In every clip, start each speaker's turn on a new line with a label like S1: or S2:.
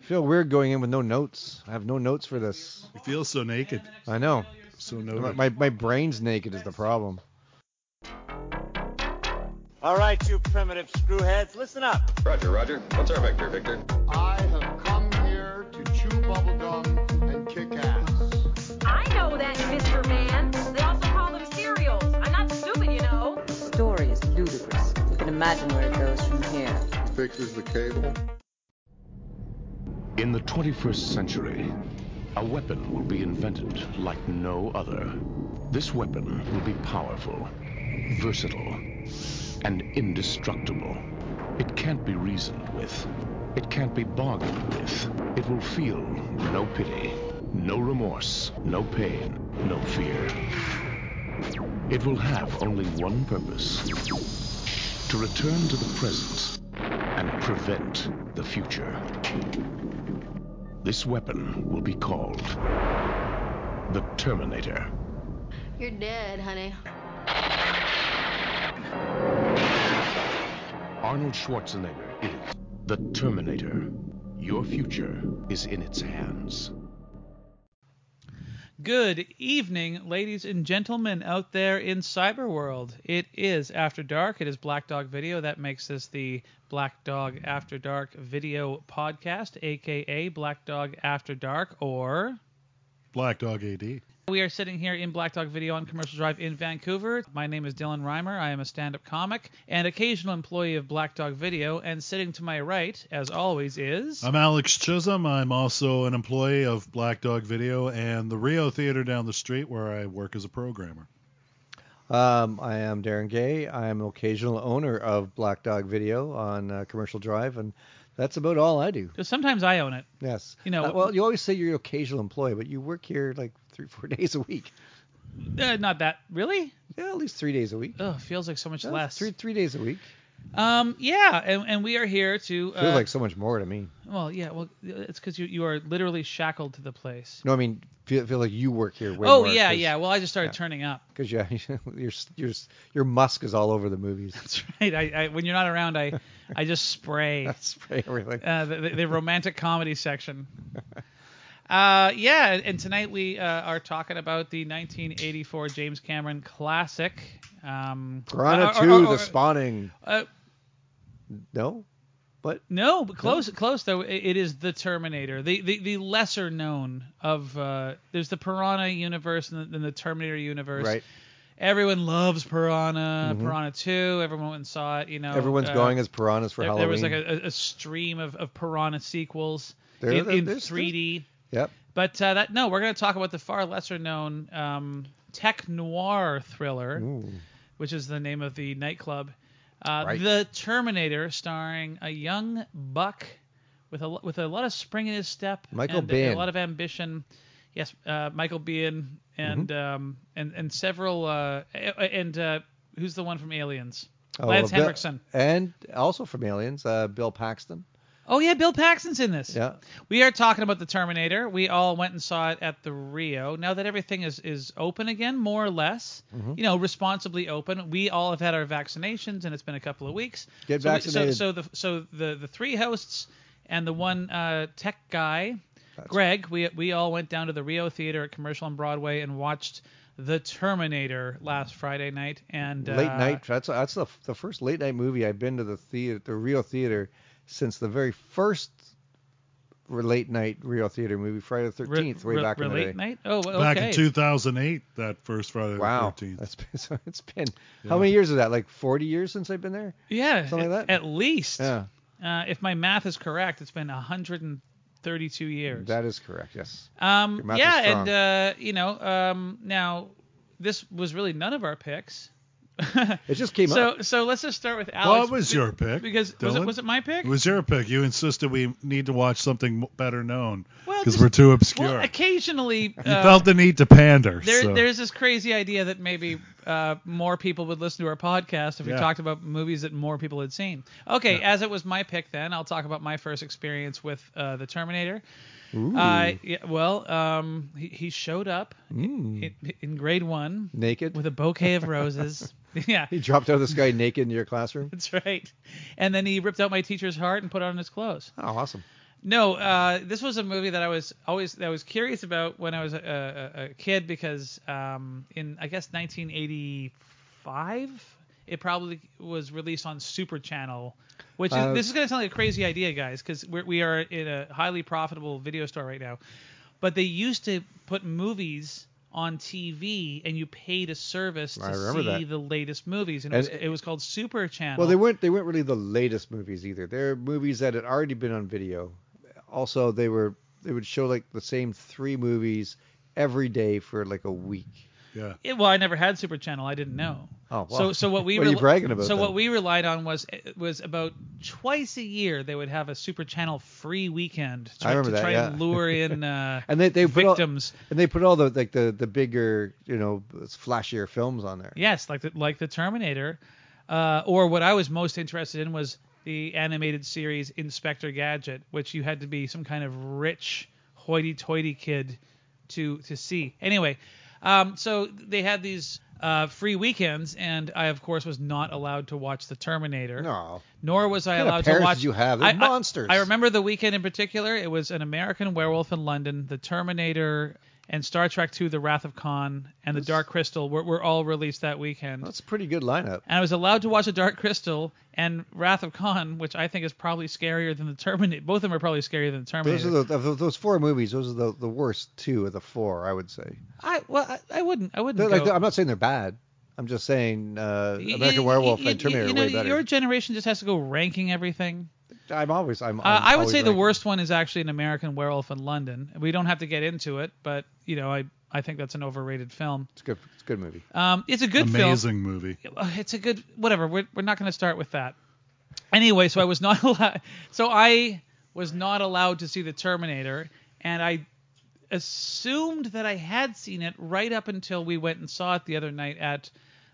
S1: feel weird going in with no notes. I have no notes for this.
S2: You feel so naked.
S1: I know.
S2: So
S1: My,
S2: noted.
S1: my, my brain's naked is the problem.
S3: All right, you primitive screwheads, listen up.
S4: Roger, roger. What's our vector, Victor?
S5: I have come here to chew bubblegum and kick ass.
S6: I know that, Mr. Man. They also call them cereals. I'm not stupid, you know.
S7: story is ludicrous. You can imagine where it goes from here.
S5: Fixes the cable.
S8: In the 21st century, a weapon will be invented like no other. This weapon will be powerful, versatile, and indestructible. It can't be reasoned with. It can't be bargained with. It will feel no pity, no remorse, no pain, no fear. It will have only one purpose to return to the present and prevent the future. This weapon will be called the Terminator.
S9: You're dead, honey.
S8: Arnold Schwarzenegger is the Terminator. Your future is in its hands.
S10: Good evening, ladies and gentlemen out there in cyber world. It is After Dark. It is Black Dog Video. That makes this the Black Dog After Dark Video Podcast, aka Black Dog After Dark, or.
S2: Black Dog AD.
S10: We are sitting here in Black Dog Video on Commercial Drive in Vancouver. My name is Dylan Reimer. I am a stand up comic and occasional employee of Black Dog Video. And sitting to my right, as always, is.
S2: I'm Alex Chisholm. I'm also an employee of Black Dog Video and the Rio Theater down the street where I work as a programmer.
S1: Um, I am Darren Gay. I am an occasional owner of Black Dog Video on uh, Commercial Drive, and that's about all I do.
S10: 'Cause sometimes I own it.
S1: Yes.
S10: You know-
S1: Uh, well, you always say you're an occasional employee, but you work here like three, four days a week.
S10: Eh, not that. Really?
S1: Yeah, at least three days a week.
S10: Ugh, feels like so much
S1: Yeah,
S10: less.
S1: Three, three days a week.
S10: Um, yeah, and, and we are here to. Uh,
S1: Feels like so much more to me.
S10: well, yeah, well, it's because you, you are literally shackled to the place.
S1: No, I mean, feel, feel like you work here. Way
S10: oh
S1: more
S10: yeah,
S1: 'cause-
S10: yeah. Well, I just started
S1: yeah.
S10: turning up.
S1: Because yeah, your your your musk is all over the movies.
S10: That's right. I, I when you're not around, I I just spray.
S1: Spray everything.
S10: uh, the, the- the romantic comedy section. Uh, yeah, and- and tonight we uh, are talking about the 1984 James Cameron classic. Um,
S1: Piranha
S10: or- or-
S1: 2,
S10: or-
S1: The Spawning.
S10: uh,
S1: No? But
S10: no, but close, close though. It it is the Terminator, the the, the lesser known of. Uh, there's the Piranha universe and the, and the Terminator universe.
S1: right. Mm-hmm.
S10: Everyone loves Piranha, Piranha 2. Everyone went and saw it. You know,
S1: Everyone's
S10: uh,
S1: going as piranhas for
S10: there,
S1: Halloween.
S10: there was like a, a- a stream of, of Piranha sequels
S1: There-
S10: in,
S1: there-
S10: in
S1: there's-
S10: 3D.
S1: Yep.
S10: But uh, that no, we're going to talk about the far lesser known um, tech noir thriller, which is the name of the nightclub, uh,
S1: Right.
S10: The Terminator, starring a young buck with a lo- with a lot of spring in his step,
S1: Michael
S10: and
S1: Biehn.
S10: a lot of ambition. Yes, uh, Michael Biehn and
S1: Mm-hmm.
S10: um, and and several uh, a- a- and uh, who's the one from Aliens? Lance
S1: Oh, Bill-
S10: Henriksen.
S1: And also from Aliens, uh, Bill Paxton.
S10: Oh yeah, Bill Paxton's in this.
S1: Yeah.
S10: We are talking about the Terminator. We all went and saw it at the Rio. Now that everything is, is open again, more or less,
S1: Mm-hmm.
S10: you know, responsibly open. We all have had our vaccinations, and it's been a couple of weeks.
S1: Get
S10: so we-
S1: vaccinated.
S10: so, so the so the the three hosts and the one uh, tech guy, Greg. We we all went down to the Rio Theater at Commercial and Broadway and watched the Terminator last Friday night. And
S1: late
S10: uh,
S1: night. That's that's the, the first late night movie I've been to the theater, the Rio Theater, since the very first late night Rio Theater movie, Friday the
S10: re-
S1: 13th, way
S10: re-
S1: back in the
S10: relate
S1: day.
S10: night. Oh, okay.
S2: Back in 2008, that first Friday the
S1: Wow,
S2: 13th.
S1: that's been so it's been how many years is that? Like 40 years since I've been there.
S10: Yeah,
S1: Something like
S10: at,
S1: that?
S10: at least.
S1: Yeah.
S10: Uh, if my math is correct, it's been 132 years.
S1: That is correct. Yes.
S10: um,
S1: your math is
S10: yeah,
S1: strong.
S10: and uh, you know, um, now this was really none of our picks.
S1: It just came
S10: so
S1: up.
S10: so let's just start with Alex.
S2: What was
S10: be-
S2: your pick?
S10: Because was
S2: Dylan?
S10: it, was it my pick?
S2: It was your pick. You insisted we need to watch something m- better known
S10: Well,
S2: because
S10: just-
S2: we're too obscure.
S10: well, occasionally
S2: you
S10: uh,
S2: felt the need to pander.
S10: there,
S2: so.
S10: there's this crazy idea that maybe uh, more people would listen to our podcast if we
S2: Yeah.
S10: talked about movies that more people had seen. Okay, as it was my pick, then I'll talk about my first experience with uh, the Terminator. Uh, yeah, well, um, he, he showed up
S2: Mm.
S10: in, in grade one
S1: naked.
S10: with a bouquet of roses. yeah,
S1: he dropped out of the sky naked in your classroom.
S10: that's right. And then he ripped out my teacher's heart and put on his clothes.
S1: Oh, awesome.
S10: No, uh, this was a movie that I was always that I was curious about when I was a, a, a kid because um, in I guess 1985 it probably was released on Super Channel, which is,
S1: Uh,
S10: this is going to sound like a crazy idea, guys, because we are in a highly profitable video store right now. But they used to put movies on TV, and you paid a service
S1: I
S10: to
S1: remember
S10: see
S1: that.
S10: the latest movies, and, it,
S1: And-
S10: was, it was called Super Channel.
S1: Well, they weren't they weren't really the latest movies either. They're movies that had already been on video. Also, they were they would show like the same three movies every day for like a week.
S2: Yeah.
S10: Yeah, well, I never had Super Channel. I didn't know.
S1: Oh, wow.
S10: So so what we
S1: What are you
S10: rel-
S1: bragging about
S10: So
S1: then?
S10: what we relied on was was about twice a year they would have a Super Channel free weekend to,
S1: I remember
S10: to
S1: that,
S10: try and
S1: yeah.
S10: lure in uh,
S1: And they they put all,
S10: victims.
S1: and they put all the like the the bigger you know flashier films on there.
S10: Yes, like the, like the Terminator, uh, or what I was most interested in was the animated series Inspector Gadget, which you had to be some kind of rich hoity-toity kid to to see. Anyway, um, so they had these uh, free weekends, and I of course was not allowed to watch the Terminator.
S1: No.
S10: Nor was I
S1: kind of
S10: allowed to
S1: parents
S10: watch.
S1: did you have? They're
S10: I, I-
S1: monsters.
S10: I, remember the weekend in particular. It was an American Werewolf in London, The Terminator, and Star Trek II: The Wrath of Khan, and The Dark Crystal were, were all released that weekend.
S1: That's a pretty good lineup.
S10: And I was allowed to watch The Dark Crystal and Wrath of Khan, which I think is probably scarier than the Terminator. Both of them are probably scarier than the Terminator.
S1: Those are the of those four movies. Those are the, the worst two of the four, I would say.
S10: I well, I, I wouldn't. I
S1: They're
S10: wouldn't.
S1: Like,
S10: go-
S1: I'm not saying they're bad. I'm just saying uh,
S10: Y-
S1: American
S10: y-
S1: Werewolf
S10: y-
S1: and Terminator
S10: you know,
S1: are way better.
S10: Your generation just has to go ranking everything.
S1: I'm always I'm.
S10: Uh,
S1: I'm
S10: I
S1: Um,
S10: would
S1: always
S10: say the
S1: ranking.
S10: worst one is actually an American Werewolf in London. We don't have to get into it, but you know, I I think that's an overrated film.
S1: It's a good. It's a good movie.
S10: Um, it's a good film.
S2: Amazing movie.
S10: Uh, It's a good whatever. We're we're not going to start with that. Anyway, so I was not allowed. So I was not allowed to see the Terminator, and I assumed that I had seen it right up until we went and saw it the other night at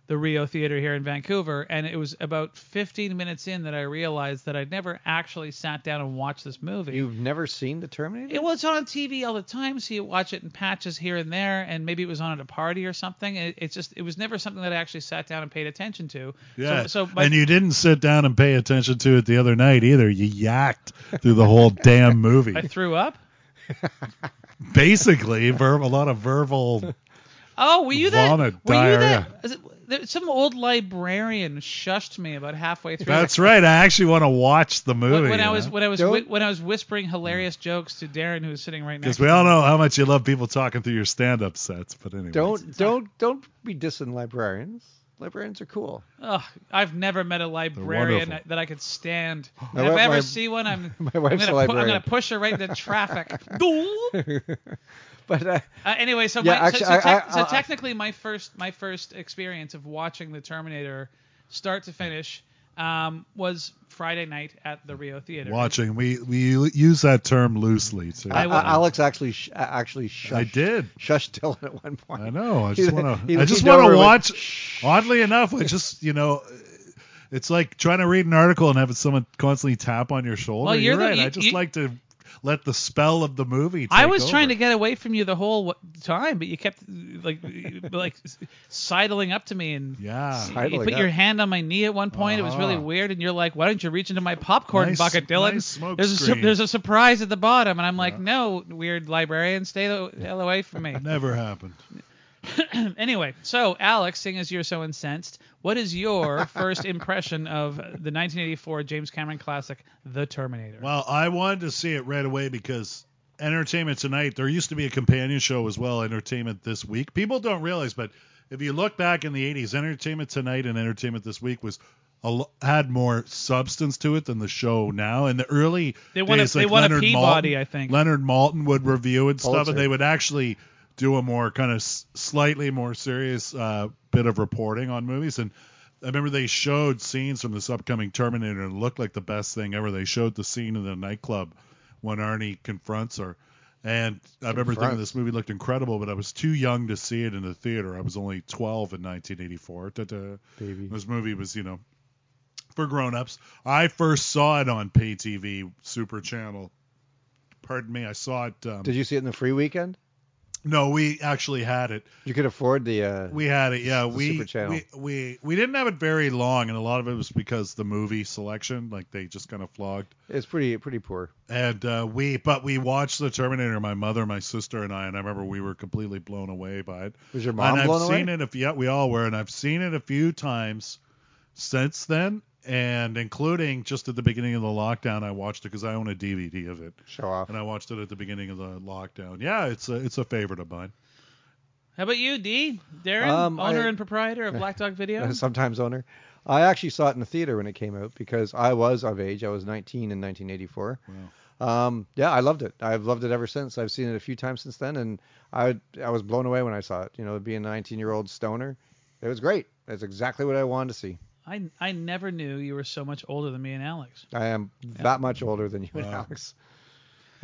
S10: the Rio Theater here in Vancouver, and it was about 15 minutes in that I realized that I'd never actually sat down and watched this movie.
S1: You've never seen the Terminator?
S10: It was on TV all the time, so you watch it in patches here and there, and maybe it was on at a party or something. It, it's just it was never something that I actually sat down and paid attention to.
S2: Yeah.
S10: So, so my,
S2: and you didn't sit down and pay attention to it the other night either. You yacked through the whole damn movie.
S10: I threw up.
S2: Basically, verb, a lot of verbal.
S10: Oh, were you that?
S2: Vomit,
S10: were you that?
S2: diarrhea.
S10: is it- there- Some old librarian shushed me about halfway through.
S2: That's right. I actually want to watch the movie.
S10: When, when I was when I was
S1: Don't-
S10: whi- when I was whispering hilarious jokes to Darren, who was sitting right next.
S2: because
S10: to
S2: we
S10: me.
S2: all know how much you love people talking through your stand-up sets. But anyway,
S1: Don't don't don't be dissing librarians. Librarians are cool.
S10: Ugh, I've never met a librarian
S2: wonderful.
S10: that I could stand. And
S1: My
S10: if
S1: wife-
S10: I ever
S1: my-
S10: see one, I'm
S1: my
S10: I'm
S1: wife's
S10: gonna
S1: a
S10: pu- I'm
S1: librarian.
S10: gonna push her right into traffic.
S1: But uh,
S10: Uh, anyway, so,
S1: Yeah,
S10: my,
S1: actually,
S10: so- so,
S1: I- uh,
S10: tec-
S1: I-
S10: so
S1: I-
S10: technically, my first my first experience of watching the Terminator, start to finish, um, was Friday night at the Rio Theater.
S2: watching. We we use that term loosely too.
S10: I will-
S1: uh, Alex actually sh- uh, actually shushed.
S2: I did.
S1: Shush Dylan at one point.
S2: I know. I
S1: He-
S2: just want
S1: he
S2: to. I just
S1: leaned over
S2: want to
S1: and went,
S2: watch. Oddly enough, I just you know, it's like trying to read an article and having someone constantly tap on your shoulder.
S10: Well, you're
S2: you're,
S10: the-
S2: right.
S10: you-
S2: I just
S10: you-
S2: like to let the spell of the movie. Take
S10: I was
S2: over.
S10: trying to get away from you the whole w- time, but you kept like like sidling up to me and
S2: Yeah.
S10: you
S1: Sidling
S10: put
S1: up.
S10: your hand on my knee at one point. It was really
S2: Uh-huh.
S10: weird, and you're like, "Why don't you reach into my popcorn
S2: Nice-
S10: bucket, Dylan?
S2: nice smoke
S10: there's a su-
S2: screen."
S10: there's a surprise at the bottom," and I'm like, "No, weird librarian, stay the the hell away from me."
S2: Never happened.
S10: anyway, so Alex, seeing as you're so incensed, what is your first impression of the 1984 James Cameron classic, The Terminator?
S2: Well, I wanted to see it right away because Entertainment Tonight, there used to be a companion show as well, Entertainment This Week. People don't realize, but if you look back in the 80s, Entertainment Tonight and Entertainment This Week was a, lo- had more substance to it than the show now. In the early
S10: They won a-
S2: days,
S10: they
S2: like
S10: won a
S2: Leonard
S10: Peabody,
S2: Maltin-
S10: I think.
S2: Leonard Malton would review and stuff,
S1: Pulitzer.
S2: and they would actually do a more kind of s- slightly more serious uh, bit of reporting on movies. And I remember they showed scenes from this upcoming Terminator and it looked like the best thing ever. They showed the scene in the nightclub when Arnie confronts her. And I remember thinking
S1: Confronts.
S2: this movie looked incredible, but I was too young to see it in the theater. I was only 12 in 1984. Da-da.
S1: Baby.
S2: This movie was, you know, for grown-ups. I first saw it on pay TV Super Channel. Pardon me, I saw it. Um,
S1: Did you see it in the free weekend?
S2: No, we actually had it.
S1: You could afford the. Uh,
S2: We had it. Yeah,
S1: the
S2: we,
S1: Super Channel.
S2: we we we didn't have it very long, and a lot of it was because the movie selection, like they just kind of flogged.
S1: It's pretty pretty poor.
S2: And uh, we, but we watched the Terminator. My mother, my sister, and I, and I remember we were completely blown away by it.
S1: Was your mom
S2: and
S1: blown
S2: I've
S1: away?
S2: seen it a few. Yeah, we all were, and I've seen it a few times since then, and including just at the beginning of the lockdown, I watched it because I own a DVD of it,
S1: Show off.
S2: and I watched it at the beginning of the lockdown. Yeah, it's a it's a favorite of mine.
S10: How about you, D? Darren,
S1: Um, I-
S10: owner and proprietor of Black Dog Video.
S1: Sometimes owner. I actually saw it in the theater when it came out because I was of age. I was 19 in 1984. Um, yeah, I loved it. I've loved it ever since. I've seen it a few times since then, and I I was blown away when I saw it. You know, being a 19 year old stoner, it was great. That's exactly what I wanted to see.
S10: I I never knew you were so much older than me and Alex.
S1: I am that much older than you, and
S2: Wow.
S1: Alex.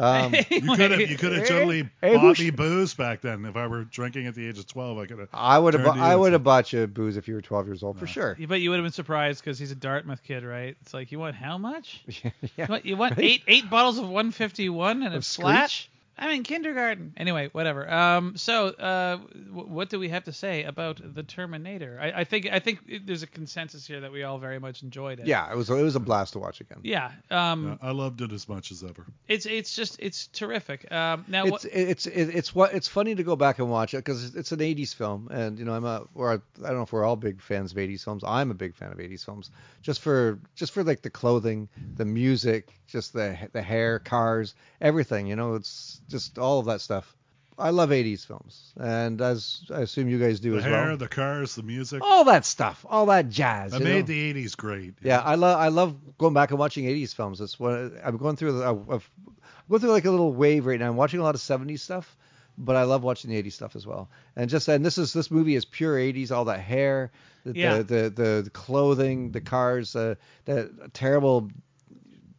S1: Um,
S2: You could have you could have totally
S1: hey,
S2: bought
S1: eh? who
S2: me booze back then. If I were drinking at the age of twelve, I could have.
S1: I would have
S2: Turned
S1: bu-
S2: to you
S1: I
S2: and
S1: would
S2: said-
S1: have bought you booze if you were 12 years old for sure.
S10: But you would have been surprised because he's a Dartmouth kid, right? It's like you want how much?
S1: yeah.
S10: You want, you want eight eight bottles of 151 and a
S1: Of
S10: flat?
S1: Screech?
S10: I'm in kindergarten. Anyway, whatever. Um, so uh, w- what do we have to say about the Terminator? I, I think I think it- there's a consensus here that we all very much enjoyed it.
S1: Yeah, it was it was a blast to watch again.
S10: Yeah. Um,
S2: uh, I loved it as much as ever.
S10: It's it's just it's terrific. Um, now
S1: It's
S10: what?
S1: it's it- it's what it's funny to go back and watch it because it's an 80s film and you know I'm a or I, I don't know if we're all big fans of 80s films I'm a big fan of 80s films just for just for like the clothing the music just the the hair cars everything you know it's just all of that stuff I love 80s films and as I assume you guys do
S2: The
S1: as
S2: hair,
S1: well
S2: the cars, the music.
S1: all that stuff all that jazz
S2: I
S1: you know?
S2: made the '80s great.
S1: Yeah, um, I love I love going back and watching 80s films. That's what I'm going through. I've I've- I'm going through like a little wave right now. I'm watching a lot of 70s stuff, but I love watching the 80s stuff as well. And just and this is this movie is pure 80s. All that hair, the
S10: Yeah.
S1: the, the the clothing, the cars, uh, that terrible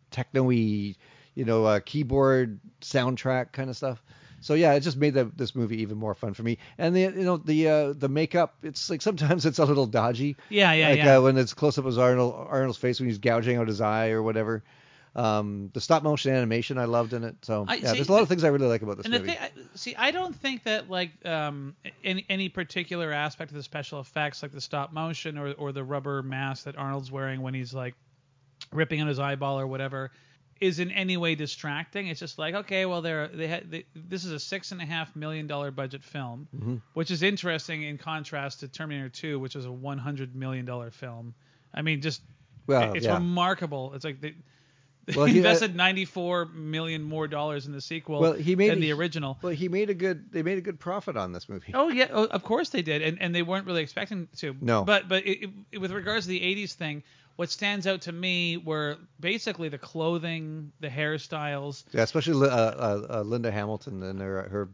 S1: techno-y, you know, uh, keyboard soundtrack kind of stuff. So yeah, it just made the, this movie even more fun for me. And the you know the uh, the makeup, it's like sometimes it's a little dodgy.
S10: Yeah, yeah,
S1: like,
S10: yeah.
S1: Uh, when it's close up as Arnold Arnold's face when he's gouging out his eye or whatever. Um, the stop motion animation I loved in it. So
S10: I-
S1: yeah,
S10: see,
S1: there's a lot
S10: the-
S1: of things I really like about this
S10: And the
S1: movie.
S10: thing, I, see, I don't think that like um, any any particular aspect of the special effects, like the stop motion or or the rubber mask that Arnold's wearing when he's like ripping out his eyeball or whatever, is in any way distracting. It's just like okay, well they're they, ha- they this is a six and a half million dollar budget film,
S1: Mm-hmm.
S10: which is interesting in contrast to Terminator 2, which is a 100 million dollar film. I mean, just
S1: well,
S10: it's
S1: yeah.
S10: remarkable. It's like they, they
S1: Well, he- uh,
S10: invested 94 million more dollars in the sequel
S1: well, he made
S10: than the
S1: a-
S10: original.
S1: Well, he made a good they made a good profit on this movie.
S10: Oh yeah, oh, of course they did, and and they weren't really expecting to.
S1: No.
S10: But but it, it- with regards to the '80s thing, what stands out to me were basically the clothing, the hairstyles,
S1: Yeah, especially Li- uh, uh, uh, Linda Hamilton and her her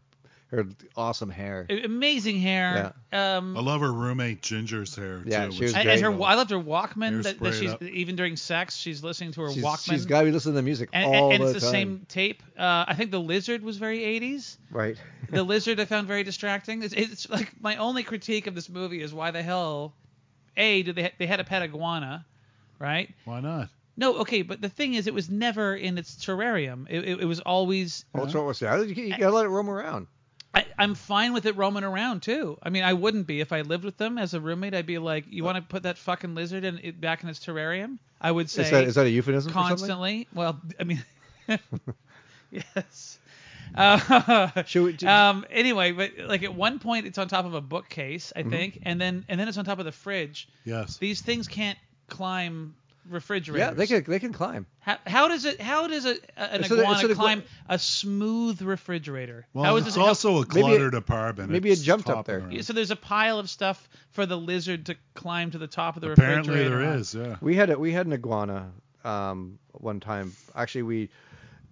S1: her awesome hair.
S10: a- amazing hair.
S2: I
S10: Um,
S2: love her roommate Ginger's hair
S1: Yeah,
S2: too.
S1: she
S2: which-
S1: was-
S10: and, and her,
S1: great.
S10: I loved her Walkman.
S2: Hair
S10: That, that
S2: sprayed
S10: she's
S2: up.
S10: even during sex, she's listening to her
S1: she's,
S10: Walkman.
S1: she's got to be listening to music
S10: and,
S1: all
S10: and, and
S1: the
S10: it's the
S1: time.
S10: same tape. Uh, I think the lizard was very 80s.
S1: Right.
S10: the lizard I found very distracting. It's, it's like my only critique of this movie is why the hell, a did they they had a pet iguana, right?
S2: Why not?
S10: No, okay, but the thing is, it was never in its terrarium. It, it, it was always.
S1: Ultra what's that? You, you gotta let it roam around.
S10: I, I'm fine with it roaming around too. I mean, I wouldn't be if I lived with them as a roommate. I'd be like, you want to put that fucking lizard in it back in its terrarium? I would say
S1: Is that is that a euphemism? For something?
S10: constantly. Well, I mean, yes. Uh,
S1: Should we- do-
S10: um, anyway, but like at one point it's on top of a bookcase,
S1: Mm-hmm.
S10: I think, and then and then it's on top of the fridge.
S2: Yes.
S10: These things can't climb refrigerators.
S1: Yeah, they can they can climb.
S10: How, how does it? How does a, a- an
S1: It's an-
S10: iguana
S1: it's an igua-
S10: climb a smooth refrigerator?
S2: Well,
S10: how is
S2: it's
S10: this- how-
S2: also
S1: maybe
S2: a
S1: it-
S2: cluttered apartment.
S1: maybe it
S2: It's
S1: jumped up
S2: topping
S1: there.
S2: around.
S10: so there's a pile of stuff for the lizard to climb to the top of the
S2: Apparently
S10: refrigerator.
S2: there
S10: on.
S2: is. Yeah.
S1: We had a, we had an iguana um, one time. Actually, we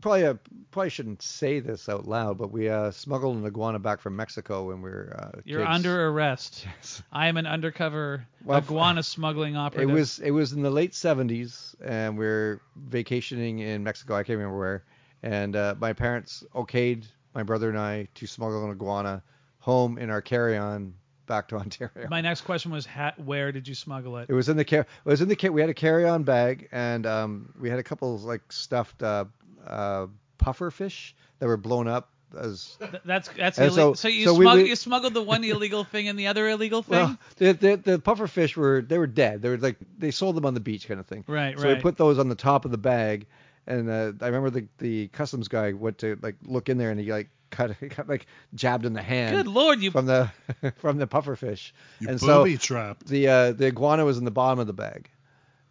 S1: probably uh, probably shouldn't say this out loud, but we uh, smuggled an iguana back from Mexico when we were uh,
S10: You're
S1: kids.
S10: under arrest. I am an undercover
S1: Well,
S10: iguana smuggling
S1: It
S10: operative.
S1: was it was in the late 70s, and we are vacationing in Mexico. I can't remember where. And uh, my parents okayed my brother and I to smuggle an iguana home in our carry-on back to Ontario.
S10: My next question was, ha- where did you smuggle it?
S1: It was in the car. It was in the kit. We had a carry-on bag, and um, we had a couple like stuffed uh, uh, puffer fish that were blown up. as
S10: Th- that's that's
S1: And
S10: ille- so,
S1: so-
S10: you
S1: so we-
S10: smuggled
S1: we-
S10: you smuggled the one illegal thing and the other illegal thing.
S1: well, the, the the puffer fish were they were dead. They were like they sold them on the beach kind of thing.
S10: Right,
S1: So
S10: right.
S1: we put those on the top of the bag, and uh, I remember the the customs guy went to like look in there and he like cut, he got like jabbed in the hand.
S10: Good lord, you
S1: From the from the puffer fish.
S2: You
S1: and so
S2: booby trapped.
S1: the uh, the iguana was in the bottom of the bag.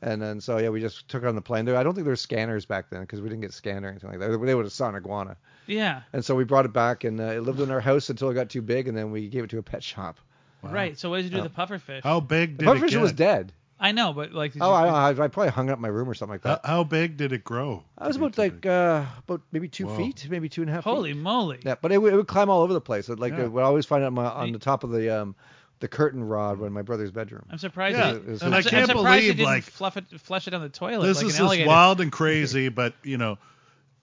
S1: And then so yeah, we just took it on the plane. There, I don't think there were scanners back then because we didn't get scanned or anything like that. They, would have saw an iguana.
S10: yeah.
S1: And so we brought it back and uh, it lived in our house until it got too big, and then we gave it to a pet shop.
S10: Right. So what did you do with the
S1: Oh.
S10: puffer fish?
S2: How big
S1: The
S2: did it
S1: pufferfish
S2: get?
S1: was dead.
S10: I know, but like did
S1: Oh,
S10: you, Uh,
S1: I, I, I probably hung it up in my room or something like
S2: How,
S1: that.
S2: how big did it grow?
S1: I was about like uh, about maybe two
S2: Whoa.
S1: feet, maybe two and a half. feet.
S10: holy moly.
S1: Yeah, but it, would- it would climb all over the place. It, like
S2: Yeah.
S1: it would always find it on, my, on the top of the um the curtain rod when my brother's bedroom.
S10: I'm surprised.
S2: Yeah,
S10: you,
S1: it was-
S10: I'm,
S1: and I
S10: su- I'm
S2: can't
S10: surprised you
S2: believe,
S10: didn't
S2: like,
S10: fluff it, flush it down the toilet
S2: This
S10: like
S2: is
S10: an
S2: just
S10: alligator.
S2: wild and crazy, but you know,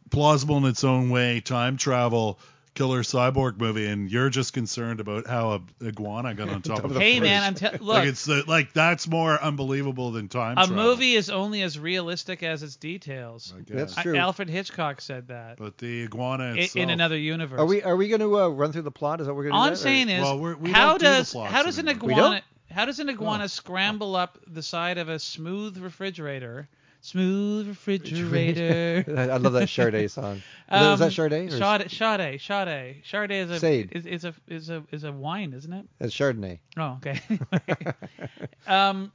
S2: plausible in its own way. Time travel, killer cyborg movie, and you're just concerned about how a iguana got on top of.
S10: Hey
S2: a
S10: man, I'm
S2: fridge.
S10: te-
S2: like
S10: look.
S2: it's uh, like that's more unbelievable than time.
S10: a
S2: travel,
S10: movie is only as realistic as its details.
S2: I guess.
S1: That's
S10: I-
S1: true.
S10: Alfred Hitchcock said that
S2: But the iguana
S10: i-
S2: itself.
S10: in another universe.
S1: Are we are we going to uh, run through the plot? Is that what we're going to
S10: All
S1: do?
S10: I'm
S1: that, or-
S10: saying is,
S2: Well, we're- we
S10: how
S2: don't do the
S10: does
S2: plots
S10: how does an
S2: anymore.
S1: We
S10: iguana
S1: don't?
S10: how does an iguana
S2: No.
S10: scramble up the side of a smooth refrigerator? Smooth refrigerator.
S1: I love that Sade song. Um, is that Sade? Or
S10: Sade, Sade, Sade. Sade is a
S1: Sade.
S10: Is, is a is a is a wine, isn't it?
S1: It's Chardonnay.
S10: Oh, okay. um,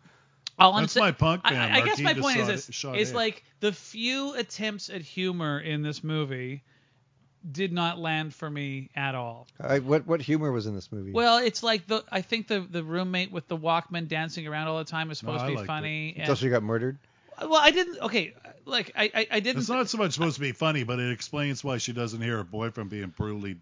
S10: all I'm
S2: That's
S10: sa-
S2: my punk
S10: I-
S2: band,
S10: I, I guess
S2: Marquis
S10: my
S2: de
S10: point is
S2: Sade-
S10: this:
S2: Sade.
S10: is like the few attempts at humor in this movie did not land for me at all.
S1: I, what what humor was in this movie?
S10: Well, it's like the I think the the roommate with the Walkman dancing around all the time is supposed to
S2: I
S10: be
S2: liked it.
S10: funny. and-
S1: until she got murdered.
S10: well, I didn't. Okay, like I I, I didn't.
S2: It's not so much supposed to be funny, but it explains why she doesn't hear her boyfriend being brutally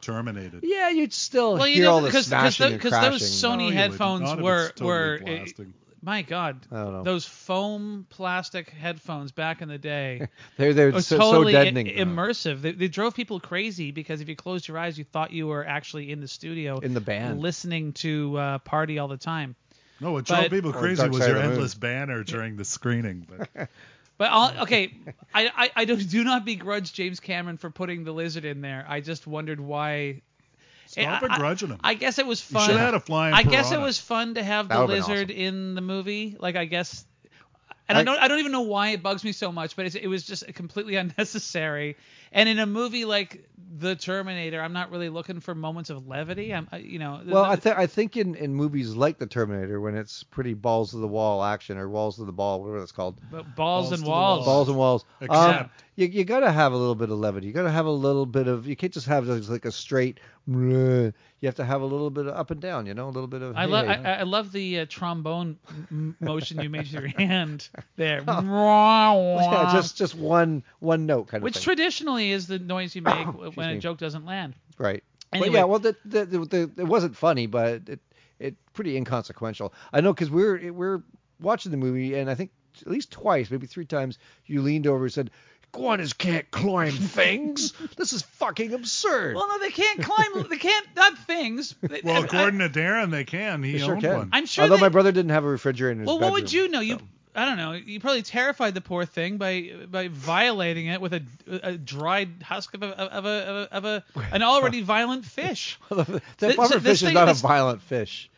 S2: terminated.
S1: Yeah, you'd still
S10: well,
S1: hear
S10: you know,
S1: all the
S10: because because
S1: smashing
S10: those,
S1: and
S10: 'cause
S1: crashing.
S10: those
S2: No, you
S10: Sony
S2: wouldn't.
S10: headphones
S2: Not if it's
S10: were
S2: totally
S10: were eh,
S2: blasting.
S10: my God,
S1: I don't know.
S10: those foom plastic headphones back in the day.
S1: they're they're
S10: It was
S1: so, so
S10: totally i-
S1: deadening.
S10: immersive. They, they drove people crazy because if you closed your eyes, you thought you were actually in the studio
S1: In the band.
S10: listening to uh, Party all the time.
S2: No, what
S10: But-
S2: drove people
S1: Or
S2: crazy
S1: Oh, Dark
S2: was
S1: Side
S2: your
S1: of the Moon.
S2: endless banner during the screening. But
S10: But all, okay, I, I, I do, do not begrudge James Cameron for putting the lizard in there. I just wondered why. Eh,
S2: stop
S10: I- I-
S2: begrudging him.
S10: I guess it was
S2: You
S10: fun.
S2: should have had a flying
S10: I guess it
S2: piranha.
S10: was fun to have
S1: That
S10: the
S1: would've been
S10: lizard in the movie. Like I guess, and I,
S1: I-
S10: don't I don't even know why it bugs me so much, but it's, it was just completely unnecessary. And in a movie like The Terminator, I'm not really looking for moments of levity. I'm I- you know
S1: Well, I think I think in, in movies like The Terminator, when it's pretty balls to the wall action or walls to the ball, whatever it's called,
S10: but balls,
S2: Balls
S10: and
S2: to the
S10: walls.
S1: balls and walls. Um,
S2: Except-
S1: you you gotta have a little bit of levity. You gotta have a little bit of. You can't just have just like a straight. "Meh." You have to have a little bit of up and down. You know, a little bit of.
S10: I
S1: hey,
S10: love
S1: hey.
S10: I, I love the uh, trombone m- motion you made with your hand there,
S1: yeah, just just one one note kind of
S10: which
S1: thing.
S10: traditionally is the noise you make when a
S1: me.
S10: joke doesn't land.
S1: Right.
S10: Anyway.
S1: But yeah, well, the, the, the, the, it wasn't funny, but it it pretty inconsequential. I know because we're it- we're watching the movie, and I think at least twice, maybe three times, you leaned over and said, "Iguanas can't climb things. this is fucking absurd."
S10: Well, no, they can't climb. they can't not things. They-
S2: well,
S10: I-
S2: according to Darren, they can. He
S1: They sure
S2: owned
S1: can.
S2: one.
S10: I'm sure
S1: Although
S10: they-
S1: my brother didn't have a refrigerator in his
S10: Well,
S1: bedroom.
S10: what would you know? You, I don't know. You probably terrified the poor thing by by violating it with a, a dried husk of a of a of a, of a an already violent fish.
S1: the
S10: Th- so
S1: puffer
S10: this
S1: fish is
S10: thing-
S1: not a
S10: this-
S1: violent fish.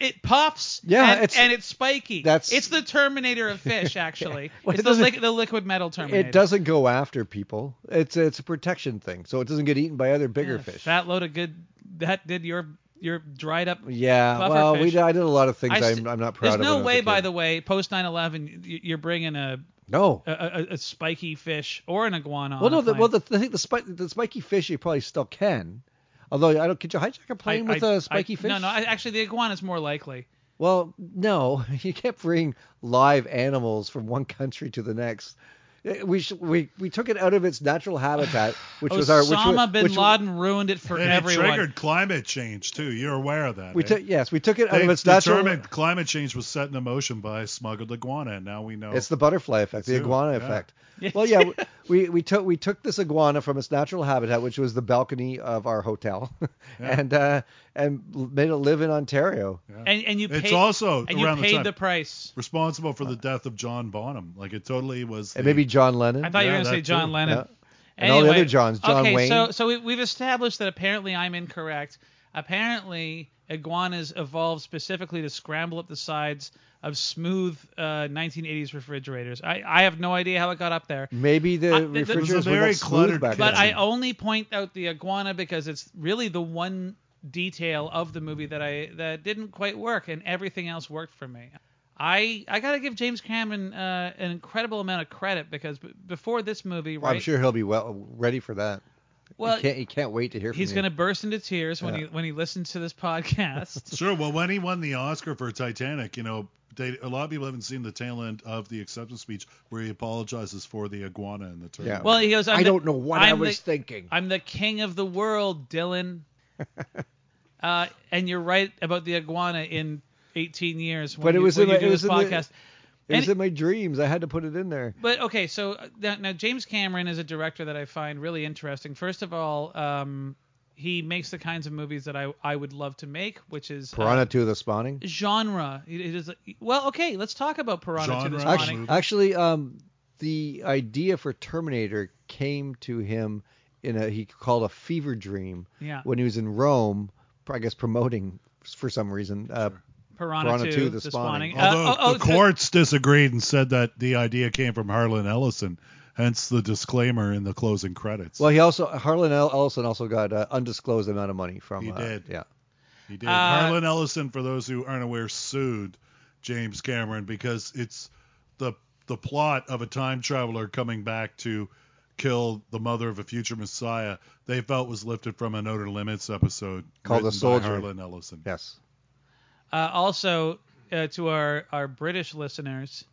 S10: It puffs.
S1: Yeah,
S10: and it's,
S1: it's-
S10: and it's spiky.
S1: that's-
S10: it's the Terminator of fish, actually.
S1: Well, it
S10: it's the,
S1: doesn't-
S10: li- the liquid metal Terminator.
S1: It doesn't go after people. It's it's a protection thing, so it doesn't get eaten by other bigger
S10: Yeah,
S1: fish.
S10: Fat load of good. That did your your dried up.
S1: yeah,
S10: puffer
S1: well,
S10: fish.
S1: we I did a lot of things
S10: I
S1: I
S10: s-
S1: am I'm not proud
S10: There's
S1: of.
S10: no
S1: when I was a
S10: way, by
S1: kid.
S10: the way, post 9/11, y- you're bringing a
S1: no,
S10: a, a, a spiky fish or an iguana.
S1: Well,
S10: on a
S1: no. The,
S10: plane.
S1: well, the, I think the, spike, the spiky fish you probably still can. Although I don't, could you hijack a plane with
S10: I-
S1: a spiky
S10: I-
S1: fish?
S10: No, no. I, actually, the iguana's more likely.
S1: well, no, you can't bring live animals from one country to the next. Eh, We sh- we we took it out of its natural habitat, which
S10: Osama
S1: was our which, wa-
S10: bin
S1: which wa-
S10: Laden ruined it for
S2: and
S10: everyone.
S2: it triggered climate change too. You're aware of that.
S1: We
S2: eh?
S1: took yes, we took it out
S2: They
S1: of its natural.
S2: determined climate change was set in motion by smuggled iguana, and now we know.
S1: It's the butterfly effect, the
S2: Zoo,
S1: iguana
S2: yeah.
S1: effect. Well, yeah, we we took we took this iguana from its natural habitat, which was the balcony of our hotel, and uh, and made it live in Ontario.
S10: and, and you
S2: It's
S10: paid,
S2: also
S10: and you
S2: around the
S10: paid
S2: time-
S10: price.
S2: responsible for the death of John Bonham. Like it totally was.
S1: Uh, And
S2: the-
S1: maybe John Lennon.
S2: Mm.
S10: I thought you
S2: Yeah,
S10: were gonna
S2: that
S10: say John
S2: too.
S10: Lennon.
S1: Yeah. And all the
S10: Anyway,
S1: other Johns, John
S10: okay,
S1: Wayne.
S10: so so we, we've established that apparently I'm incorrect. Apparently, iguanas evolved specifically to scramble up the sides of smooth uh, 1980s refrigerators. I, I have no idea how it got up there.
S1: Maybe the
S10: Uh, th- th- It was a
S1: refrigerators were
S2: very
S1: not smooth
S2: cluttered
S1: back
S10: But I
S1: then.
S10: only point out the iguana because it's really the one detail of the movie that I that didn't quite work, and everything else worked for me. I I gotta give James Cameron uh, an incredible amount of credit because b- before this movie,
S1: Well,
S10: right?
S1: I'm sure he'll be well ready for that.
S10: oh, well,
S1: he can't, he can't wait to hear from
S10: he's
S1: you.
S10: gonna burst into tears when
S1: Yeah.
S10: he when he listens to this podcast.
S2: Sure. Well, when he won the Oscar for Titanic, you know, they, a lot of people haven't seen the tail end of the acceptance speech where he apologizes for the iguana and the turtle.
S1: Yeah.
S10: well, he goes. I'm
S1: I
S10: the-
S1: don't know what I
S10: I'm the-
S1: was thinking.
S10: I'm the king of the world, Dylan. uh, and you're right about the iguana in 18 years when
S1: But it
S10: you,
S1: was
S10: when
S1: in
S10: you
S1: the-
S10: do
S1: it
S10: this
S1: was in the-
S10: podcast.
S1: it was
S10: and-
S1: in my dreams. I had to put it in there.
S10: But okay, so uh, now, now James Cameron is a director that I find really interesting. First of all, um, he makes the kinds of movies that I, I would love to make, which is uh,
S1: Piranha 2 The Spawning.
S10: genre. It- it is well, okay, let's talk about Piranha to the
S2: Genre.
S10: Spawning.
S1: Actually, actually um, the idea for Terminator came to him in a he called a fever dream
S10: Yeah.
S1: when he was in Rome, I guess promoting for some reason uh,
S10: Piranha,
S1: Piranha
S10: 2,
S1: II,
S10: The
S1: The
S10: Spawning.
S1: Spawning.
S10: Uh,
S2: Although
S10: oh, oh,
S2: the
S10: so-
S2: courts disagreed and said that the idea came from Harlan Ellison, hence the disclaimer in the closing credits.
S1: Well, he also Harlan Ell- Ellison also got uh, undisclosed amount of money from.
S2: He
S1: uh,
S2: did.
S1: Yeah.
S2: He did.
S10: Uh,
S2: Harlan Ellison, for those who aren't aware, sued James Cameron because it's the the plot of a time traveler coming back to kill the mother of a future messiah. They felt was lifted from an Outer Limits episode
S1: Called The
S2: written by
S1: Soldier.
S2: Harlan Ellison.
S1: Yes.
S10: Uh, also, uh, to our, our British listeners,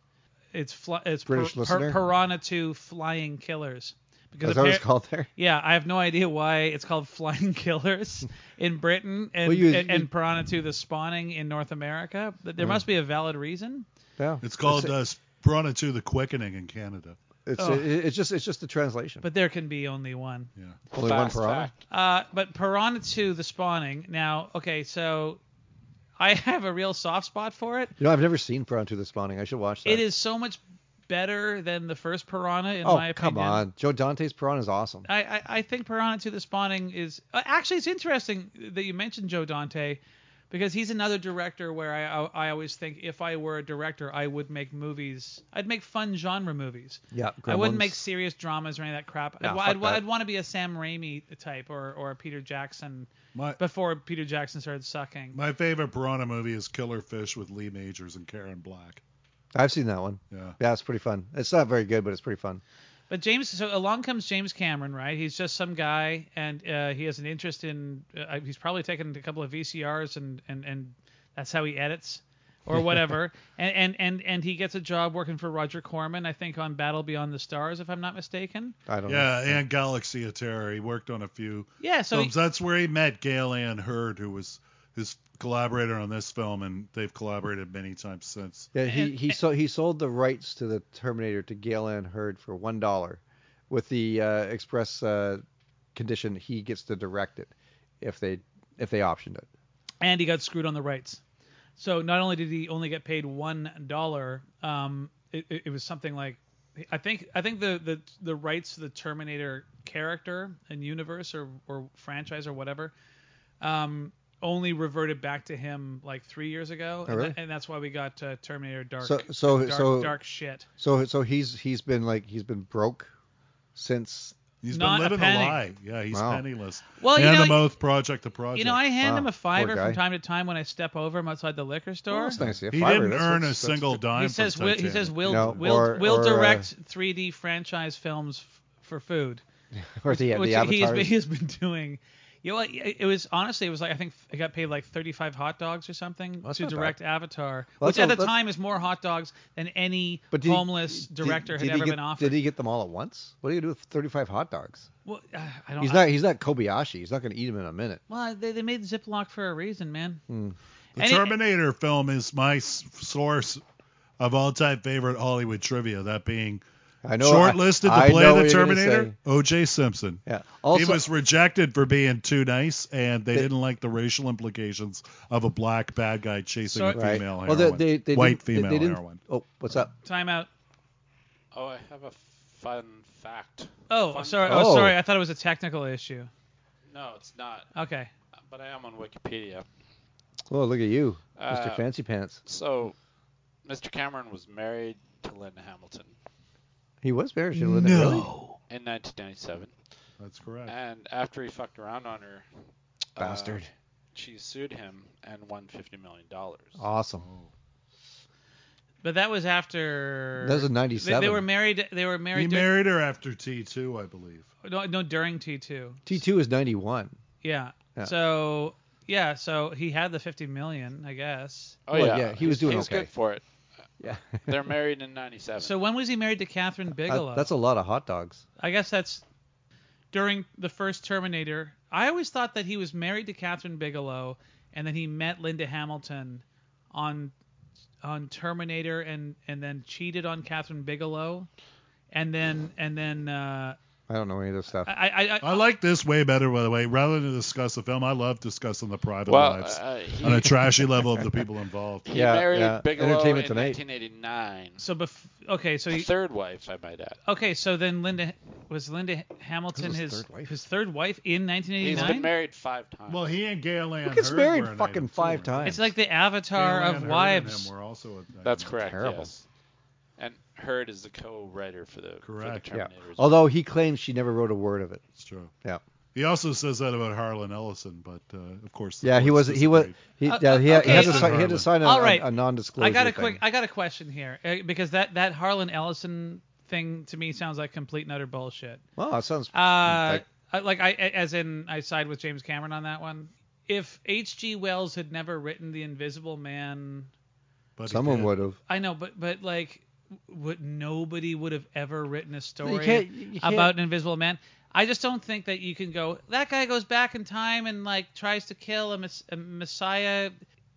S10: it's fly, it's
S1: British listener?
S10: Piranha 2 Flying Killers. Because
S1: Is that what
S10: appar-
S1: it's called there?
S10: Yeah, I have no idea why it's called Flying Killers in Britain and
S1: Well, you-
S10: and,
S1: you-
S10: and Piranha 2 The Spawning in North America. But There must be a valid reason.
S1: Yeah.
S2: It's called uh, Piranha 2: The Quickening in Canada.
S1: It's
S10: Oh.
S1: it- it's just it's just the translation.
S10: But there can be only one.
S2: Yeah.
S1: Only one piranha.
S10: Uh, but Piranha 2, The Spawning. Now, okay, so I have a real soft spot for it.
S1: You know, I've never seen Piranha 2 The Spawning. I should watch that.
S10: It is so much better than the first Piranha, in
S1: oh,
S10: my
S1: come
S10: opinion. Uh,
S1: on. Joe Dante's Piranha is awesome.
S10: I, I, I think Piranha 2 The Spawning is. uh, Actually, it's interesting that you mentioned Joe Dante because he's another director where I, I, I always think if I were a director, I would make movies. I'd make fun genre movies.
S1: Yeah.
S10: I wouldn't
S1: Gremlins.
S10: make serious dramas or any of that crap.
S1: Nah,
S10: I'd,
S1: fuck
S10: I'd,
S1: that.
S10: I'd want to be a Sam Raimi type or, or a Peter Jackson
S2: My
S10: before Peter Jackson started sucking.
S2: my favorite Piranha movie is Killer Fish with Lee Majors and Karen Black.
S1: I've seen that one.
S2: Yeah.
S1: Yeah, it's pretty fun. It's not very good, but it's pretty fun.
S10: But James, so along comes James Cameron, right? He's just some guy, and uh, he has an interest in. Uh, he's probably taken a couple of VCRs, and and and that's how he edits or whatever. and, and and and he gets a job working for Roger Corman, I think, on Battle Beyond the Stars, if I'm not mistaken.
S1: I don't know.
S2: Yeah, and Galaxy of Terror. He worked on a few
S10: Yeah. So
S2: So
S10: he-
S2: that's where he met Gail Ann Hurd, who was his collaborator on this film, and they've collaborated many times since.
S1: Yeah, he
S10: And-
S1: he sold he sold the rights to the Terminator to Gail Ann Hurd for one dollar, with the uh, express uh, condition he gets to direct it, if they if they optioned it.
S10: and he got screwed on the rights. So not only did he only get paid one dollar, um, it, it, it was something like I think I think the, the the rights to the Terminator character and universe or or franchise or whatever, um, only reverted back to him like three years ago,
S1: Oh, really?
S10: and, tha- and that's why we got uh, Terminator Dark.
S1: So so
S10: dark,
S1: so
S10: dark shit.
S1: so so he's he's been like he's been broke since
S2: He's
S10: Not a
S2: been living a,
S10: penny.
S2: lie. Yeah, he's
S1: Wow.
S2: penniless.
S10: Well, you
S2: Hand
S10: know,
S2: to mouth, project to project.
S10: you know, I hand
S1: Wow,
S10: him
S1: poor
S10: a fiver from
S1: guy.
S10: time to time when I step over him outside the liquor
S1: Oh,
S10: store.
S1: that's nice. Yeah,
S2: he
S1: fiber,
S2: didn't
S1: that's-
S2: earn a
S1: that's- that's
S2: single
S1: good.
S2: dime.
S10: He says
S2: from
S10: will, he
S2: Titanic.
S10: says will
S1: No,
S10: will
S1: or-
S10: will
S1: or, uh,
S10: direct 3D franchise films f- for food,
S1: Or the,
S10: which
S1: the
S10: he has,
S1: avatars.
S10: been, he has been doing. You know, what, it was honestly it was like I think I got paid like 35 hot dogs or something
S1: That's
S10: to
S1: not bad.
S10: direct Avatar,
S1: Well,
S10: which
S1: that's
S10: at
S1: a-
S10: the
S1: that's-
S10: time is more hot dogs than any
S1: But did he-
S10: homeless
S1: did-
S10: director
S1: did
S10: had
S1: he
S10: ever
S1: get-
S10: been offered.
S1: Did he get them all at once? What do you do with 35 hot dogs?
S10: well, uh, I don't.
S1: He's not he's not Kobayashi. He's not going to eat them in a minute.
S10: well, they, they made Ziploc for a reason, man.
S1: Hmm.
S2: The
S10: and it-
S2: Terminator film is my s- source of all-time favorite Hollywood trivia. That being
S1: I know. I-
S2: shortlisted
S1: I
S2: to play
S1: know
S2: the
S1: what you're gonna
S2: Terminator,
S1: say.
S2: O.J. Simpson.
S1: Yeah. Also,
S2: he was rejected for being too nice, and they didn't like the racial implications of a black bad guy chasing
S10: So-
S2: a
S1: right.
S2: female
S1: well,
S2: heroine,
S1: they, they, they didn't, Oh,
S2: white
S1: they-
S2: female
S1: they didn't,
S2: heroine.
S1: Oh, what's up?
S10: Time out.
S11: Oh, I have a fun fact.
S10: Oh,
S11: Fun
S10: sorry.
S11: fact.
S10: Oh, sorry. I thought it was a technical issue.
S11: No, it's not.
S10: Okay.
S11: But I am on Wikipedia.
S1: Oh, look at you,
S11: Uh,
S1: Mr. Fancy Pants.
S11: So, Mr. Cameron was married to Linda Hamilton
S1: He was married to Linda. Really?
S11: in 1997,
S2: That's correct.
S11: and after he fucked around on her, uh,
S1: Bastard.
S11: she sued him and won 50 million dollars.
S1: Awesome.
S10: But that was after.
S1: That was in
S10: They, they
S1: '97.
S10: were married. They were
S2: He
S10: married.
S2: married her after T2, I believe.
S10: dur- no, no, during T2.
S1: T2 is '91.
S10: Yeah.
S1: Yeah.
S10: So yeah, so he had the 50 million, I guess.
S11: Oh
S1: Well,
S11: yeah.
S1: yeah, he was doing
S11: he was
S1: okay.
S11: good for it.
S1: Yeah.
S11: They're married in 97.
S10: So when was he married to Catherine Bigelow?
S1: That- that's a lot of hot dogs.
S10: I guess that's during the first Terminator. I always thought that he was married to Catherine Bigelow, and then he met Linda Hamilton on on Terminator, and and then cheated on Catherine Bigelow, and then and then uh,
S1: I don't know any of this stuff.
S10: I, I, I,
S2: I like this way better, by the way. Rather than discuss the film, I love discussing the private
S11: well,
S2: lives
S11: uh, he,
S2: on a trashy level of the people involved.
S11: he
S1: Yeah,
S11: married
S1: yeah.
S11: Bigelow
S1: Entertainment
S11: in
S1: Tonight.
S11: 1989.
S10: so bef- okay so
S11: The
S10: he,
S11: third wife, I might add.
S10: okay so then Linda was Linda Hamilton
S1: was
S10: his
S1: his
S10: his
S1: third wife.
S10: third wife in
S11: He's
S10: 1989.
S11: been married five times.
S2: Well, he and Gail Ann
S1: He gets
S2: Hurd
S1: married
S2: were an
S1: fucking
S2: item, too,
S1: five
S2: weren't they?
S1: times.
S10: it's like the
S2: Gail
S10: avatar
S2: Ann
S10: of
S2: Hurd And
S10: wives.
S2: him were also an item.
S11: That's correct.
S1: terrible.
S11: Yes. And Heard is the co-writer for the for the
S2: Correct. Yeah.
S1: yeah.
S11: Terminator. as well.
S1: Although he claims she never wrote a word of it.
S2: That's true.
S1: Yeah.
S2: He also says that about Harlan Ellison, but uh, of course. the
S1: Yeah, he
S2: courts
S1: was. He was.
S2: disagreed.
S1: He,
S10: Uh,
S1: yeah, he, had- he
S10: okay.
S1: had to sign, he had to sign a,
S10: All right.
S1: a, a non-disclosure.
S10: I got a
S1: thing.
S10: quick. I got a question here uh, because that that Harlan Ellison thing to me sounds like complete and utter bullshit.
S1: Well, that sounds.
S10: Uh,
S1: Like-
S10: I- like I as in I side with James Cameron on that one. If H.G. Wells had never written The Invisible Man,
S2: But he
S1: someone
S2: did.
S1: would have.
S10: I know, but but like, would nobody would have ever written a story?
S1: You can't. You can't
S10: about an invisible man. I just don't think that you can go. That guy goes back in time and like tries to kill a, mes- a messiah.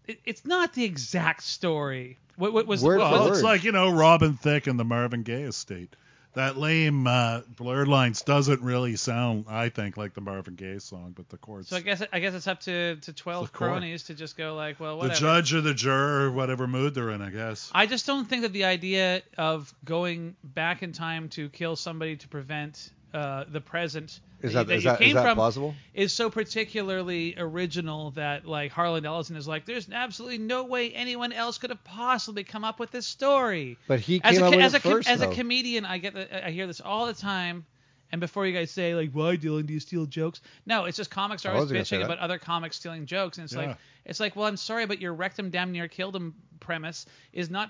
S10: It, it's not the exact story. What, what was
S1: Word
S10: what
S1: for
S10: was-
S2: Well,
S1: word.
S2: it's like you know Robin Thicke and the Marvin Gaye estate. That lame uh, blurred lines doesn't really sound, I think, like the Marvin Gaye song, but the courts,
S10: So I guess I guess it's up to to twelve
S2: The court.
S10: cronies to just go like, well,
S2: the
S10: whatever. Uh,
S2: judge or the juror, whatever mood they're in, I guess.
S10: I just don't think that the idea of going back in time to kill somebody to prevent uh, the present
S1: Is that,
S10: that
S1: is
S10: you
S1: that,
S10: came
S1: is that
S10: from
S1: plausible?
S10: is so particularly original that like Harlan Ellison is like, there's absolutely no way anyone else could have possibly come up with this story.
S1: But he
S10: As
S1: came
S10: a
S1: up
S10: co-
S1: with
S10: as
S1: it
S10: a com-
S1: first,
S10: as a
S1: though.
S10: comedian, I get the, I hear this all the time. And before you guys say like, why Dylan, do you steal jokes? No, it's just comics are
S1: I
S10: always
S1: wasn't gonna say
S10: bitching
S1: that.
S10: about other comics stealing jokes, and it's
S2: Yeah.
S10: like it's like, well, I'm sorry, but your rectum damn near killed him premise is not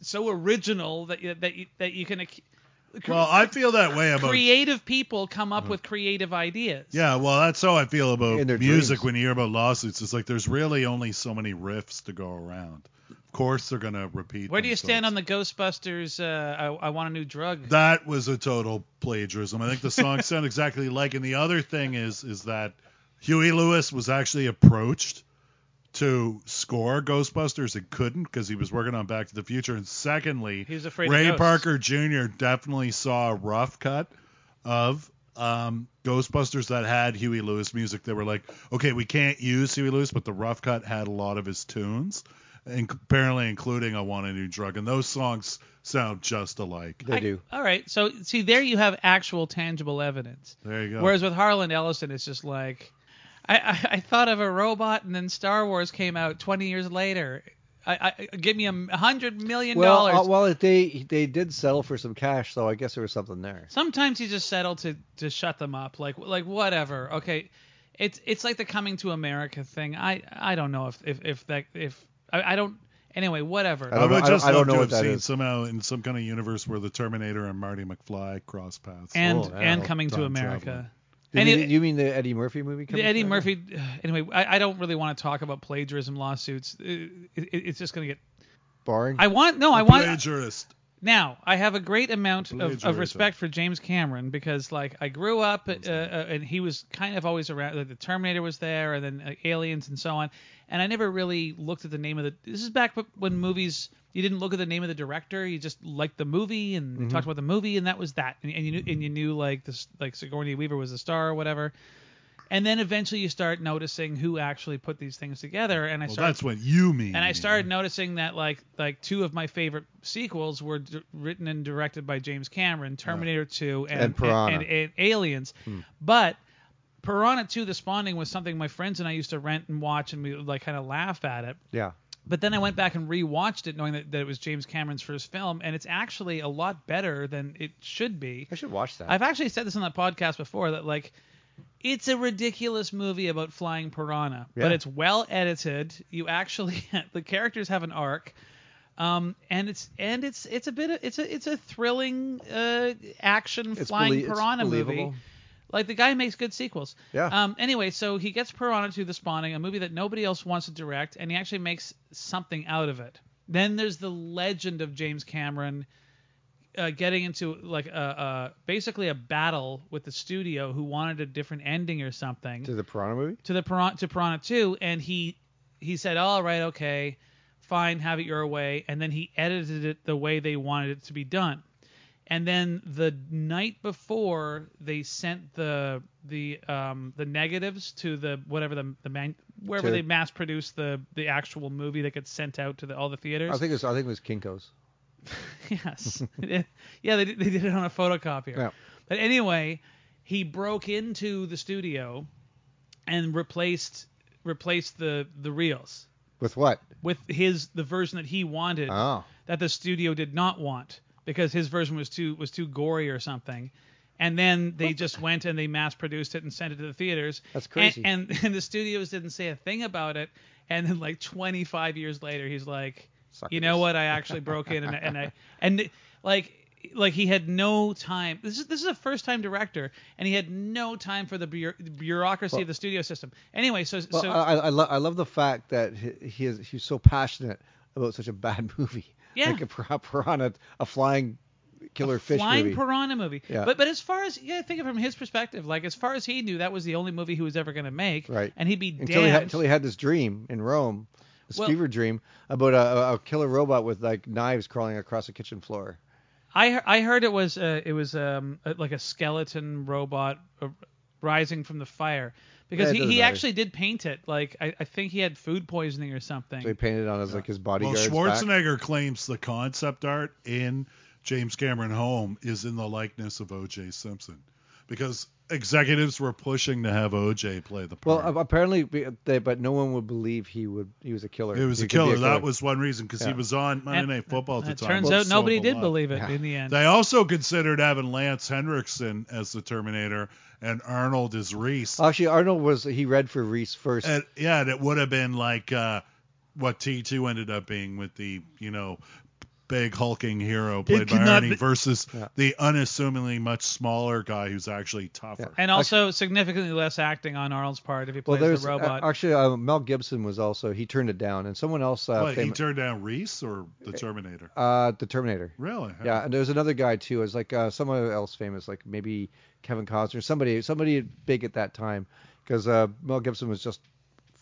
S10: so original that you, that you, that you can. ac-
S2: Well, I feel that way about.
S10: creative people come
S1: Mm-hmm.
S10: up with creative ideas.
S2: yeah, well, that's how I feel about
S1: In their
S2: music
S1: dreams.
S2: when you hear about lawsuits. It's like there's really only so many riffs to go around. Of course, they're gonna repeat.
S10: Where do you stand
S2: themselves.
S10: on the Ghostbusters? Uh, I, I want a new drug.
S2: That was a total plagiarism. I think the song sounded exactly like. And the other thing is, is that Huey Lewis was actually approached to score Ghostbusters and couldn't because he was working on Back to the Future. And secondly,
S10: He was afraid of
S2: Ray
S10: ghosts.
S2: Parker Jr. definitely saw a rough cut of um, Ghostbusters that had Huey Lewis music. They were like, okay, we can't use Huey Lewis, but the rough cut had a lot of his tunes. And apparently, including "I Want a New Drug," and those songs sound just alike.
S1: They
S10: I-
S1: do.
S10: All right. So see, there you have actual tangible evidence.
S2: There you go.
S10: Whereas with Harlan Ellison, it's just like, I, I, I thought of a robot, and then Star Wars came out 20 years later. I, I give me a hundred million
S1: Well,
S10: dollars.
S1: uh, well, they they did settle for some cash, so I guess there was something there.
S10: Sometimes you just settle to to shut them up, like like whatever. Okay, it's it's like the coming to America thing. I I don't know if if if that if I, I don't anyway whatever.
S1: I don't
S2: I
S1: know-
S2: would just
S1: I don't
S2: love
S1: know
S2: to
S1: what
S2: have
S1: that
S2: seen
S1: is.
S2: somehow in some kind of universe where the Terminator and Marty McFly cross paths.
S10: and
S1: wow.
S10: and coming to
S2: Time
S10: America.
S1: You,
S10: Any-
S1: mean, you mean the Eddie Murphy movie?
S10: The
S1: coming
S10: Eddie
S1: soon?
S10: Murphy. uh, Anyway, I, I don't really want to talk about plagiarism lawsuits. Uh, It- it- it's just going to get.
S1: Boring.
S10: I want no. I want
S2: Plagiarist.
S10: now. I have a great amount of, of
S2: Plagiarism.
S10: respect for James Cameron because like I grew up uh, uh, and he was kind of always around. Like the Terminator was there, and then uh, Aliens and so on. And I never really looked at the name of the. This is back when movies. You didn't look at the name of the director. You just liked the movie, and
S2: Mm-hmm.
S10: they talked about the movie, and that was that. And, and you knew, and you knew like this, like Sigourney Weaver was the star or whatever And then eventually you start noticing who actually put these things together. And I
S2: Well,
S10: started
S2: that's what you mean.
S10: and I started noticing that like like two of my favorite sequels were d- written and directed by James Cameron, Terminator 2 and
S1: And Piranha.
S10: and, and Aliens. But Piranha 2: The Spawning was something my friends and I used to rent and watch, and we would, like kind of laugh at it.
S1: Yeah.
S10: But then I went back and rewatched it, knowing that, that it was James Cameron's first film, and it's actually a lot better than it should be.
S1: I should watch that.
S10: I've actually said this on that podcast before that like it's a ridiculous movie about flying piranha, but
S1: Yeah.
S10: it's well edited. You actually the characters have an arc. Um, and it's and it's it's a bit of, it's a it's a thrilling uh, action
S1: It's
S10: flying
S1: belie- it's
S10: piranha movie.
S1: believable.
S10: Like the guy makes good sequels.
S1: Yeah.
S10: Um. Anyway, so he gets Piranha to the spawning, a movie that nobody else wants to direct, and he actually makes something out of it. Then there's the legend of James Cameron uh, getting into like a, a basically a battle with the studio who wanted a different ending or something
S1: to the Piranha movie.
S10: to the Piran- to Piranha 2, and he he said, "All right, okay, fine, have it your way," and then he edited it the way they wanted it to be done. And then the night before, they sent the the um, the negatives to the whatever the the man, wherever
S1: To-
S10: they mass produced the the actual movie that gets sent out to the, all the theaters.
S1: I think it was I think it was Kinko's.
S10: Yes. yeah, they did, they did it on a photocopier.
S1: Yeah.
S10: But anyway, he broke into the studio and replaced replaced the the reels
S1: With what?
S10: with his the version that he wanted
S1: Oh.
S10: that the studio did not want because his version was too was too gory or something. And then they just went and they mass produced it and sent it to the theaters.
S1: That's
S10: And-
S1: crazy.
S10: And and, the studios didn't say a thing about it. And then like 25 years later, he's like, you know
S1: Suckers.
S10: what? I actually broke in and I- and I and like like he had no time. This is this is a first time director, and he had no time for the bureau- bureaucracy of the studio system. Anyway, so
S1: Well, uh,
S10: so
S1: I, I, lo- I love the fact that he, he is he's so passionate about such a bad movie.
S10: Yeah.
S1: Like a pir- piranha, a flying killer fish
S10: flying
S1: movie.
S10: piranha movie.
S1: Yeah.
S10: But but as far as yeah, think of it from his perspective, like as far as he knew, that was the only movie he was ever going to make.
S1: Right.
S10: And he'd be
S1: until he,
S10: damned.
S1: had, until he had this dream in Rome, this
S10: Well-
S1: fever dream about a, a killer robot with like knives crawling across a kitchen floor.
S10: I he- I heard it was uh, it was um uh, like a skeleton robot uh, rising from the fire because
S1: Yeah, it
S10: he,
S1: doesn't
S10: he
S1: matter.
S10: actually did paint it. Like I, I think he had food poisoning or something.
S1: So he painted it on his like his
S2: Well,
S1: bodyguard's back.
S2: Schwarzenegger claims the concept art in James Cameron Home is in the likeness of O.J. Simpson because executives were pushing to have O.J. play the part.
S1: Well, a- apparently, be- they, but no one would believe he would. He was a killer.
S2: it was
S1: He
S2: a
S1: could be
S2: killer. That was one reason because he
S1: Yeah.
S2: was on Monday
S10: And-
S2: Night Football at the
S10: It
S2: time.
S10: turns
S2: Well,
S10: out
S2: so
S10: nobody
S2: the
S10: did
S2: line.
S10: believe it in the end.
S2: They also considered having Lance Henriksen as the Terminator and Arnold as Reese.
S1: actually Arnold was. He read for Reese first.
S2: And, yeah, and it would have been like uh, what T2 ended up being with the, you know, big hulking hero played by
S10: cannot
S2: Arnie
S10: be-
S2: versus
S1: Yeah.
S2: the unassumingly much smaller guy who's actually tougher.
S10: and also significantly less acting on Arnold's part if he
S1: well,
S10: plays
S1: there's
S10: the robot.
S1: uh, actually uh, Mel Gibson was also. He turned it down, and someone else. Uh,
S2: What, he
S1: fam-
S2: turned down Reese or the Terminator?
S1: uh the Terminator.
S2: Really?
S1: Yeah, and there's another guy too. It was like uh, someone else famous, like maybe Kevin Costner, somebody, somebody big at that time, because uh, Mel Gibson was just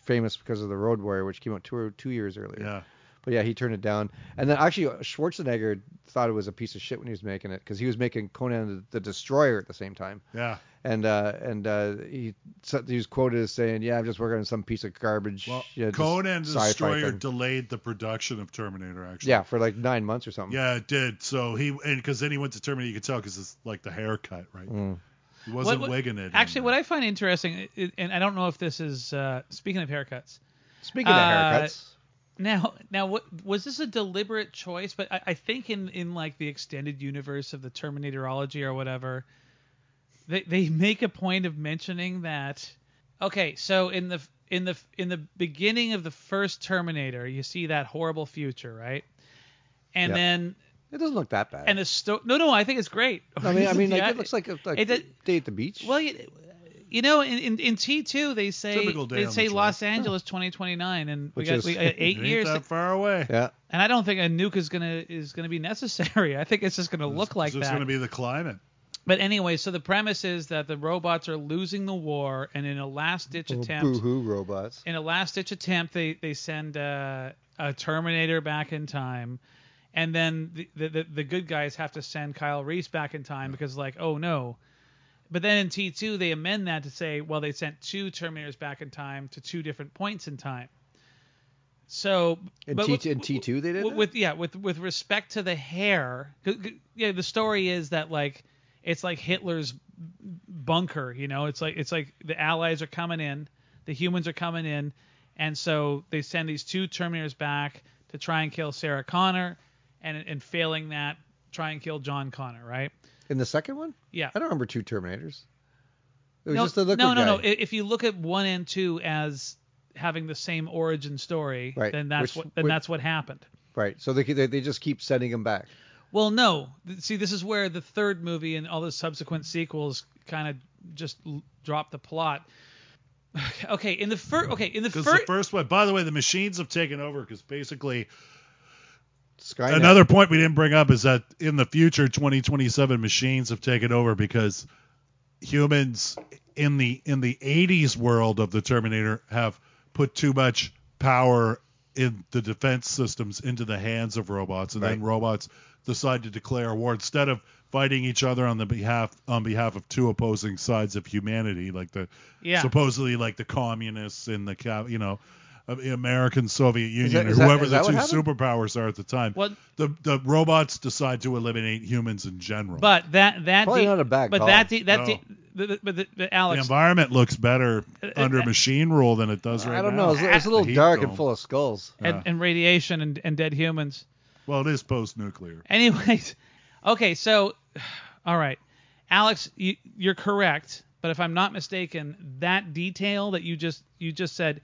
S1: famous because of The Road Warrior, which came out two two years earlier.
S2: Yeah.
S1: But yeah, he turned it down. And then actually Schwarzenegger thought it was a piece of shit when he was making it, because he was making Conan the Destroyer at the same time.
S2: Yeah.
S1: And uh, and uh, he said- he was quoted as saying, "Yeah, I'm just working on some piece of garbage."
S2: Well,
S1: yeah, just
S2: Conan the
S1: sci-fi
S2: Destroyer
S1: thing."
S2: delayed the production of Terminator, actually.
S1: yeah, for like nine months or
S10: Um,
S1: something.
S2: Yeah, it did. So he, and because then he went to Terminator, you could tell because it's like the haircut, right?
S10: Mm.
S1: Mm.
S2: He wasn't
S10: What- what-
S2: wigging it. in
S10: Actually, what
S2: there.
S10: I find interesting, i- and I don't know if this is uh, speaking of haircuts.
S1: Speaking of
S10: Uh,
S1: haircuts.
S10: Now, now, what was this a deliberate choice? But I, I think in in like the extended universe of the Terminatorology or whatever, they they make a point of mentioning that. Okay, so in the in the in the beginning of the first Terminator, you see that horrible future, right? And
S1: Yeah.
S10: then
S1: It doesn't look that bad.
S10: and the sto- no no I think it's great.
S1: I mean, I mean, like
S10: Yeah,
S1: it looks like a like
S10: it does-
S1: day at the beach.
S10: Well, you, you know, in, in, in T2 they say
S2: Typical day
S10: they
S2: on the
S10: say
S2: job.
S10: Los Angeles 2029, and we
S1: Which
S10: got
S1: is-
S10: we got eight
S2: It ain't
S10: years.
S2: that far away.
S1: yeah,
S10: And I don't think a nuke is gonna is gonna be necessary. I think it's just gonna look like
S2: it's
S10: that.
S2: just going to be the climate.
S10: But anyway, so the premise is that the robots are losing the war, and in a last ditch attempt,
S1: Oh, boo-hoo robots.
S10: in a last ditch attempt, they they send uh, a Terminator back in time, and then the, the the the good guys have to send Kyle Reese back in time because like oh no, But then in T2, they amend that to say, well, they sent two Terminators back in time to two different points in time. So
S1: In,
S10: but
S1: T-
S10: with-
S1: in T2 they did
S10: with,
S1: that?
S10: with yeah with with respect to the hair 'cause- 'cause, yeah the story is that like it's like hitler's bunker you know it's like it's like the allies are coming in the humans are coming in and so they send these two terminators back to try and kill sarah connor and and failing that try and kill john connor right
S1: In the second one?
S10: Yeah.
S1: I don't remember two Terminators. It was
S10: no,
S1: just the liquid
S10: no, no,
S1: guy.
S10: no. I- If you look at one and two as having the same origin story,
S1: Right,
S10: then that's
S1: which-
S10: what then
S1: which-
S10: that's what happened.
S1: Right. So they, they they just keep sending him back.
S10: Well, no. Th- See, this is where the third movie and all the subsequent sequels kind of just l- drop the plot. okay, in the first, okay, in the
S2: Because
S10: first,
S2: the first one, by the way, the machines have taken over because basically
S1: Skynet.
S2: another point we didn't bring up is that in the future, 2027 machines have taken over because humans in the in the 80s world of the Terminator have put too much power in the defense systems into the hands of robots, and then
S1: Right.
S2: robots decide to declare war instead of fighting each other on the behalf on behalf of two opposing sides of humanity, like the
S10: Yeah.
S2: supposedly like the communists and the ca- you know. uh, American Soviet Union
S1: that-
S2: or
S1: is that-
S2: whoever
S1: is
S2: the
S1: that what
S2: two
S1: happened?
S2: superpowers are at the time.
S10: What-
S2: The the robots decide to eliminate humans in general.
S10: but that that
S1: Probably
S10: de-
S1: not a bad
S10: but
S1: call.
S10: that de- that
S2: No.
S10: de- the, the, but the, but
S2: the
S10: Alex,
S2: environment looks better under
S10: uh,
S2: machine rule than it does right now.
S1: I don't know. It's, it's a
S2: The
S1: little
S2: heat
S1: dark
S2: dome.
S1: and full of skulls.
S10: and, and radiation and, and dead humans.
S2: Well, it is post nuclear.
S10: Anyways, okay, so all right, Alex, you, you're correct, but if I'm not mistaken, that detail that you just you just said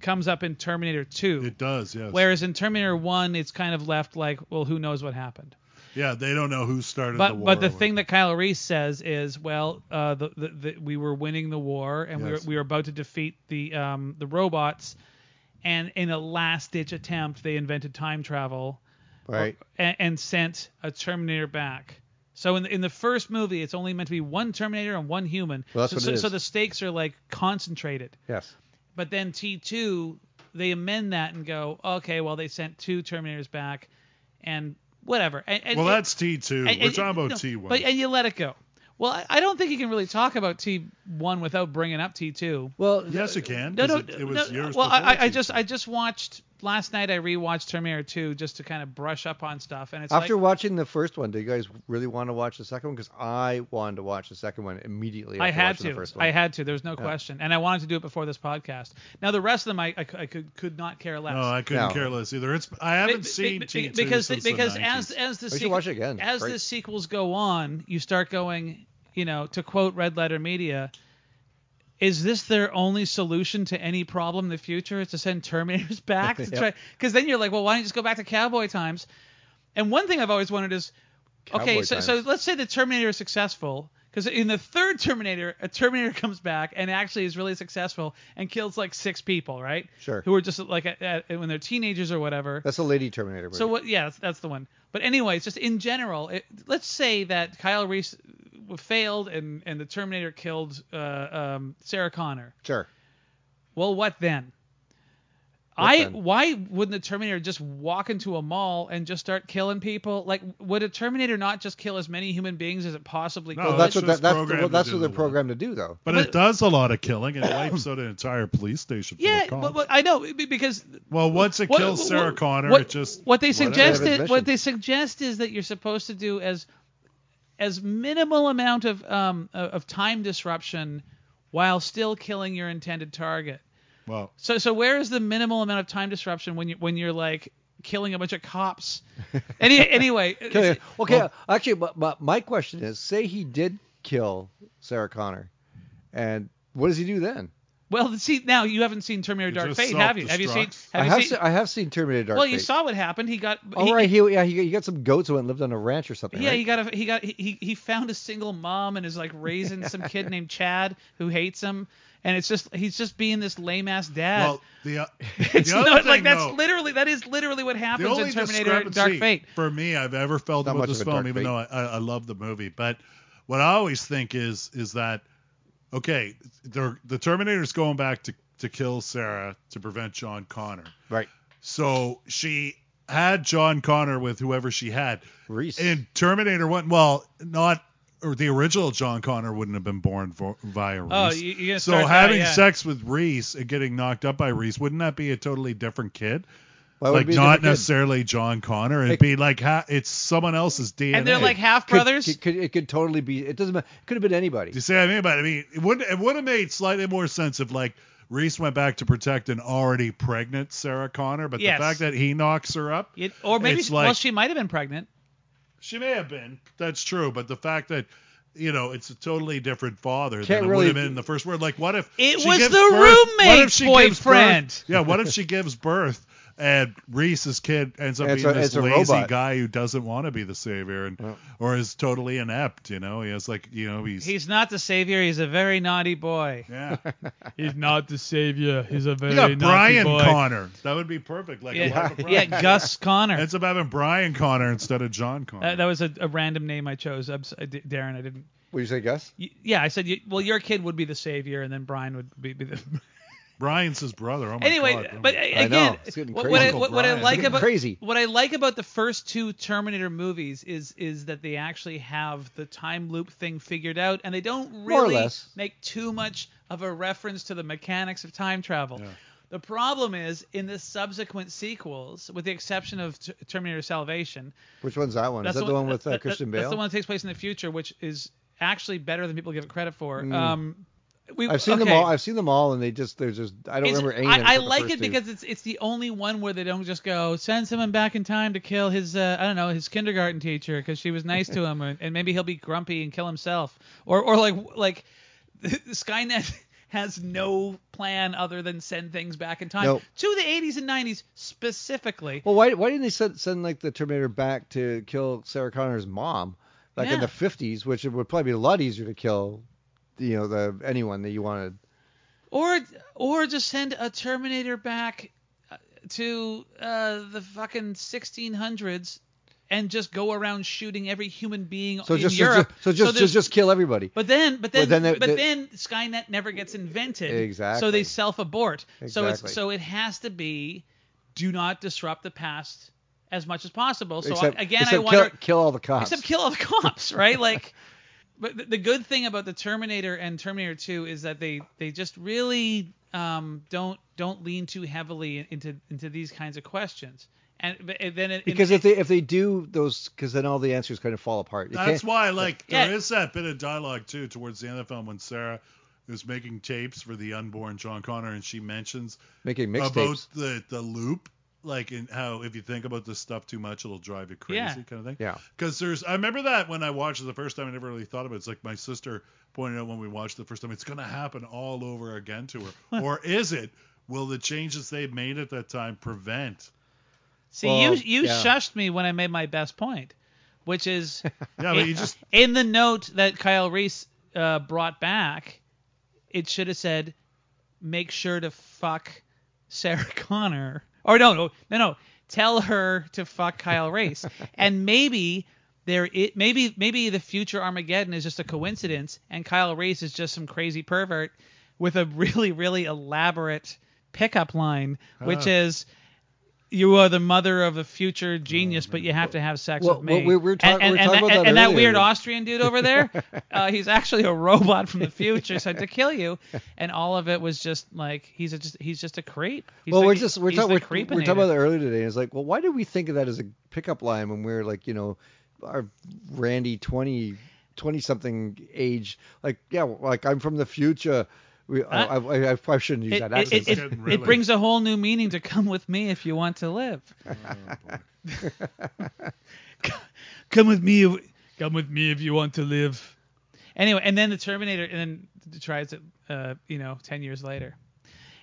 S10: comes up in Terminator 2,
S2: It does, yes.
S10: whereas in Terminator 1, it's kind of left like, well, who knows what happened.
S2: yeah, they don't know who started
S10: But
S2: the war.
S10: but the
S2: or
S10: thing that
S2: whatever.
S10: Kyle Reese says is, well, uh, the, the, the we were winning the war and we were
S2: Yes.
S10: we were about to defeat the um the robots, and in a last ditch attempt, they invented time travel
S1: Right.
S10: Oh, and, and sent a Terminator back. So in the, in the first movie, it's only meant to be one Terminator and one human.
S1: Well, that's
S10: so,
S1: what it
S10: so,
S1: is.
S10: so the stakes are like concentrated.
S1: Yes.
S10: But then T2, they amend that and go, okay, well they sent two Terminators back, and whatever. And, and
S2: Well,
S10: it-
S2: that's T two.
S10: and-
S2: We're
S10: and-
S2: talking about
S10: no,
S2: T one.
S10: But and you let it go. Well, I- I don't think you can really talk about T1 without bringing up T2.
S1: Well,
S2: Yes, it can.
S10: No,
S2: 'cause
S10: no,
S2: it, it was
S10: no,
S2: years
S10: Well,
S2: before
S10: I, I
S2: T2.
S10: just, I just watched last night. I rewatched Terminator 2 just to kind of brush up on stuff, and it's
S1: After
S10: like,
S1: watching the first one, do you guys really want to watch the second one? Because I wanted to watch the second one immediately.
S10: I
S1: after
S10: had
S1: watching
S10: to.
S1: The first one.
S10: I had to. There's no question, and I wanted to do it before this podcast. Now the rest of them, I, I, cou- I could could not care less.
S2: No, I couldn't
S1: No.
S2: care less either. It's I
S10: Be-
S2: haven't
S10: be-
S2: seen
S10: be-
S2: T two
S10: because
S2: since
S10: because
S2: the 90s.
S10: as as the
S1: should
S10: sequ-
S1: watch it again.
S10: as
S1: Great.
S10: the sequels go on, you start going, you know, to quote Red Letter Media, is this their only solution to any problem in the future? Is to send Terminators back to
S1: Yep.
S10: try? Because then you're like, well, why don't you just go back to cowboy times? And one thing I've always wondered is, okay,
S1: Cowboy
S10: so, so
S1: times.
S10: let's say the Terminator is successful. Because in the third Terminator, a Terminator comes back and actually is really successful and kills like six people, right?
S1: Sure.
S10: Who are just like at, at, when they're teenagers or whatever.
S1: That's a Lady Terminator movie.
S10: So what? Yeah, that's, that's the one. But anyways, just in general, it, let's say that Kyle Reese w- failed and and the Terminator killed uh, um, Sarah Connor.
S1: Sure.
S10: Well, what then? I
S1: then?
S10: why wouldn't the Terminator just walk into a mall and just start killing people? Like, would a Terminator not just kill as many human beings as it possibly
S2: No,
S10: could?
S1: Well,
S2: that's
S1: that's what
S2: just
S1: that, Oh, that's
S2: programmed
S1: well, that's
S2: to do
S1: what they're
S2: the war.
S1: programmed to do, though.
S2: but,
S10: but-
S2: it does a lot of killing. It wipes out an entire police station. full of
S10: yeah,
S2: cops.
S10: but, but I know be- because
S2: well, once it
S10: What-
S2: kills
S10: what-
S2: Sarah Connor,
S10: what-
S2: it just
S10: what they
S2: whatever.
S10: suggested
S1: Admission.
S10: what they suggest is that you're supposed to do as as minimal amount of um of of time disruption while still killing your intended target.
S2: Well,
S10: So so where is the minimal amount of time disruption when you when you're like killing a bunch of cops? Any, anyway,
S1: Okay.
S10: it's-
S1: okay actually, but, but my question is, say he did kill Sarah Connor, and what does he do then?
S10: well, see now you haven't seen Terminator
S2: It
S10: Dark
S2: just
S10: Fate, have you? Have you seen?
S2: self-destructs.
S10: Have
S1: I
S10: you
S1: have
S10: seen?
S1: se- I have seen Terminator Dark
S10: well,
S1: Fate.
S10: you saw what happened. He got.
S1: Oh,
S10: he-
S1: right. He, yeah, he, he got some goats who went and lived on a ranch or something.
S10: Yeah,
S1: right?
S10: he got a he got he- he he found a single mom and is like raising some kid named Chad who hates him, and it's just he's just being this lame ass dad.
S2: well, the, uh,
S10: it's
S2: the other
S10: not
S2: thing,
S10: like that's
S2: though,
S10: literally that is literally what
S2: the
S10: happens
S2: only
S10: in Terminator Dark
S2: discrepancy
S10: Fate.
S2: for me I've ever felt
S1: Not
S2: about
S1: much
S2: this
S1: of a
S2: film,
S1: Dark
S2: even though I, I, I love the movie. But what I always think is is that okay, they're- the Terminator's going back to to kill Sarah to prevent John Connor.
S1: Right.
S2: So she had John Connor with whoever she had
S1: Reese.
S2: in Terminator One. Well, not or the original John Connor wouldn't have been born for, via Reese.
S10: Oh, you- you're gonna
S2: so
S10: start that,
S2: having
S10: yeah.
S2: sex with Reese and getting knocked up by Reese, wouldn't that be a totally different kid?
S1: Why would it
S2: like
S1: be a
S2: not
S1: different kid?
S2: necessarily John Connor. It'd
S1: Like-
S2: be like ha- it's someone else's DNA.
S10: and they're like half
S1: Could-
S10: brothers.
S1: Could, could, it could totally be. It doesn't matter. It could have been anybody.
S2: Do you see what I mean? But I mean, it would it would have made slightly more sense if like Reese went back to protect an already pregnant Sarah Connor, but
S10: Yes.
S2: the fact that he knocks her up,
S10: It- or maybe
S2: It's
S10: she,
S2: like-
S10: well, she might have been pregnant.
S2: she may have been. That's true, but the fact that you know, it's a totally different father
S1: Can't
S2: than it would
S1: really-
S2: have been in the first word. Like, what if
S10: It
S2: she
S10: was
S2: gives
S10: the
S2: birth- what if
S10: roommate's
S2: she gives birth-
S10: boyfriend.
S2: yeah, what if she gives birth and Reese's kid ends up
S1: It's
S2: being
S1: a-
S2: this
S1: it's a
S2: lazy
S1: robot.
S2: guy who doesn't want to be the savior and or is totally inept? You know, he has like you know he's
S10: He's not the savior. He's a very naughty boy.
S2: yeah.
S10: He's not the savior. He's a very
S2: You got Brian Connor. That would be perfect. Like a
S10: Yeah,
S2: life of Brian.
S10: yeah, Gus Connor.
S2: It's about having Brian Connor instead of John Connor.
S10: Uh, that was a, a random name I chose. I'm, s- I di- Darren, I didn't.
S1: Would you say Gus?
S10: y- Yeah, I said, you, well, your kid would be the savior, and then Brian would be, be the.
S2: Brian's his brother. Oh my
S10: anyway,
S2: God.
S10: but uh,
S1: know,
S10: again,
S1: it's getting
S10: what,
S1: crazy.
S10: what I,
S1: Uncle
S10: what, what I
S2: Brian.
S10: like
S1: It's getting
S10: about
S1: crazy.
S10: what I like about the first two Terminator movies is is that they actually have the time loop thing figured out, and they don't
S1: More or
S10: really
S1: less.
S10: make too much of a reference to the mechanics of time travel. The problem is in the subsequent sequels, with the exception of T- Terminator Salvation,
S1: Which one's that one? Is that the one, with uh,
S10: that- that-
S1: Christian Bale?
S10: That's the one that takes place in the future, which is actually better than people give it credit for. Um, we,
S1: Mm. I've seen
S10: okay.
S1: them all. I've seen them all, and they just there's just I don't
S10: It's-
S1: remember any. of them
S10: I, I
S1: except the
S10: like
S1: first
S10: it
S1: two.
S10: because it's it's the only one where they don't just go send someone back in time to kill his uh, I don't know his kindergarten teacher because she was nice to him or, and maybe he'll be grumpy and kill himself or or like like Skynet has no plan other than send things back in time
S1: Nope.
S10: to the 80s and 90s specifically.
S1: Well, why why didn't they send send like the Terminator back to kill Sarah Connor's mom, like in
S10: Yeah.
S1: the 50s, which it would probably be a lot easier to kill, you know, the anyone that you wanted.
S10: Or or just send a Terminator back uh, to uh, the fucking 1600s and just go around shooting every human being
S1: So
S10: in
S1: just so
S10: Europe.
S1: just- so just
S10: there's-
S1: just, just kill everybody.
S10: But then, but then,
S1: But then they-
S10: but
S1: they-
S10: then Skynet never gets invented. So
S1: Exactly.
S10: they self-abort. So
S1: Exactly.
S10: it's so it has to be, do not disrupt the past as much as possible. So
S1: except
S10: I, again,
S1: except
S10: I wonder,
S1: kill, kill all the cops.
S10: except kill all the cops, right? Like, but the, the good thing about the Terminator and Terminator 2 is that they they just really um, don't don't lean too heavily into into these kinds of questions. And, but- and then it,
S1: because
S10: it,
S1: if they if they do those, because then all the answers kind of fall apart. You
S2: That's
S1: can't-
S2: why, like, there
S10: Yeah.
S2: is that bit of dialogue too towards the end of the film when Sarah is making tapes for the unborn John Connor, and she mentions
S1: making
S2: about
S1: mixtapes.
S2: the the loop, like, and how if you think about this stuff too much, it'll drive you crazy,
S10: Yeah.
S2: kind of thing.
S1: Yeah.
S2: Because there's, I remember that when I watched it the first time, I never really thought about it. It's like my sister pointed out when we watched it the first time, it's going to happen all over again to her, or is it? Will the changes they've made at that time prevent?
S10: see
S1: well,
S10: you you
S1: yeah.
S10: shushed me when I made my best point, which is
S2: Yeah, but you just
S10: in the note that Kyle Reese uh, brought back, it should have said, "Make sure to fuck Sarah Connor." Or no, no, no, no. Tell her to fuck Kyle Reese. and maybe there, it maybe maybe the future Armageddon is just a coincidence, and Kyle Reese is just some crazy pervert with a really really elaborate pickup line, which
S2: Ah.
S10: is. You are the mother of a future genius, but you have to have sex
S1: Well,
S10: with me.
S1: well, we- we were talk-
S10: and,
S1: we were
S10: and-
S1: talking
S10: and
S1: about that
S10: and that
S1: earlier.
S10: weird Austrian dude over there, uh, he's actually a robot from the future sent to kill you. And all of it was just like he's a, just he's just a creep. He's
S1: well,
S10: the-
S1: we're just we're
S10: he's
S1: talking
S10: the
S1: we're, we're talking
S10: creepinator.
S1: about that earlier today. And it's like, well, why did we think of that as a pickup line when we are like, you know, our Randy 20, 20 something age? Like, yeah, like I'm from the future. We, I, I, I, I probably shouldn't use
S10: It,
S1: that
S10: it,
S1: accent.
S10: it, it,
S2: Shouldn't
S10: it
S2: really.
S10: brings a whole new meaning to come with me if you want to live. come with me. If, come with me if you want to live. Anyway, and then the Terminator, and then tries it. Uh, you know, ten years later.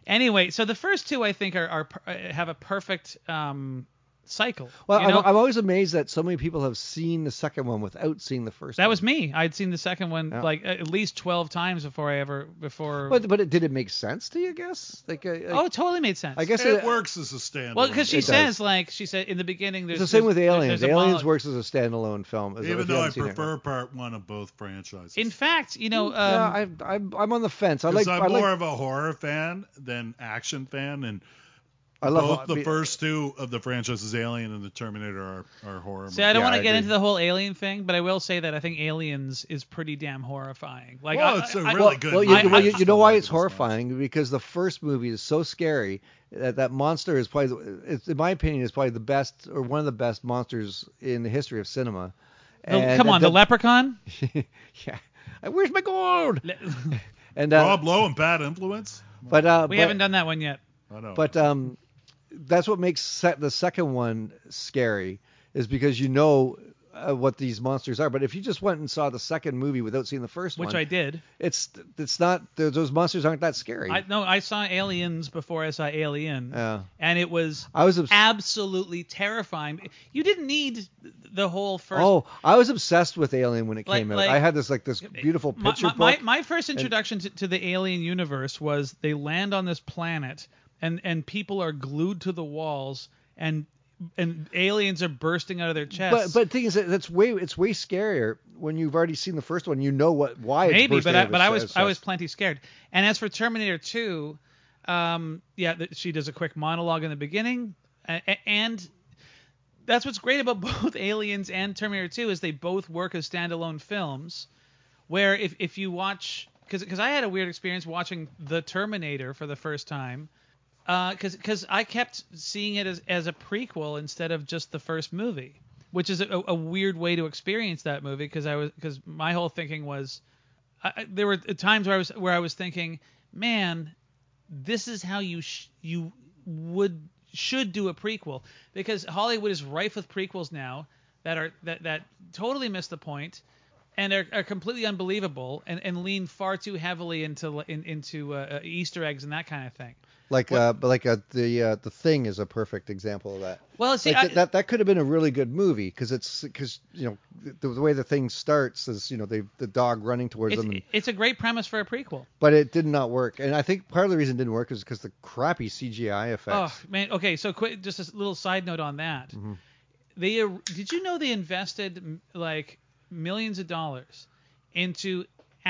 S10: Anyway, so the first two I think are, are per- have a perfect um, cycle.
S1: well,
S10: you know?
S1: I'm, I'm always amazed that so many people have seen the second one without seeing the first.
S10: That
S1: one.
S10: was me. I'd seen the second one
S1: Yeah.
S10: like at least twelve times before I ever before.
S1: But but it, did it make sense to you? I guess like, uh, like
S10: oh, it totally made sense.
S1: I guess
S2: it works as a standalone.
S10: Well, because she
S1: It does.
S10: says like she said in the beginning. There's
S1: It's the same with
S10: there's-
S1: Aliens.
S10: there's a
S1: Aliens
S10: mono-
S1: works as a standalone film. as-
S2: even
S1: if you
S2: though I
S1: haven't seen it.
S2: prefer part one of both franchises.
S10: In fact, you know, um,
S1: yeah, I, I'm I'm on the fence. I
S2: Because
S1: like I
S2: I'm
S1: like
S2: more of a horror fan than action fan, and
S1: I love
S2: both
S1: how-
S2: the
S1: be-
S2: first two of the franchises, Alien and the Terminator, are, are horror.
S10: See, I don't
S2: movies.
S10: want to get into the whole alien thing, but I will say that I think Aliens is pretty damn horrifying. Like,
S2: Well,
S10: I,
S2: it's a
S10: I-
S2: really
S10: I-
S2: good
S1: Well, you,
S10: I-
S1: well, you,
S10: I-
S1: you know why it's horrifying? Because the first movie is so scary that that monster is probably, the- it's, in my opinion, is probably the best or one of the best monsters in the history of cinema.
S10: the- come on, the, Leprechaun.
S1: yeah. Where's my gold? and uh,
S2: Rob Lowe and Bad Influence.
S1: but uh,
S10: We
S1: but-
S10: haven't done that one yet.
S2: I know.
S1: But um, that's what makes se- the second one scary is because you know uh, what these monsters are. But if you just went and saw the second movie without seeing the first
S10: Which
S1: one,
S10: I did.
S1: it's it's not th- those monsters aren't that scary.
S10: I no, I saw Aliens before I saw Alien,
S1: Yeah.
S10: and it was
S1: I was obs-
S10: absolutely terrifying. You didn't need the whole first.
S1: oh, I was obsessed with Alien when it
S10: Like-
S1: came out.
S10: like-
S1: I had this like this beautiful
S10: my,
S1: picture
S10: my,
S1: book.
S10: my, my first introduction to, to the alien universe was they land on this planet and and people are glued to the walls and and aliens are bursting out of their
S1: but
S10: chests.
S1: but the thing is that that's way it's way scarier when you've already seen the first one. You know what why it's
S10: maybe,
S1: bursting
S10: but
S1: out
S10: I,
S1: of
S10: but
S1: its
S10: I was
S1: chest.
S10: I was plenty scared. And as for Terminator 2, um, yeah, th- she does a quick monologue in the beginning, a- a- and that's what's great about both Aliens and Terminator 2 is they both work as standalone films, where if if you watch because I had a weird experience watching The Terminator for the first time. Because because I kept seeing it as, as a prequel instead of just the first movie, which is a, a weird way to experience that movie. Because I was because my whole thinking was, I, I- there were times where I was where I was thinking, man, this is how you sh- you would should do a prequel because Hollywood is rife with prequels now that are that that totally miss the point and are, are completely unbelievable and, and lean far too heavily into in, into uh, uh, Easter eggs and that kind of thing.
S1: like uh but like uh the uh, the thing is a perfect example of that.
S10: Well, see,
S1: Like,
S10: I-
S1: th- that that could have been a really good movie because it's because you know the, the way the thing starts is you know they the dog running towards
S10: It's,
S1: them, and,
S10: it's a great premise for a prequel.
S1: but it did not work. And I think part of the reason it didn't work is because the crappy CGI
S10: Oh
S1: effects.
S10: man, okay. So quick, just a little side note on that. They uh, did you know they invested m- like millions of dollars into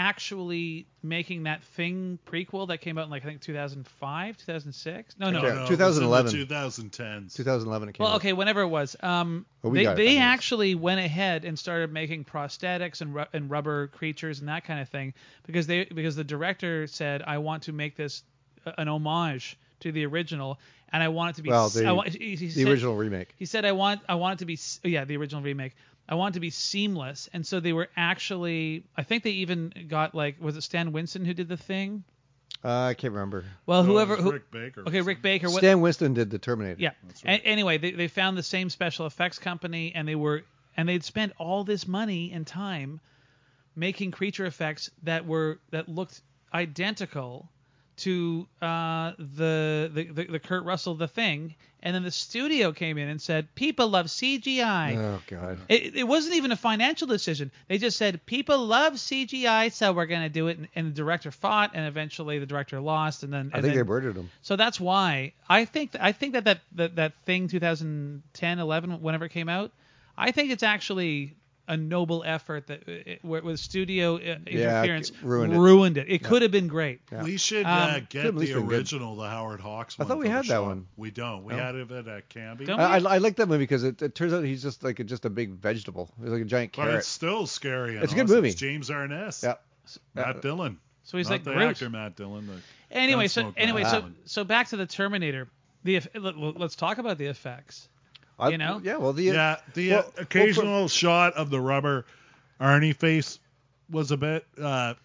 S10: actually making that thing prequel that came out in like I think 2005, 2006. No, no.
S1: Yeah,
S2: No, no,
S1: 2011.
S2: It was in the 2010s.
S1: 2011 it came
S10: Well,
S1: out.
S10: okay, whenever it was. Um,
S1: Well, we
S10: they
S1: got it
S10: they
S1: backwards.
S10: actually went ahead and started making prosthetics and ru- and rubber creatures and that kind of thing because they because the director said I want to make this a- an homage to the original and I want it to be
S1: Well,
S10: s-
S1: the-
S10: I want- he- he
S1: the
S10: said-
S1: original remake.
S10: he said I want I want it to be s- oh, yeah the original remake. I want it to be seamless, and so they were actually. I think they even got like was it Stan Winston who did the thing?
S1: Uh, I can't remember.
S10: Well,
S2: No, it
S10: whoever
S2: was
S10: who,
S2: Rick Baker.
S10: okay Rick Baker. What,
S1: Stan Winston did the Terminator.
S10: yeah. A- anyway, they, they found the same special effects company, and they were and they'd spent all this money and time making creature effects that were that looked identical to uh, the, the the the Kurt Russell the thing. And then the studio came in and said, "People love CGI."
S1: Oh God.
S10: It, it wasn't even a financial decision. They just said people love CGI, so we're going to do it. And, and the director fought, and eventually the director lost, and then
S1: I
S10: and
S1: think they
S10: then-
S1: murdered him.
S10: So that's why I think I think that that that, that thing 2010, 11, whenever it came out, I think it's actually a noble effort that it, where- with studio uh, interference
S1: ruined it.
S10: it. It could have been great.
S2: We
S10: Um,
S2: should uh, get
S1: could've at
S2: the
S1: least been good.
S2: original, the Howard Hawks
S1: I
S2: one.
S1: thought we
S2: for the
S1: had that
S2: show.
S1: one.
S2: We don't. We
S1: No?
S2: had it at Canby.
S10: Don't-
S1: I, I, I like that movie because it, it turns out he's just like just a big vegetable. He's like a giant
S2: But
S1: carrot.
S2: it's still scary. And
S1: It's a good
S2: awesome.
S1: movie.
S2: It's James Arness.
S1: Yeah.
S2: Matt Dillon.
S10: So he's
S2: Not
S10: like
S2: the
S10: Groot.
S2: actor Matt Dillon. The
S10: Anyway, so
S2: Gunsmoke guy.
S10: anyway, so
S2: Ah.
S10: so back to the Terminator. The eff- let- let's talk about the effects.
S1: I-
S10: you know?
S1: Yeah. Well, the
S2: yeah, the
S1: well-
S2: uh,
S1: well, for-
S2: occasional shot of the rubber Arnie face was a bit, uh,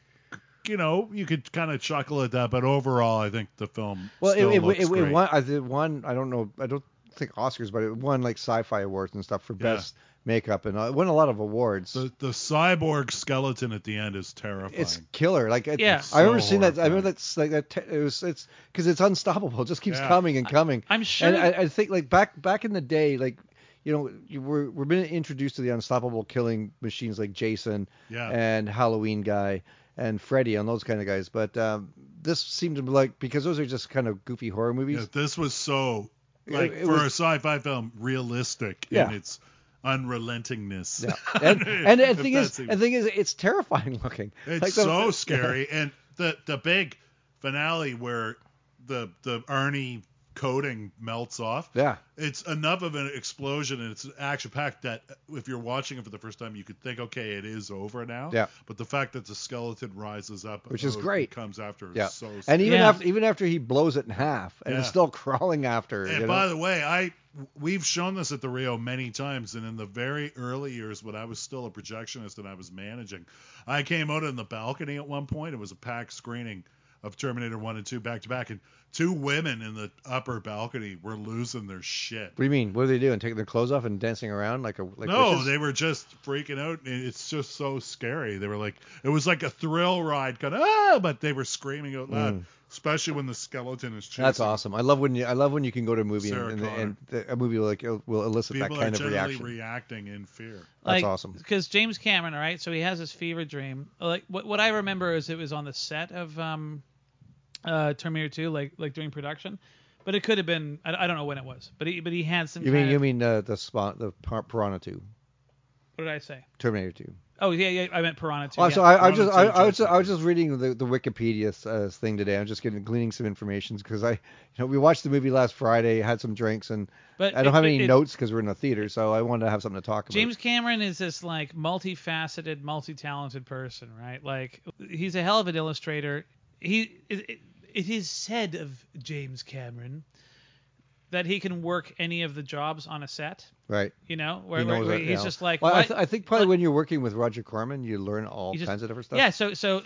S2: you know, you could kind of chuckle at that, but overall, I think the film
S1: Well, it,
S2: still
S1: it,
S2: looks
S1: it,
S2: great.
S1: it won. I did one. I don't know. I don't think Oscars, but it won like sci-fi awards and stuff for
S2: Yeah.
S1: best makeup, and uh, it won a lot of awards.
S2: the the cyborg skeleton at the end is terrifying.
S1: it's killer. Like it,
S10: Yeah.
S1: I remember
S2: So
S1: seeing that. I
S2: horrifying.
S1: remember that's like that. Te- it was it's because it's unstoppable. It just keeps
S2: Yeah.
S1: coming and coming.
S10: I'm sure-
S1: And I, I think like back back in the day, like you know, you were we're being introduced to the unstoppable killing machines like Jason
S2: Yeah.
S1: and Halloween guy and Freddy and those kind of guys. But um, this seemed to be like because those are just kind of goofy horror movies.
S2: Yeah, this was so like
S1: it
S2: for
S1: was-
S2: a sci-fi film, realistic
S1: Yeah.
S2: in its unrelentingness.
S1: and and the
S2: If
S1: thing is,
S2: that's even-
S1: and the thing is, it's terrifying looking.
S2: It's
S1: Like the-
S2: so scary, and the the big finale where the the Ernie coating melts off.
S1: Yeah.
S2: It's enough of an explosion and it's action packed that if you're watching it for the first time, you could think, okay, it is over now.
S1: Yeah.
S2: But the fact that the skeleton rises up,
S1: Which is
S2: uh,
S1: great.
S2: comes after,
S1: Yeah.
S2: is so.
S1: and even
S10: Yeah.
S1: after even after he blows it in half and
S2: Yeah.
S1: it's still crawling after.
S2: And
S1: you
S2: by
S1: know?
S2: the way, I we've shown this at the Rio many times, and in the very early years when I was still a projectionist and I was managing, I came out on the balcony at one point. It was a packed screening of Terminator One and Two back to back, and two women in the upper balcony were losing their shit.
S1: What do you mean? What are they doing? Taking their clothes off and dancing around like a like
S2: no,
S1: witches?
S2: they were just freaking out. and It's just so scary. They were like, it was like a thrill ride, kind of ah, but they were screaming out loud, especially when the skeleton is chasing.
S1: Mm. That's awesome. I love when you I love when you can go to a movie
S2: Sarah
S1: and, and,
S2: Connor.
S1: and the, a movie like will will elicit
S2: People
S1: that
S2: are
S1: kind of
S2: generally
S1: reaction.
S2: reacting in fear.
S1: That's awesome.
S10: Because James Cameron, all right, so he has his fever dream. Like what, what I remember is it was on the set of um, uh, Terminator 2, like like during production, but it could have been I, I don't know when it was, but he but he had some.
S1: you mean
S10: kind
S1: you
S10: of,
S1: mean uh, the spot the Pir- Piranha 2,
S10: What did I say?
S1: Terminator 2.
S10: Oh yeah, yeah, I meant Piranha 2.
S1: Oh,
S10: yeah.
S1: so I, I was just I,
S2: Piranha 2,
S1: I was just,
S2: Jurassic
S1: I was just reading the, the Wikipedia uh, thing today. I'm just getting gleaning some information because I you know we watched the movie last Friday, had some drinks, and
S10: But
S1: I don't
S10: it-
S1: have
S10: it-
S1: any
S10: it-
S1: notes because we're in a theater, so I wanted to have something to talk about.
S10: James Cameron is this like multifaceted, multi-talented person, right? Like he's a hell of an illustrator. He it, it, it is said of James Cameron that he can work any of the jobs on a set.
S1: right?
S10: You know, where,
S1: He
S10: where-
S1: knows
S10: where
S1: that,
S10: he's
S1: yeah.
S10: just like,
S1: Well, I,
S10: what?
S1: th- I think probably
S10: what-
S1: when you're working with Roger Corman, you learn all
S10: You just-
S1: kinds of different stuff.
S10: yeah. So so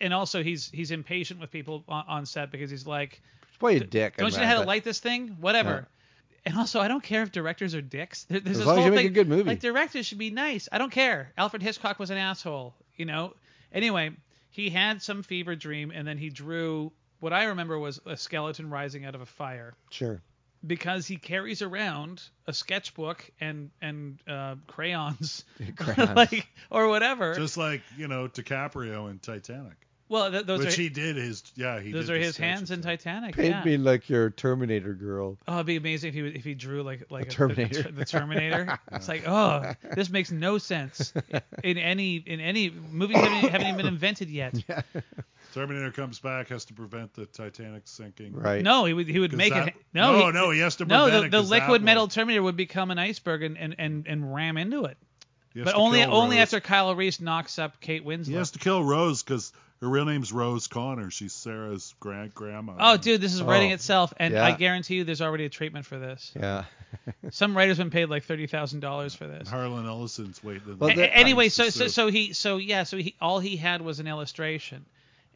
S10: and also he's he's impatient with people on, on set because he's like,
S1: he's probably a dick. I'm
S10: don't you know
S1: mad,
S10: how to
S1: but-
S10: light this thing? Whatever. And also, I don't care if directors are dicks. There,
S1: As
S10: there's this
S1: long as
S10: whole
S1: you make
S10: thing,
S1: a good movie.
S10: Like directors should be nice. I don't care. Alfred Hitchcock was an asshole. You know. Anyway, he had some fever dream, and then he drew what I remember was a skeleton rising out of a fire
S1: Sure.
S10: because he carries around a sketchbook and and uh, crayons,
S1: Crayons.
S10: like or whatever.
S2: Just like you know DiCaprio in Titanic,
S10: well, th- those
S2: which
S10: are
S2: he did his yeah he
S10: those
S2: did
S10: are
S2: the
S10: his
S2: statue
S10: hands in
S2: thing.
S10: Titanic.
S1: Paint
S10: yeah.
S1: me like your Terminator girl.
S10: Oh, it'd be amazing if he if he drew like like a-
S1: Terminator.
S10: the, the Terminator. it's like, oh, this makes no sense in any in any movies haven't, haven't even been invented yet.
S2: Terminator comes back has to prevent the Titanic sinking.
S1: Right.
S10: No, he would he would
S2: 'Cause
S10: make
S2: that-
S10: it. No,
S2: no,
S10: he,
S2: no, he has to
S10: no.
S2: prevent
S10: The,
S2: it
S10: the
S2: 'cause that
S10: liquid metal
S2: will-
S10: Terminator would become an iceberg and and and, and ram into it.
S2: he has
S10: But
S2: to
S10: only
S2: kill
S10: only
S2: Rose.
S10: after Kyle Reese knocks up Kate Winslet.
S2: he has to kill Rose because her real name's Rose Connor. She's Sarah's grand grandma.
S10: Oh, dude, this is writing
S1: Oh,
S10: itself, and I
S1: yeah.
S10: guarantee you, there's already a treatment for this.
S1: Yeah.
S10: Some writer's been paid like thirty thousand dollars for this.
S2: Harlan Ellison's waiting. in
S1: Well,
S2: the
S1: the-
S10: A- anyway,
S2: wings
S10: so
S2: to
S10: so
S2: serve.
S10: so he so yeah, so he all he had was an illustration,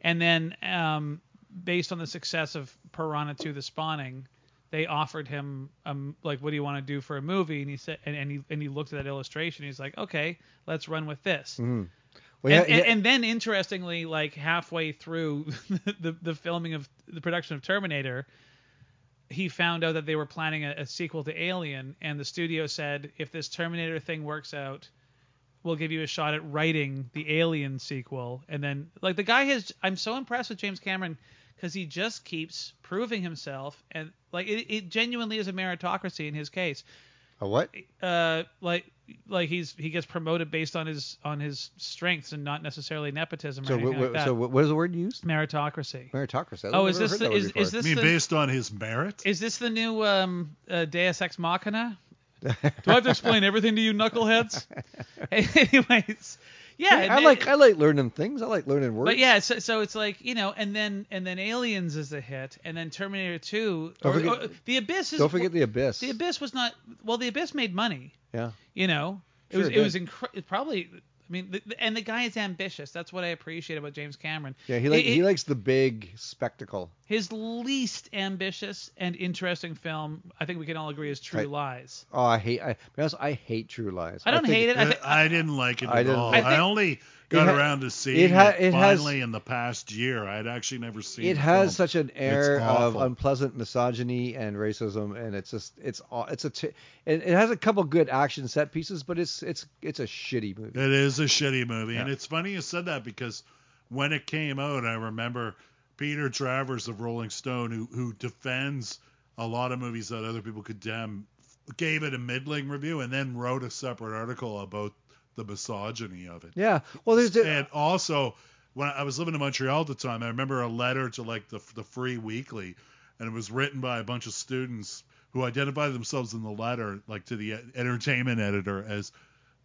S10: and then um, based on the success of Piranha 2: The Spawning, they offered him um like what do you want to do for a movie, and he said and, and he and he looked at that illustration, he's like okay, let's run with this.
S1: Well,
S10: and,
S1: yeah,
S10: and,
S1: yeah,
S10: and then interestingly, like halfway through the the filming of the production of Terminator, he found out that they were planning a, a sequel to Alien, and the studio said, if this Terminator thing works out, we'll give you a shot at writing the Alien sequel. And then, like the guy has, I'm so impressed with James Cameron because he just keeps proving himself, and like it, it genuinely is a meritocracy in his case
S1: a what?
S10: uh like like he's he gets promoted based on his on his strengths and not necessarily nepotism or
S1: So,
S10: anything
S1: what, what,
S10: like that.
S1: so what what is the word you used?
S10: meritocracy.
S1: Meritocracy. I've
S10: Oh, is
S1: never
S10: this
S1: heard
S10: the,
S1: that word
S10: is,
S1: before.
S10: is this
S2: I mean,
S10: the,
S2: based on his merit.
S10: is this the new um uh, Deus Ex Machina? Do I have to explain everything to you knuckleheads? Anyways, yeah,
S1: I
S10: and-
S1: like I like learning things. I like learning words.
S10: But yeah, so, so it's like you know, and then and then Aliens is a hit, and then Terminator Two, or,
S1: Don't forget-
S10: or- The Abyss is.
S1: Don't forget the abyss.
S10: the Abyss was not well. The Abyss made money.
S1: Yeah.
S10: You know, it
S1: Sure
S10: was
S1: it
S10: it,
S1: did.
S10: was incre- it probably. I mean, the, the- and the guy is ambitious. That's what I appreciate about James Cameron.
S1: Yeah. He like
S10: It-
S1: he
S10: it-
S1: likes the big spectacle.
S10: his least ambitious and interesting film. I think we can all agree is True
S1: Right.
S10: Lies.
S1: Oh, I hate. I to be honest, I hate True Lies.
S10: I don't
S1: think
S10: hate it. I,
S2: I,
S10: thi-
S2: uh, I didn't like it
S1: I
S2: at
S1: didn't
S2: all.
S1: like
S2: I
S10: it.
S2: only got
S1: ha-
S2: around to seeing it,
S1: ha- it has-
S2: finally in the past year. I'd actually never seen.
S1: It
S2: the
S1: has
S2: film.
S1: such an
S2: It's
S1: air of
S2: awful.
S1: unpleasant misogyny and racism, and it's just it's aw- it's a t- it, it has a couple good action set pieces, but it's it's it's a shitty movie.
S2: It is a shitty movie, and
S1: Yeah.
S2: it's funny you said that because when it came out, I remember Peter Travers of Rolling Stone, who who defends a lot of movies that other people condemn, gave it a middling review, and then wrote a separate article about the misogyny of it.
S1: Yeah. Well, there's
S2: And also, when I was living in Montreal at the time, I remember a letter to like the the Free Weekly, and it was written by a bunch of students who identify themselves in the letter, like to the e, entertainment editor, as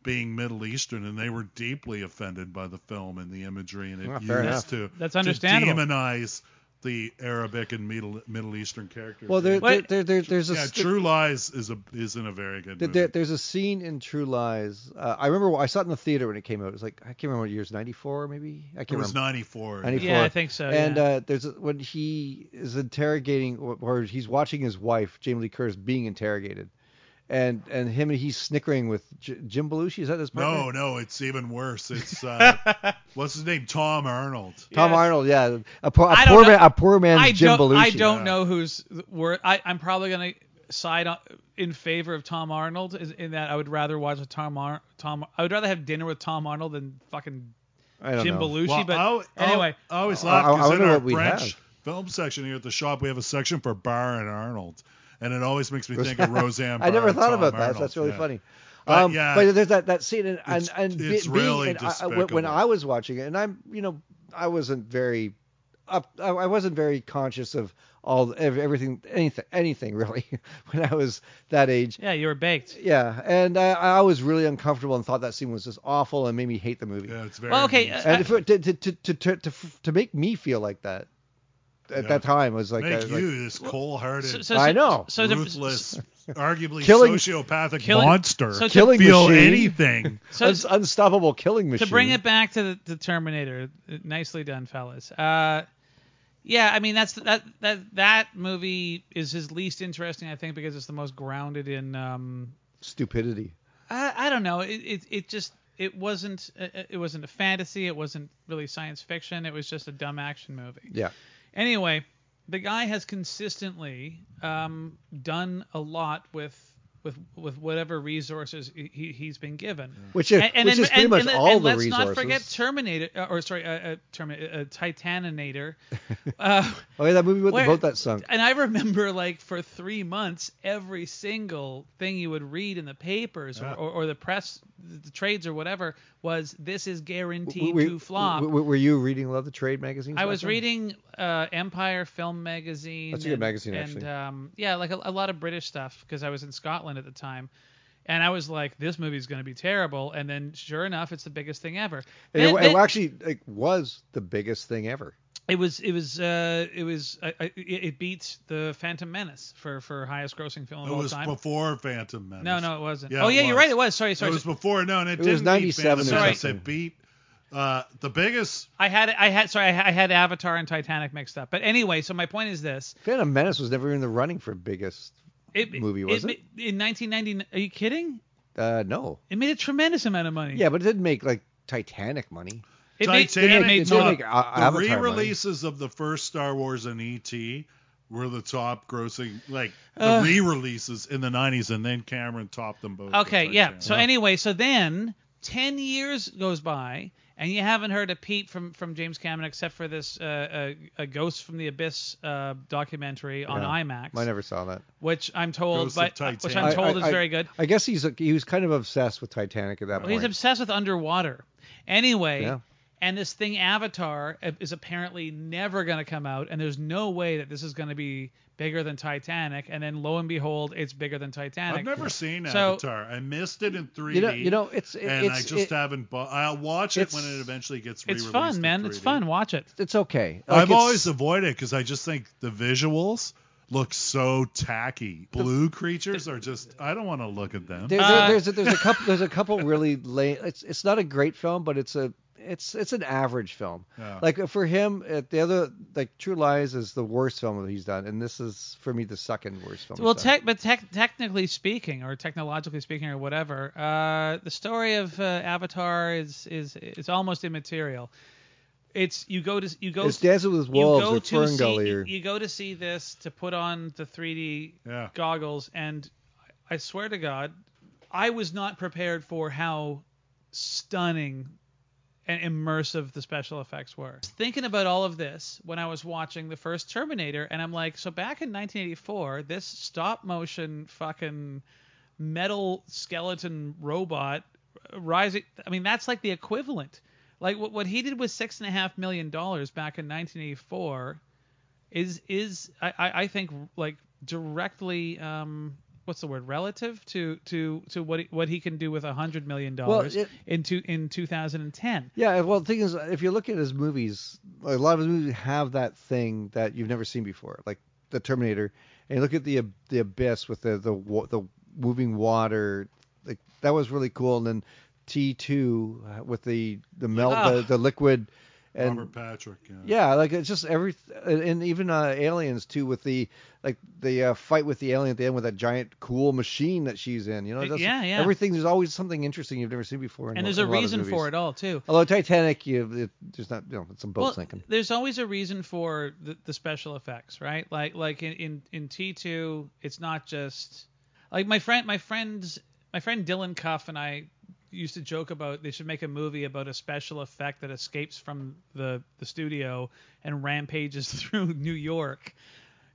S2: being Middle Eastern, and they were deeply offended by the film and the imagery, and it
S1: Well, Ah, fair
S2: used
S1: enough.
S2: to
S10: That's
S2: to
S10: understandable.
S2: demonize the Arabic and Middle Middle Eastern characters.
S1: Well, there,
S2: yeah,
S1: there, there, there- there's a s-
S2: True Lies is a isn't a very good
S1: there,
S2: movie.
S1: there- there's a scene in True Lies. Uh, I remember I saw it in the theater when it came out. It was like I can't remember what year it was 94 maybe. I
S2: It
S1: can't
S2: was
S1: remember.
S2: 94.
S1: 94.
S10: Yeah, I think so,
S1: And
S10: yeah.
S1: uh, there's a, when he is interrogating, or- or he's watching his wife, Jamie Lee Curtis, being interrogated, and and him and he's snickering with J- Jim Belushi. Is that his partner?
S2: No, no, it's even worse. It's uh, what's his name? Tom Arnold.
S1: Tom
S10: Yes.
S1: Arnold, yeah, a poor, a
S10: I
S1: poor
S10: don't know-
S1: man, a poor man's
S10: I
S1: Jim
S10: don't,
S1: Belushi.
S10: I don't know who's wor I, I'm probably gonna side on, in favor of Tom Arnold is- in that I would rather watch a Tom Ar- Tom. I would rather have dinner with Tom Arnold than fucking
S1: I don't
S10: Jim
S1: know.
S10: Belushi.
S2: Well,
S10: but
S2: I al- I al-
S10: anyway,
S2: I always
S1: I-
S2: laugh
S1: I- I
S2: because in
S1: wonder
S2: our
S1: what we
S2: French
S1: have.
S2: film section here at the shop, we have a section for Barr and Arnold, and it always makes me think of Roseanne.
S1: I never
S2: Barr and
S1: thought
S2: Tom
S1: about that.
S2: Arnold.
S1: so that's really
S2: Yeah.
S1: funny.
S2: But
S1: um,
S2: yeah.
S1: but there's that that scene, and and,
S2: It's-
S1: and be-
S2: it's
S1: being,
S2: really
S1: and I- I- when- when
S2: despicable.
S1: I was watching it, and I'm you know I wasn't very up, I, I wasn't very conscious of all ev- everything anything anything really when I was that age.
S10: yeah, you were baked.
S1: Yeah, and I, I was really uncomfortable and thought that scene was just awful and made me hate the movie.
S2: Yeah, it's very.
S10: Well, okay,
S2: mean.
S10: uh,
S1: And for, to, to, to, to, to, to, to make me feel like that at
S2: Yeah.
S1: that time was like, I
S2: make
S1: was like,
S2: you this cold-hearted,
S10: So, so,
S1: I know.
S10: So, so,
S2: ruthless, arguably
S1: Killing-
S2: sociopathic
S10: killing-
S2: monster.
S10: so to-
S1: killing
S2: feel
S1: machine.
S2: anything.
S10: so,
S1: Un- unstoppable killing machine.
S10: to bring it back to the, the Terminator, uh, nicely done, fellas. Uh, yeah, I mean that's that that that movie is his least interesting, I think, because it's the most grounded in. Um,
S1: stupidity.
S10: I, I don't know. It, it it just it wasn't uh, uh, it wasn't a fantasy. It wasn't really science fiction. It was just a dumb action movie.
S1: Yeah.
S10: Anyway, the guy has consistently um, done a lot with. With, with whatever resources he- he, he's been given,
S1: Which is- which is pretty much
S10: and,
S1: all the
S10: and let's not
S1: resources.
S10: forget Terminator, uh, or sorry, uh, uh, Terminator, uh, Titaninator. uh,
S1: Oh yeah, that movie with
S10: Where-
S1: the boat that sunk.
S10: and I remember, like, for three months, every single thing you would read in the papers or, or, or the press, the, the trades or whatever, was this is guaranteed
S1: Were-
S10: to flop.
S1: were- were you reading Love the Trade magazine?
S10: I was reading uh, Empire Film Magazine.
S1: That's a good
S10: and-
S1: magazine,
S10: and,
S1: actually.
S10: um, yeah, like a, a lot of British stuff because I was in Scotland at the time. And I was like, this movie's going to be terrible. And then, sure enough, it's the biggest thing ever.
S1: It,
S10: Then-
S1: it
S10: then-
S1: actually like, was the biggest thing ever.
S10: it was it was uh it was I, I, it- it beats the Phantom Menace for for highest grossing film of
S2: It
S10: all
S2: was
S10: time.
S2: before Phantom Menace.
S10: no, no, it wasn't.
S2: Yeah,
S10: oh
S2: it
S10: yeah, you're
S2: was.
S10: right. It was. Sorry, sorry.
S2: it was before. No, and it,
S1: It was
S2: didn't
S1: 97 or
S2: Beat Phantom Menace.
S1: something.
S2: It beat uh, the biggest.
S10: I had I had sorry I had, I had Avatar and Titanic mixed up. But anyway, so my point is this.
S1: Phantom Menace was never in the running for biggest.
S10: It,
S1: Movie, was it?
S10: ma- in 1990? Are you kidding?
S1: Uh, no.
S10: It made a tremendous amount of money.
S1: Yeah, but it didn't make like Titanic money.
S10: it made,
S2: Titanic.
S10: It made
S1: It's
S2: no,
S1: not like, uh,
S2: the
S1: Avatar money.
S2: re-releases of the first Star Wars and ET were the top grossing, like the
S10: Ugh.
S2: re-releases in the 90s, and then Cameron topped them both. with
S10: Okay, yeah.
S2: Titanic.
S10: So anyway, so then ten years goes by, and you haven't heard a peep from from James Cameron except for this uh, uh, a Ghost from the Abyss uh, documentary on
S1: Yeah.
S10: IMAX,
S1: I never saw that.
S10: which I'm told,
S2: Ghost of
S10: but uh, which
S2: Titanic.
S10: I'm told is
S1: I-
S10: very good.
S1: I guess he's he was kind of obsessed with Titanic at that
S10: Well, he's
S1: point.
S10: obsessed with underwater. Anyway,
S1: Yeah.
S10: and this thing Avatar is apparently never going to come out, and there's no way that this is going to be bigger than Titanic. And then lo and behold, it's bigger than Titanic.
S2: I've never seen
S10: So-
S2: Avatar. I missed it in 3D.
S1: you know, you know, it's it,
S2: and
S1: it's
S2: I
S1: it-
S2: just haven't. Bu- I'll watch it
S1: it's-
S2: when it eventually gets
S10: It's
S2: re-released.
S10: fun,
S2: in
S10: man. It's
S2: 3D.
S10: fun. Watch it.
S1: it's okay. Like,
S2: I've
S1: it's-
S2: always avoided it because I just think the visuals look so tacky. Blue creatures are just. I don't want to look at them.
S1: There,
S10: Uh,
S1: there, there's a, there's a couple there's a couple really late. It's it's not a great film, but it's a it's it's an average film.
S2: Yeah.
S1: Like for him, uh, the other like True Lies is the worst film that he's done, and this is for me the second worst film.
S10: Well,
S1: he's done.
S10: tech, but tech, technically speaking, or technologically speaking, or whatever, uh, the story of uh, Avatar is is is almost immaterial. It's you go to you go
S1: it's Dancing with
S10: you
S1: Wolves
S10: go
S1: or
S10: to see-
S1: Ferngully
S10: you-
S1: or
S10: you go to see this to put on the 3D
S2: Yeah.
S10: goggles, and I swear to God, I was not prepared for how stunning and immersive the special effects were. Thinking about all of this when I was watching the first Terminator, and I'm like, so back in 1984, this stop motion fucking metal skeleton robot rising. I mean, that's like the equivalent. Like what, what he did was six and a half million dollars back in 1984 is is I, I I think like directly um what's the word relative to to to what he, what he can do with a hundred million dollars
S1: it-
S10: in two in 2010.
S1: Yeah, well, the thing is, if you look at his movies, a lot of his movies have that thing that you've never seen before, like the Terminator. And you look at the the abyss with the the wa- the moving water, like that was really cool. And then T2 uh, with the the melt the,
S10: Ah.
S1: the liquid, and
S2: Robert Patrick. Yeah.
S1: yeah, like it's just every and even uh, Aliens too with the like the uh, fight with the alien at the end with that giant cool machine that she's in. You know,
S10: Uh,
S1: that's,
S10: yeah, yeah.
S1: Everything there's always something interesting you've never seen before. In
S10: And there's
S1: a
S10: a
S1: lot of
S10: reason
S1: movies.
S10: for it all too.
S1: Although Titanic, you it, there's not you know some boat sinking.
S10: There's always a reason for the, the special effects, right? Like like in, in, in T2, it's not just like my friend my friends my friend Dylan Cuff and I used to joke about they should make a movie about a special effect that escapes from the the studio and rampages through New York.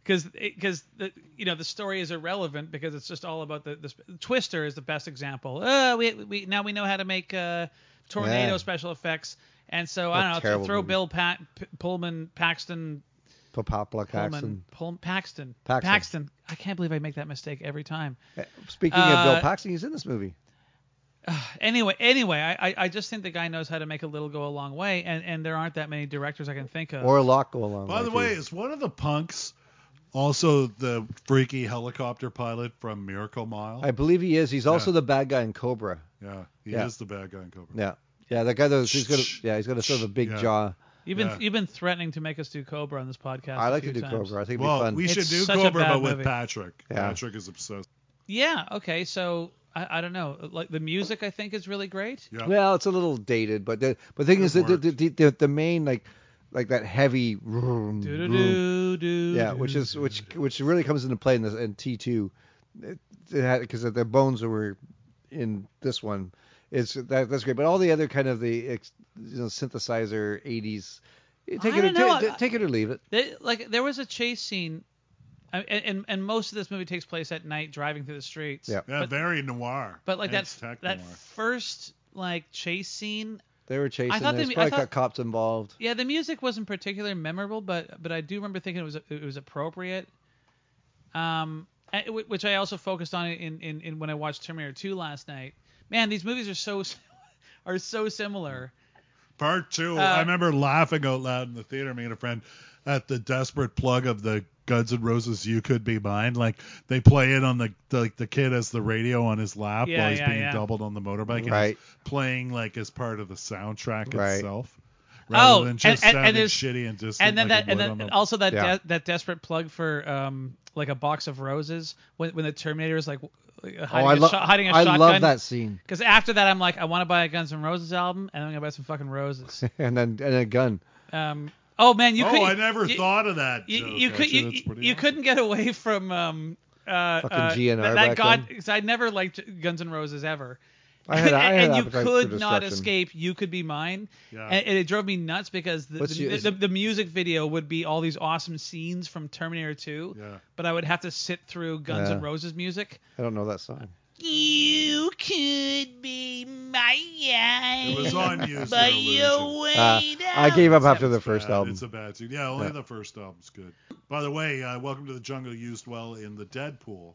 S10: Because, because the you know the story is irrelevant because it's just all about the, the sp- Twister is the best example. Uh, we, we now we know how to make uh, tornado
S1: Yeah.
S10: special effects, and so
S1: What a
S10: I don't know.
S1: terrible
S10: Throw
S1: movie.
S10: Bill Pat, P- Pullman, Paxton,
S1: Popopla
S10: Pullman,
S1: Paxton.
S10: Pull, Paxton,
S1: Paxton.
S10: I can't believe I make that mistake every time.
S1: eh, Speaking of
S10: Uh,
S1: Bill Paxton, he's in this movie.
S10: Anyway, anyway, I, I- I just think the guy knows how to make a little go a long way, and, and there aren't that many directors I can think of.
S1: Or a lot go along.
S2: By the
S1: too.
S2: way, is one of the punks also the freaky helicopter pilot from Miracle Mile?
S1: I believe he is. He's also the bad guy in Cobra.
S2: yeah, he
S1: Yeah.
S2: is the bad guy in Cobra.
S1: Yeah, yeah, that guy. Those he's got. A, yeah, he's got a sort of a big
S2: Yeah.
S1: jaw.
S10: you've been
S2: yeah.
S10: you've been threatening to make us do Cobra on this podcast.
S1: I
S10: a
S1: like to do
S10: few times.
S1: Cobra. I think it'd
S2: Well,
S1: be fun.
S2: we should
S10: It's
S2: do
S10: such a
S2: Cobra,
S10: bad
S2: but with
S10: movie.
S2: Patrick.
S1: Yeah.
S2: Patrick is obsessed.
S10: Yeah. Okay. So I, I don't know. Like the music, I think is really great.
S2: Yeah.
S1: Well, it's a little dated, but the but the thing is that the,
S2: worked.
S1: the, the the main like like that heavy vroom,
S10: Do do
S1: vroom,
S10: do do.
S1: yeah, which is which which really comes into play in this in T two, because the bones that were in this one is that that's great, but all the other kind of the ex, you know, synthesizer eighties, eh, take
S10: I
S1: it or,
S10: don't know,
S1: ta-
S10: I-
S1: take it or leave it.
S10: They, like there was a chase scene, I- and, and and most of this movie takes place at night, driving through the streets.
S1: Yeah.
S2: Yeah,
S10: But-
S2: very noir.
S10: But like that
S2: Hence tech
S10: that
S2: noir.
S10: first like chase scene,
S1: They were chasing.
S10: I thought
S1: this.
S10: they- I
S1: probably
S10: thought-
S1: got cops involved.
S10: yeah, the music wasn't particularly memorable, but but I do remember thinking it was it was appropriate. Um, and wh- which I also focused on in, in, in when I watched Terminator 2 last night. Man, these movies are so are so similar.
S2: Part two.
S10: Uh,
S2: I remember laughing out loud in the theater, me and a friend, at the desperate plug of the Guns N' Roses "You Could Be Mine." Like they play it on the, the like the kid has the radio on his lap
S10: Yeah,
S2: while he's
S10: yeah,
S2: being
S10: yeah.
S2: doubled on the motorbike, and
S1: Right.
S2: he's playing like as part of the soundtrack
S1: Right.
S2: itself,
S10: Oh,
S2: rather than just
S10: and- and- and
S2: sounding
S10: there's-
S2: shitty and distant.
S10: and then
S2: like
S10: that,
S2: a
S10: and
S2: blood
S10: then oh,
S2: on the-
S10: also that
S1: Yeah.
S10: de- that desperate plug for um like a box of roses when when the Terminator is like w- hiding,
S1: Oh, I
S10: a,
S1: lo-
S10: sho- hiding a
S1: I
S10: shotgun.
S1: love that scene.
S10: Because after that, I'm like, I want to buy a Guns N' Roses album, and I'm gonna buy some fucking roses.
S1: And then and a gun.
S10: um, oh man, you
S2: oh,
S10: could.
S2: I never
S10: you,
S2: thought of that.
S10: You,
S2: joke,
S10: you could
S2: actually.
S10: you,
S2: That's
S10: you,
S2: pretty
S10: you
S2: awesome.
S10: couldn't get away from um uh,
S1: Fucking
S10: uh
S1: GNR
S10: that,
S1: back
S10: that god
S1: then.
S10: because I never liked Guns N' Roses ever.
S1: I had- I had
S10: and you
S1: appetite for
S10: could not
S1: destruction.
S10: escape. You could be mine.
S2: Yeah.
S10: And, and it drove me nuts because the
S1: What's
S10: the,
S1: your- is-
S10: the, the music video would be all these awesome scenes from Terminator 2,
S2: Yeah.
S10: but I would have to sit through Guns
S1: Yeah.
S10: N' Roses music.
S1: I don't know that song.
S10: You could be my
S2: It was on you.
S10: but you wait.
S1: Uh, I gave up after the first
S2: bad.
S1: album.
S2: It's a bad tune. Yeah, only
S1: Yeah.
S2: the first album's good. By the way, uh, Welcome to the Jungle used well in the Deadpool,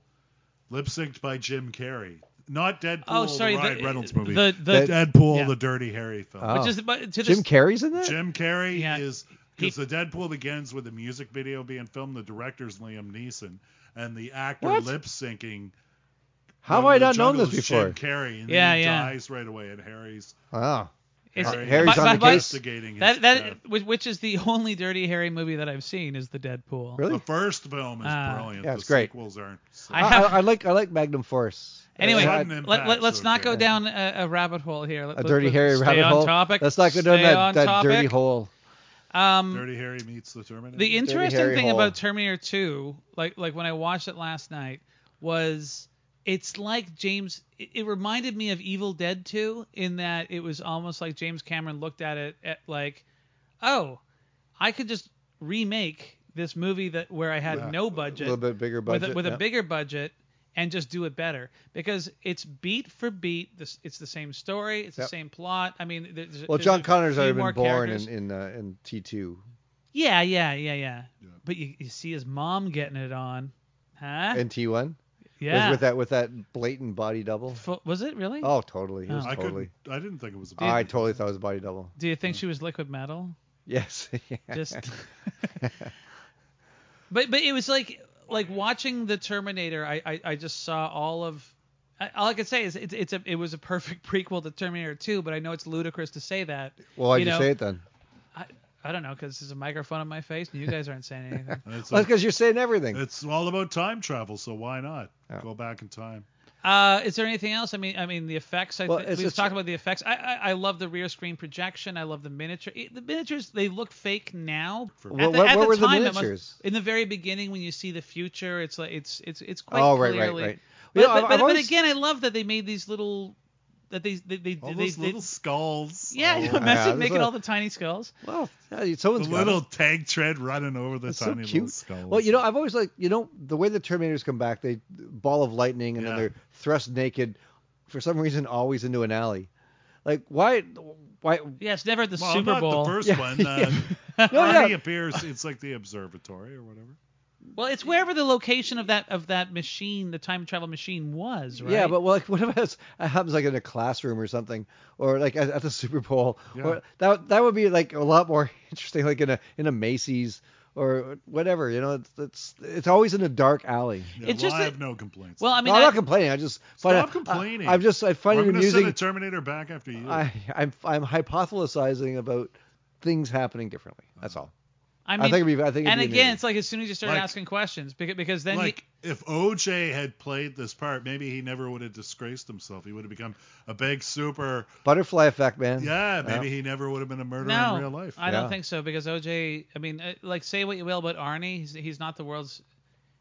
S2: lip synced by Jim Carrey. Not Deadpool,
S10: Oh, sorry,
S2: the Ryan
S10: the-
S2: Reynolds movie.
S10: the- the-
S2: Deadpool,
S10: yeah.
S2: the Dirty Harry film.
S1: Oh.
S10: Which is but to
S1: Jim
S10: this,
S1: Carrey's in that.
S2: Jim Carrey
S10: Yeah.
S2: is because the Deadpool begins with the music video being filmed. The director's Liam Neeson, and the actor
S1: What?
S2: lip syncing.
S1: How have
S2: Welcome
S1: I
S2: to the
S1: not known
S2: Jungle
S1: this
S2: is
S1: before?
S2: Jim Carrey, and
S10: Yeah,
S2: then he
S10: yeah.
S2: dies right away, and Harry's
S1: Wow.
S10: is-
S1: Harry- Harry's
S10: but-
S1: on the
S10: but-
S1: case.
S2: investigating his
S10: That
S1: uh,
S10: that
S2: death.
S10: which- which is the only Dirty Harry movie that I've seen is the Deadpool.
S1: Really?
S2: The first film is
S10: Ah.
S2: brilliant.
S1: Yeah, it's
S2: the
S1: great.
S2: sequels aren't. so-
S10: I
S1: I,
S10: have-
S1: I, I like I like Magnum Force. Uh,
S10: Anyway,
S1: I-
S2: Sudden
S10: let, let,
S2: impacts,
S10: let's not go
S2: okay.
S10: down a, a rabbit hole here. Let,
S1: a
S10: let-
S1: dirty
S10: let-
S1: hairy
S10: stay
S1: rabbit
S10: on
S1: hole.
S10: Topic.
S1: Let's not go down
S10: Stay
S1: that,
S10: on
S1: that
S10: topic.
S1: dirty hole.
S10: Um,
S2: Dirty Harry meets the Terminator.
S10: the interesting
S1: Harry
S10: thing
S1: hole.
S10: about Terminator 2, like like when I watched it last night, was it's like James. It, it reminded me of Evil Dead 2 in that it was almost like James Cameron looked at it at like, oh, I could just remake this movie that where I had
S1: Yeah,
S10: no
S1: A
S10: budget
S1: little bit bigger budget.
S10: with, a, with
S1: yeah.
S10: a bigger budget and just do it better because it's beat for beat. This it's the same story, it's
S1: Yep.
S10: the same plot. I mean, there's,
S1: Well,
S10: there's
S1: John
S10: a
S1: Connor's
S10: few
S1: already
S10: more
S1: been born
S10: characters.
S1: in in, uh, in T2.
S10: Yeah, yeah, yeah, yeah. But you, you see his mom getting it on, huh?
S1: And T1?
S10: yeah.
S1: With, with that with that blatant body double.
S10: Fu- was it really?
S1: Oh, totally. It
S10: Oh.
S1: was
S2: I
S1: totally.
S2: couldn't. I didn't think it was. A
S1: I totally thought it was a body double.
S10: Do you think she was liquid metal?
S1: Yes.
S10: Just. but but it was like like watching the Terminator. I I, I just saw all of. I, all I can say is it's it's a it was a perfect prequel to Terminator 2, but I know it's ludicrous to say that.
S1: well, why'd you,
S10: know,
S1: say it then?
S10: I, I don't know because there's a microphone in my face and you guys aren't saying anything.
S2: It's,
S1: Well, because you're saying everything.
S2: it's all about time travel, so why not go back in time?
S10: Uh, is there anything else? I mean, I mean the effects. I
S1: Well,
S10: think
S1: it's-
S10: we've
S1: it's-
S10: talked about the effects. I, I I love the rear screen projection. I love the miniature. it- the miniatures they look fake now. At
S1: What-
S10: the,
S1: what-
S10: at
S1: what
S10: the
S1: were the
S10: time, it must-
S1: miniatures?
S10: in the very beginning when you see the future, it's like it's it's it's quite
S1: Oh, right, right,
S10: clearly.
S1: right.
S10: But,
S1: You know,
S10: but,
S1: I've-
S10: but,
S1: I've
S10: but
S1: always-
S10: again, I love that they made these little that they they they,
S2: All
S10: they,
S2: those
S10: they-
S2: little skulls.
S10: yeah.
S1: Oh,
S10: You
S2: all-
S10: imagine
S1: there's
S10: making
S1: a-
S10: all the tiny skulls.
S1: Well, yeah,
S2: the
S1: someone's got it.
S2: little tag tread running over the
S1: That's so
S2: tiny little
S1: cute.
S2: skulls.
S1: Well, you know, I've always like you know the way the Terminators come back, they ball of lightning and
S2: Yeah.
S1: then they're thrust naked, for some reason always into an alley. Like why? Why?
S10: Yeah, it's never at the
S2: well,
S10: Super
S2: not
S10: Bowl.
S2: the first
S1: Yeah,
S2: one.
S1: yeah.
S2: Uh,
S1: No,
S2: Arnie
S1: yeah.
S2: appears. It's like the observatory or whatever.
S10: Well, it's wherever the location of that of that machine, the time travel machine was, right?
S1: Yeah, but well, like what if it's- it happens like in a classroom or something, or like at, at the Super Bowl?
S2: Yeah.
S1: Or that that would be like a lot more interesting, like in a in a Macy's or whatever. You know, it's it's, it's always in a dark alley.
S2: Yeah,
S10: It's
S2: well,
S10: just
S2: I
S10: that-
S2: have no complaints.
S10: well, I mean,
S1: no, I'm
S10: I-
S1: not complaining. I just find
S2: Stop
S1: it-
S2: complaining.
S1: I, am just I find
S2: am
S1: it
S2: gonna send a
S1: amusing.
S2: Terminator back after you.
S1: I I'm I'm hypothesizing about things happening differently. That's all.
S10: I
S1: I
S10: mean,
S1: think it'd be- I think it'd
S10: and
S1: be
S10: again,
S1: amazing.
S10: it's like as soon as you start
S2: Like-
S10: asking questions, because, because then
S2: like
S10: you,
S2: if OJ had played this part, maybe he never would have disgraced himself. He would have become a big super.
S1: Butterfly effect, man.
S2: Yeah,
S1: Yeah.
S2: maybe he never would have been a murderer
S10: no,
S2: in real life.
S10: I
S1: Yeah.
S10: don't think so because OJ. I mean, uh, like say what you will about Arnie, he's, he's not the world's, you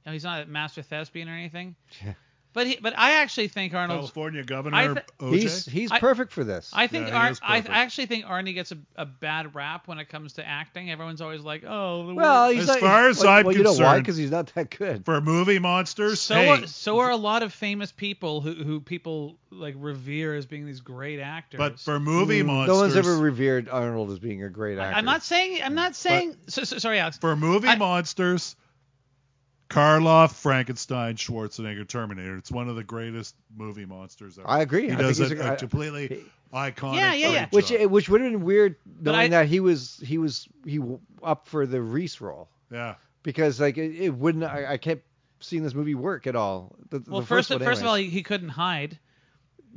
S10: know, he's not a master thespian or anything.
S1: Yeah.
S10: But he, but I actually think Arnold.
S2: California governor
S10: I th-
S2: OJ.
S1: He's he's
S10: I-
S1: perfect for this.
S10: I think
S2: Yeah, he
S10: Ar-
S2: is
S10: I,
S2: perfect.
S10: I actually think Arnie gets a, a bad rap when it comes to acting. Everyone's always like, oh, the
S1: well,
S10: world-
S1: he's
S2: As
S1: not,
S2: far as
S1: well,
S2: I'm
S1: well, you know why?
S2: concerned-
S1: Because he's not that good.
S2: for movie monsters.
S10: so
S2: hey,
S10: are, so are a lot of famous people who, who people like revere as being these great actors.
S2: but for movie
S1: Mm,
S2: monsters,
S1: No one's ever revered Arnold as being a great actor.
S10: I'm not saying I'm not saying. so, so, sorry, Alex.
S2: for movie
S10: I-
S2: monsters, Karloff, Frankenstein, Schwarzenegger, Terminator. It's one of the greatest movie monsters ever.
S1: I agree.
S2: He
S1: I
S2: does
S1: think
S2: a,
S1: he's
S2: a,
S1: a- I-
S2: completely
S1: he-
S2: iconic.
S10: Yeah, yeah,
S2: great
S10: yeah.
S2: job.
S1: Which which would have been weird knowing
S10: I-
S1: that he was he was he w- up for the Reese role
S2: yeah.
S1: because like it, it wouldn't I, I kept seeing this movie work at all. The, the
S10: Well, first,
S1: one
S10: first, of all,
S1: anyways.
S10: he, he couldn't hide.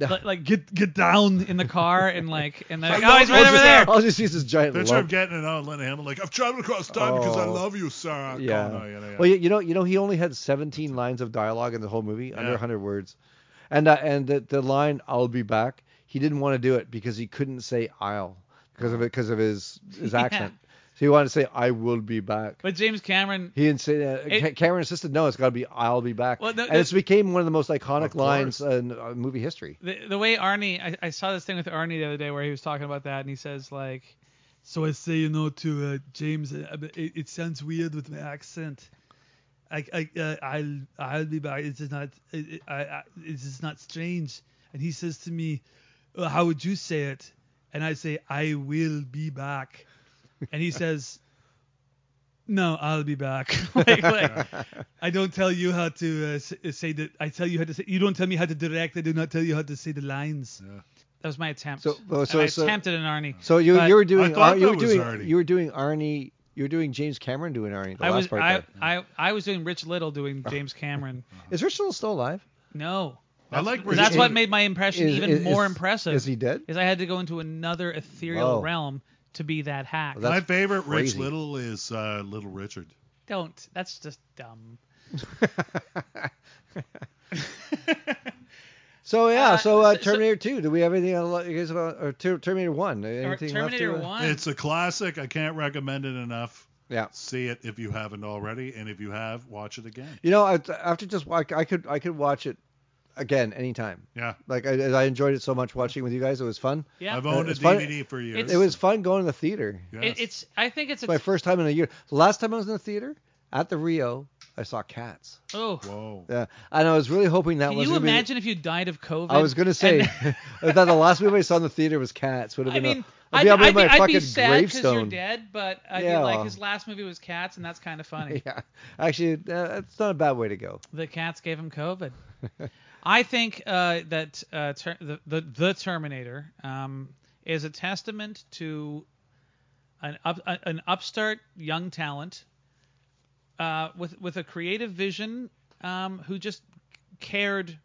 S1: No.
S10: Like, like, get get down in the car and like and then
S2: I
S10: like,
S2: know,
S10: oh he's right
S2: I'll
S10: over
S2: just-
S10: there.
S1: All you see is this giant.
S2: Picture
S1: lump.
S2: him getting it out, Linda Hamilton, like, I've traveled across time because I
S1: Oh.
S2: love you, Sarah.
S1: yeah.
S2: Connor," you know, yeah.
S1: Well, you, you know, you know, he only had 17 lines of dialogue in the whole movie, under
S2: Yeah.
S1: 100 words, and uh, and the, the line "I'll be back," he didn't want to do it because he couldn't say "I'll" because of it because of his his
S10: Yeah.
S1: accent. So he wanted to say "I will be back."
S10: But James Cameron,
S1: He didn't say that.
S10: It-
S1: Ca- Cameron insisted, "No, it's got to be I'll be back,"
S10: Well, no,
S1: and it's
S10: the-
S1: became one of the most iconic
S2: course.
S1: lines in uh, movie history.
S10: the, the way Arnie, I, I saw this thing with Arnie the other day where he was talking about that and he says like, so I say you know to uh, James, uh, it, it sounds weird with my accent. I I uh, I'll I'll be back. It's just not it, I, I it's just not strange. And he says to me, "Uh, how would you say it? And I say I will be back. And he says. No, I'll be back. like, like, I don't tell you how to uh, s- uh, say the. I tell you how to say. You don't tell me how to direct. I do not tell you how to say the lines. That was my attempt.
S1: So- well, so-
S10: and I
S1: so-
S10: attempted an Arnie.
S1: So you
S10: But
S1: you were doing
S2: thought
S1: Ar- you
S2: that
S1: were
S2: was
S1: doing
S2: Arnie.
S1: you were doing Arnie you were doing James Cameron doing Arnie. The
S10: I
S1: last
S10: was
S1: part
S10: I,
S1: there.
S10: I I was doing Rich Little doing James Cameron.
S1: Is Richard still alive?
S10: No.
S2: I like where
S10: That's
S2: he-
S10: what made my impression
S1: is-
S10: even
S1: is-
S10: more
S1: is-
S10: impressive.
S1: is he dead?
S10: Is I had to go into another ethereal
S1: Whoa.
S10: realm to be that hack.
S1: Well,
S2: My
S1: That's
S2: favorite Rich
S1: crazy.
S2: Little is uh, Little Richard.
S10: don't. That's just dumb.
S1: So yeah,
S10: Uh,
S1: so, uh,
S10: so- so-
S1: Terminator 2. Do we have anything on- you guys about or Ter- Terminator 1?
S10: Or
S1: Anything
S10: Terminator
S1: left to, uh,
S10: One.
S2: It's a classic. I can't recommend it enough.
S1: Yeah.
S2: See it if you haven't already, and if you have, watch it again.
S1: You know, I, after just wa- I could I could watch it again anytime.
S2: Yeah.
S1: Like I, I enjoyed it so much watching with you guys. It was fun.
S10: yeah.
S2: I've owned a
S1: It's funny-
S2: DVD for years.
S1: It was fun going to the theater.
S2: Yes.
S10: It, it's. I think it's a.
S1: It's my first time in a year. The last time I was in the theater at the Rio I saw cats.
S10: Oh.
S2: Whoa.
S1: Yeah, and I was really hoping that
S10: Can
S1: was.
S10: you
S1: gonna be-
S10: imagine if you didied of COVID?
S1: I was gonna say
S10: and-
S1: I thought the last movie I saw in the theater was Cats. Would have
S10: I
S1: been.
S10: mean,
S1: a,
S10: I'd,
S1: be, up in
S10: I'd, be,
S1: my
S10: I'd
S1: fucking
S10: be sad because
S1: gravestone.
S10: you're dead, but I'd
S1: Yeah.
S10: be like, his last movie was Cats, and that's kind of funny.
S1: Yeah, actually, uh, that's not a bad way to go.
S10: The cats gave him COVID. I think uh, that uh, ter- the, the the Terminator um, is a testament to an up, a- an upstart young talent uh, with with a creative vision um, who just cared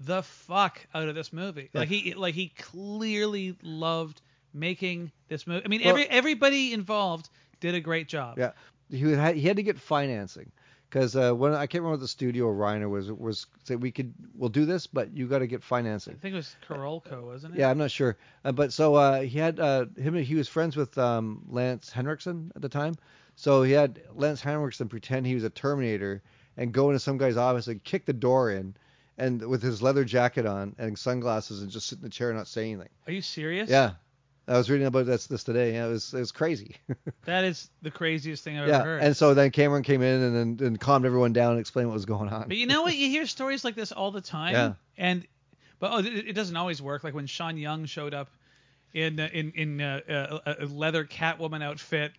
S10: the fuck out of this movie. Like he like he clearly loved making this movie. I mean, every
S1: Well-
S10: everybody involved did a great job.
S1: Yeah, he had he had to get financing because uh, when I can't remember what the studio or Reiner was was said we could we'll do this, but you got to get financing.
S10: I think it was Carolco, wasn't it?
S1: Yeah, I'm not sure, uh, but so uh, he had uh, him. He was friends with um, Lance Henriksen at the time, so he had Lance Henriksen pretend he was a Terminator and go into some guy's office and kick the door in, and with his leather jacket on and sunglasses and just sit in the chair and not say anything.
S10: Are you serious?
S1: Yeah, I was reading about this this today. Yeah, it was it was crazy.
S10: That is the craziest thing I've
S1: yeah,
S10: ever heard.
S1: and so then Cameron came in and then and calmed everyone down and explained what was going on.
S10: but you know what? You hear stories like this all the time.
S1: Yeah.
S10: And but oh, it, it doesn't always work. Like when Sean Young showed up in uh, in in uh, uh, a leather Catwoman outfit.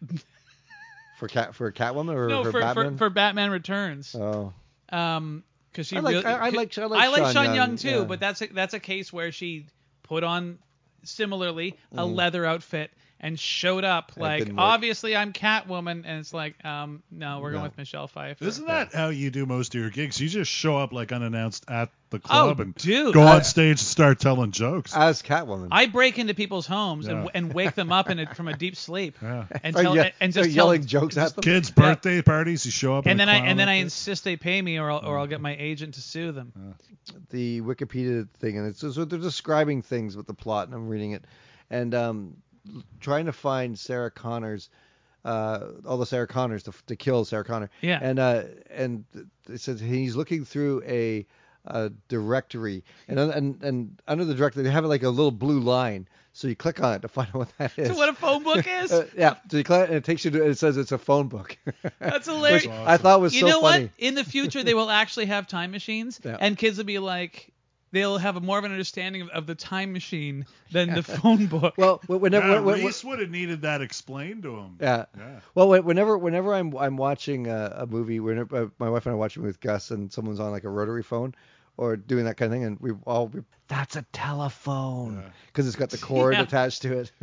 S1: For cat for Catwoman or
S10: no,
S1: for,
S10: for,
S1: Batman?
S10: for for Batman Returns.
S1: Oh,
S10: Um, because she
S1: I like-
S10: really,
S1: I- I like- I like Sean
S10: Sean
S1: Young,
S10: Young, too,
S1: yeah.
S10: but that's a, that's a case where she put on similarly a
S1: Mm.
S10: leather outfit and showed up like
S1: didn't work.
S10: obviously I'm Catwoman, and it's like um no we're
S1: No.
S10: going with Michelle Pfeiffer.
S2: Isn't that how you do most of your gigs? You just show up like unannounced at the
S10: Oh,
S2: club and
S10: dude.
S2: go
S10: I-
S2: on stage and start telling jokes.
S1: as Catwoman. Oh,
S10: I break into people's homes
S2: Yeah.
S10: and, and wake them up in a, from a deep sleep
S2: Yeah.
S10: and
S1: Are
S10: tell
S1: you-
S10: and
S1: are
S10: just
S1: you
S10: tell,
S1: Oh, yelling jokes at them.
S2: Kids' birthday parties, you show up in
S10: and
S2: a
S10: then I
S2: clown
S10: and then I
S2: outfit.
S10: insist they pay me or I'll, or I'll get my agent to sue them.
S1: the Wikipedia thing, and it's so they're describing things with the plot, and I'm reading it, and um, trying to find Sarah Connors, uh, all the Sarah Connors to, to kill Sarah Connor.
S10: Yeah.
S1: And uh, and it says he's looking through a, uh directory, and and and under the directory they have like a little blue line, so you click on it to find out what that is.
S10: So what a phone book is?
S1: Uh, yeah, so you click, and it takes you to. It says it's a phone book.
S10: That's hilarious.
S1: Which I thought was
S10: you
S1: so
S10: know
S1: funny.
S10: what? In the future, they will actually have time machines,
S1: Yeah.
S10: and kids will be like, they'll have a more of an understanding of, of the time machine than the phone book.
S1: Well, whenever
S2: Yeah,
S1: when- when-
S2: Reese would have needed that explained to him.
S1: Yeah.
S2: Yeah.
S1: Well, whe- whenever whenever I'm I'm watching a, a movie, whenever uh, my wife and I watch a movie with Gus, and someone's on like a rotary phone or doing that kind of thing, and we all we, that's a telephone because it's got the cord
S10: Yeah.
S1: attached to it.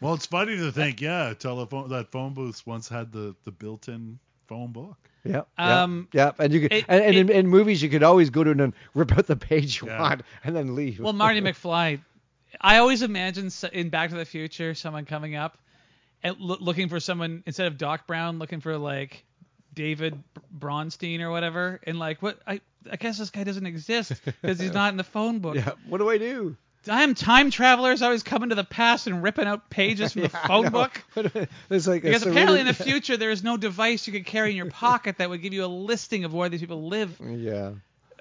S2: Well, it's funny to think, yeah, telephone that phone booth once had the the built-in phone book.
S1: yeah.
S10: Um,
S1: yeah. And you could
S10: it-
S1: and, and in,
S10: it-
S1: in movies you could always go to it and rip out the page you
S2: Yeah.
S1: want and then leave.
S10: well, Marty McFly, I always imagine s- in Back to the Future someone coming up and loo- looking for someone instead of Doc Brown, looking for like David Bronstein or whatever, and like what I. I guess this guy doesn't exist because he's not in the phone book.
S1: yeah. What do I do?
S10: Damn time travelers always coming to the past and ripping out pages from the phone book.
S1: it's like
S10: Because
S1: it's a
S10: apparently
S1: really-
S10: in the future there is no device you could carry in your pocket that would give you a listing of where these people live.
S1: Yeah.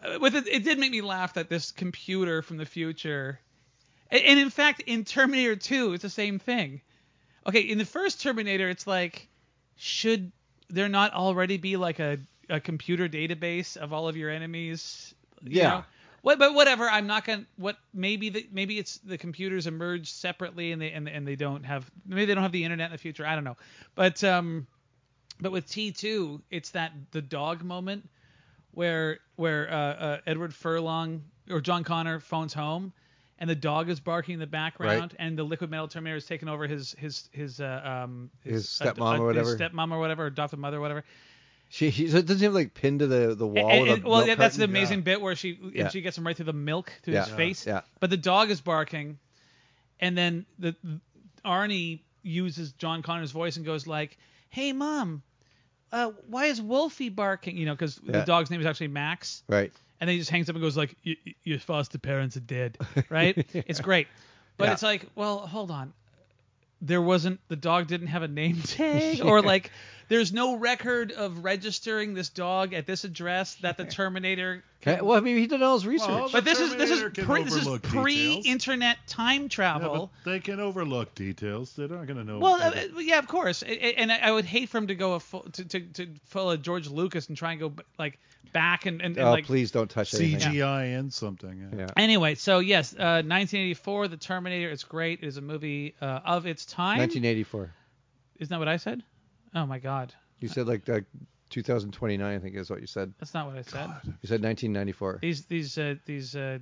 S10: Uh, With it, it did make me laugh that this computer from the future, and, and in fact in Terminator 2 it's the same thing. Okay, in the first Terminator it's like, should there not already be like a, a computer database of all of your enemies? You
S1: Yeah.
S10: know? What, but whatever, I'm not gonna. What maybe the, maybe it's the computers emerge separately and they and, and they don't have maybe they don't have the internet in the future. I don't know. But um, but with T2, it's that the dog moment where where uh, uh, Edward Furlong or John Connor phones home, and the dog is barking in the background, and the liquid metal Terminator has taken over his his his uh, um
S1: His
S10: ad-
S1: stepmom or
S10: his
S1: whatever.
S10: stepmom or whatever, or adopted mother or whatever.
S1: She, she so it doesn't even like pinned to the the wall.
S10: And-
S1: with a
S10: and- well,
S1: milk
S10: yeah, that's the
S1: carton?
S10: amazing bit where she
S1: Yeah.
S10: and she gets him right through the milk through
S1: Yeah.
S10: his face.
S1: Yeah.
S10: But the dog is barking, and then the Arnie uses John Connor's voice and goes like, "Hey, mom." Uh, why is Wolfie barking? You know, because the
S1: Yeah.
S10: dog's name is actually Max.
S1: Right.
S10: and then he just hangs up and goes like, "Y- y- "Your foster parents are dead," right? It's great, but
S1: Yeah.
S10: it's like, well, hold on, there wasn't the dog didn't have a name tag, or like there's no record of registering this dog at this address that the Terminator.
S1: Okay, well, I mean, he did all his research.
S2: Well, the
S10: But this is this is
S2: Terminator can
S10: pre, this is
S2: overlook details.
S10: pre-internet time
S2: Yeah,
S10: travel.
S2: but they can overlook details. They're not going to know.
S10: Well, uh,
S2: every-
S10: uh, yeah, of course, A- a- and I I would hate for him to go a full, to, to to full of George Lucas and try and go b- like back and and, and
S1: oh,
S10: like.
S1: please don't touch anything.
S2: CGI and something. Yeah.
S1: Yeah.
S10: Anyway, so yes, uh, 1984, The Terminator. It's great. It is a movie uh, of its time.
S1: 1984.
S10: Isn't that what I said? Oh my God,
S1: You said like uh, 2029, I think is what you said.
S10: that's not what I said.
S1: You said 1994.
S10: These these uh, these uh,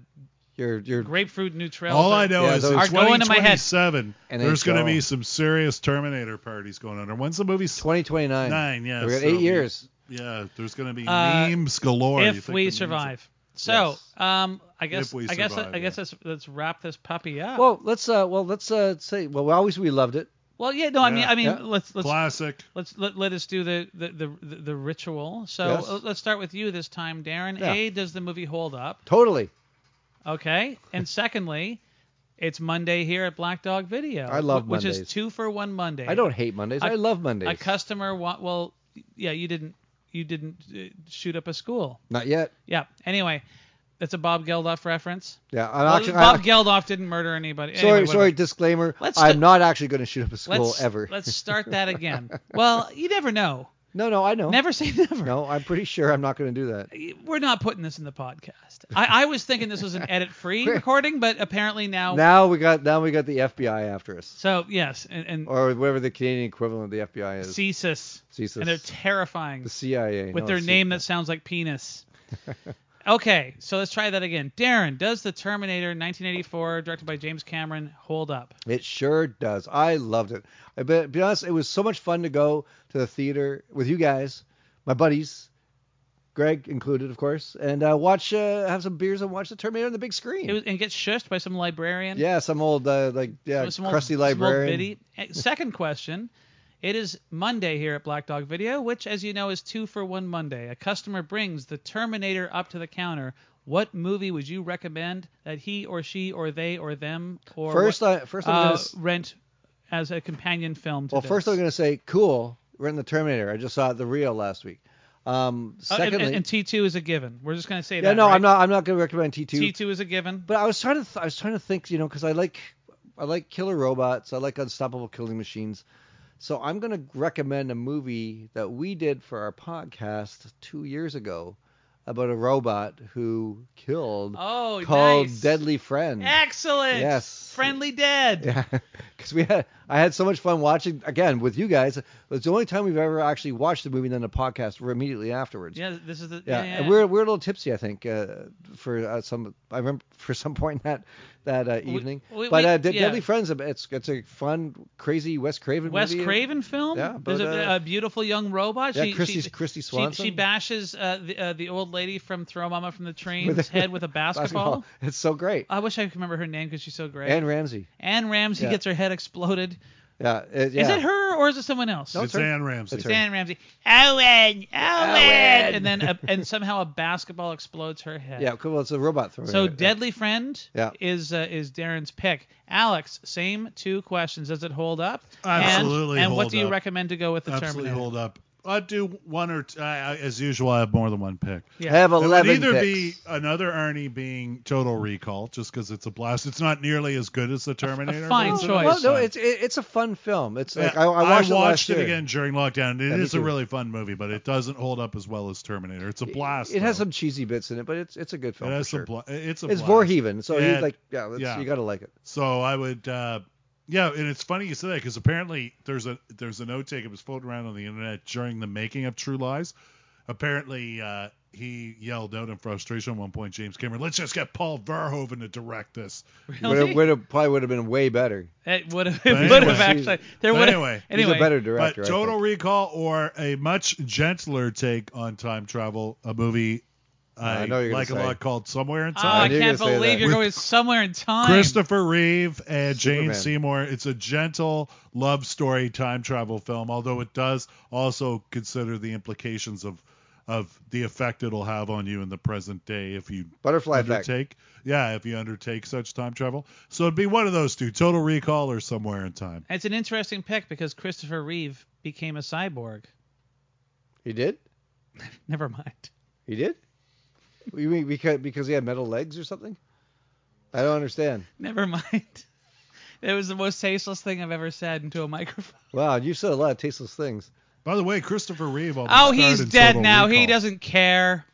S1: You're you're
S10: grapefruit Nutrell.
S2: All I know
S1: Yeah,
S2: is
S1: those-
S2: in
S10: Are going to my head.
S2: 2027,
S1: And they
S2: there's going to
S1: go.
S2: be some serious Terminator parties going on. Or When's the movie?
S1: 2029.
S2: Nine, yeah,
S1: We got
S2: so
S1: eight
S2: we-
S1: years.
S2: Yeah, there's going to be
S10: Uh,
S2: memes galore. You
S10: if
S2: think the
S10: we
S2: memes-
S10: survive. So,
S1: Yes.
S10: um, I guess
S2: we
S10: I guess
S2: survive,
S10: I guess
S2: yeah.
S10: let's, let's wrap this puppy up. Well,
S1: Well, let's uh, well, let's uh, say well, always we loved it.
S10: yeah, no, I mean
S2: Yeah.
S10: I mean
S1: Yeah.
S10: let's let's
S2: Classic.
S10: let's let, let us do the the, the, the, the ritual. So
S1: Yes.
S10: uh, let's start with you this time, Darren.
S1: Yeah.
S10: A, does the movie hold up?
S1: Totally.
S10: Okay, and secondly. It's Monday here at Black Dog Video.
S1: I love
S10: wh- which is
S1: Mondays.
S10: two for one Monday.
S1: I don't hate Mondays.
S10: A-
S1: I love Mondays.
S10: A customer wa- well, yeah, you didn't you didn't uh, shoot up a school.
S1: Not yet.
S10: Yeah. Anyway, that's a Bob Geldof reference.
S1: Yeah. I'm
S10: Well,
S1: actually,
S10: Bob
S1: I-
S10: Geldof didn't murder anybody.
S1: sorry,
S10: Anyway,
S1: sorry.
S10: whatever.
S1: Disclaimer.
S10: Let's
S1: I'm
S10: st-
S1: not actually going to shoot up a school
S10: Let's,
S1: ever.
S10: let's start that again. Well, you never know.
S1: no, no, I know.
S10: Never say never.
S1: No, I'm pretty sure I'm not going to do that.
S10: We're not putting this in the podcast. I, I was thinking this was an edit-free recording, but apparently now.
S1: Now we got now we got the FBI after us,
S10: So yes, and, and
S1: or whatever the Canadian equivalent of the FBI is.
S10: CSIS,
S1: CSIS.
S10: and they're terrifying
S1: the Oh, CIA.
S10: with
S1: No,
S10: their
S1: it's-
S10: name that sounds like penis. okay, so let's try that again. Darren, does the Terminator 1984, directed by James Cameron, hold up?
S1: It sure does. I loved it. I bet, be honest, it was so much fun to go to the theater with you guys, my buddies, Greg included, of course, and uh, watch, uh, have some beers and watch the Terminator on the big screen.
S10: It was, and get shushed by some librarian.
S1: yeah, some old uh, like yeah,
S10: Some old-
S1: crusty
S10: some old
S1: librarian.
S10: biddy. Eh, Second question. It is Monday here at Black Dog Video, which, as you know, is two for one Monday. A customer brings the Terminator up to the counter. What movie would you recommend that he or she or they or them or
S1: First,
S10: what,
S1: I first I'm
S10: uh,
S1: gonna s-
S10: rent as a companion film? To
S1: well, first I'm
S10: this?
S1: gonna say cool. We're in the Terminator. I just saw it at the Rio last week. Um,
S10: Oh, and-
S1: secondly,
S10: and, and T2 is a given. We're just gonna say
S1: yeah,
S10: that.
S1: no,
S10: right?
S1: I'm not. I'm not gonna recommend
S10: T2 is a given.
S1: But I was trying to th- I was trying to think, you know, because I like I like killer robots, I like unstoppable killing machines. So I'm gonna recommend a movie that we did for our podcast two years ago about a robot who killed
S10: Oh,
S1: called
S10: nice.
S1: Deadly Friend.
S10: Excellent.
S1: Yes.
S10: Friendly Dead.
S1: Yeah, because we had I had so much fun watching again with you guys. It's the only time we've ever actually watched the movie and then a podcast immediately afterwards.
S10: Yeah, this is the
S1: Yeah,
S10: yeah,
S1: and we're we're a little tipsy, I think, uh, for uh, some. I remember for some point that that uh, evening.
S10: we-
S1: but
S10: we-
S1: uh, De-
S10: yeah.
S1: Deadly Friends, it's it's a fun, crazy Wes Craven
S10: Wes
S1: movie.
S10: Craven film.
S1: Yeah,
S10: There's
S1: but,
S10: a,
S1: uh,
S10: a beautiful young robot.
S1: Yeah,
S10: she,
S1: Christy-
S10: she,
S1: Christy
S10: she- She,
S1: Swanson.
S10: bashes uh, the uh, the old lady from Throw Mama from the Train's head with a basketball.
S1: Basketball. It's so great.
S10: I wish I could remember her name because she's so great.
S1: and Ramsey.
S10: Anne Ramsey
S1: Yeah.
S10: gets her head exploded.
S1: Yeah, it, yeah.
S10: Is it her or is it someone else?
S1: No,
S2: It's
S1: her.
S2: Ann Ramsey.
S1: It's
S10: It's Anne Ramsey. Owen, Owen, and then a, and somehow a basketball explodes her head.
S1: Yeah, cool. Well, it's a robot throwing.
S10: So
S1: it. Yeah.
S10: Deadly Friend
S1: Yeah.
S10: is uh, is Darren's pick. Alex, same two questions. Does it hold up?
S2: Absolutely
S10: And, and what
S2: hold
S10: do you
S2: up.
S10: recommend to go with the
S2: Absolutely
S10: Terminator?
S2: hold up. I'd do one or two. I, I- as usual, I have more than one pick.
S1: I have
S2: It would
S1: eleven.
S2: either
S1: picks.
S2: be another Ernie being Total Recall, just because it's a blast. It's not nearly as good as the Terminator. but
S10: fine
S2: it's a
S10: choice.
S2: nice
S1: Oh, Well, no,
S2: time.
S1: it's it, it's a fun film. It's like
S2: Yeah,
S1: I, I watched,
S2: it,
S1: it, last year.
S2: again during lockdown. and It is
S1: Yeah, me
S2: a
S1: too.
S2: really fun movie, but it doesn't hold up as well as Terminator. It's a blast.
S1: It has
S2: though.
S1: some cheesy bits in it, but it's it's a good film.
S2: It
S1: for
S2: has
S1: sure.
S2: some bla- it's a
S1: it's
S2: blast.
S1: Vorheven, so
S2: Yeah,
S1: he's like, yeah, that's,
S2: yeah.
S1: you gotta like it.
S2: So I would, uh, yeah, and it's funny you say that because apparently there's a there's an outtake. It was floating around on the internet during the making of True Lies. Apparently, uh, he yelled out in frustration at one point, James Cameron, "Let's just get Paul Verhoeven to direct this."
S1: Would have, would have probably would have been way better.
S10: It would have.
S2: But
S10: It would have
S2: anyway.
S10: actually. There
S2: But
S10: would
S2: anyway,
S10: have.
S2: he's
S10: Anyway.
S1: He's a better director.
S2: but
S1: I
S2: Total
S1: think.
S2: Recall or a much gentler take on time travel, a movie I,
S1: I know you're gonna
S2: like a
S1: say.
S2: lot called Somewhere in
S10: Oh,
S2: Time.
S10: I
S1: I knew you were
S10: can't
S1: gonna say
S10: believe
S1: that.
S10: you're
S1: With
S10: going somewhere in time.
S2: Christopher Reeve and Jane
S1: Superman.
S2: Seymour. It's a gentle love story time travel film, although it does also consider the implications of of the effect it'll have on you in the present day if you
S1: Butterfly effect.
S2: undertake. Yeah, if you undertake such time travel. So it'd be one of those two, Total Recall or Somewhere in Time.
S10: It's an interesting pick because Christopher Reeve became a cyborg.
S1: He did?
S10: Never mind.
S1: He did? You mean because because he had metal legs or something? I don't understand.
S10: Never mind. It was the most tasteless thing I've ever said into a microphone.
S1: Wow, you said a lot of tasteless things.
S2: By the way, Christopher Reeve. almost
S10: Oh,
S2: starred
S10: he's
S2: in
S10: dead
S2: Total
S10: now. He
S2: Recall.
S10: doesn't care.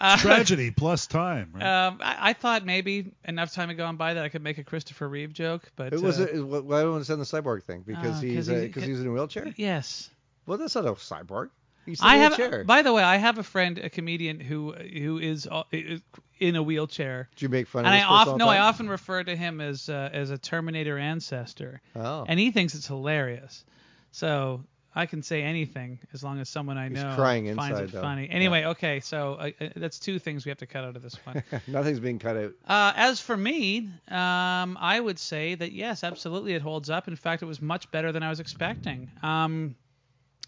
S10: Uh,
S2: Tragedy plus time. Right?
S10: Um, I, I thought maybe enough time had gone by that I could make a Christopher Reeve joke, but
S1: It was
S10: uh,
S1: it, it, why don't I understand the cyborg thing? Because
S10: Uh, 'cause
S1: he's
S10: he's-
S1: because he's in a wheelchair.
S10: yes.
S1: Well, that's not a cyborg. He's in
S10: I
S1: a
S10: have.
S1: wheelchair.
S10: By the way, I have a friend, a comedian who who is uh, is in a wheelchair,
S1: Do you make fun
S10: and
S1: of
S10: I
S1: this person
S10: often
S1: all
S10: no,
S1: the
S10: I
S1: time?
S10: often refer to him as uh, as a Terminator ancestor,
S1: Oh,
S10: and he thinks it's hilarious. So I can say anything as long as someone I
S1: He's
S10: know
S1: crying
S10: finds
S1: inside,
S10: it
S1: though.
S10: funny.
S1: Yeah.
S10: Anyway, okay, so uh, uh, that's two things we have to cut out of this one.
S1: nothing's being cut out.
S10: Uh, as for me, um, I would say that yes, absolutely, it holds up. In fact, it was much better than I was expecting. Um,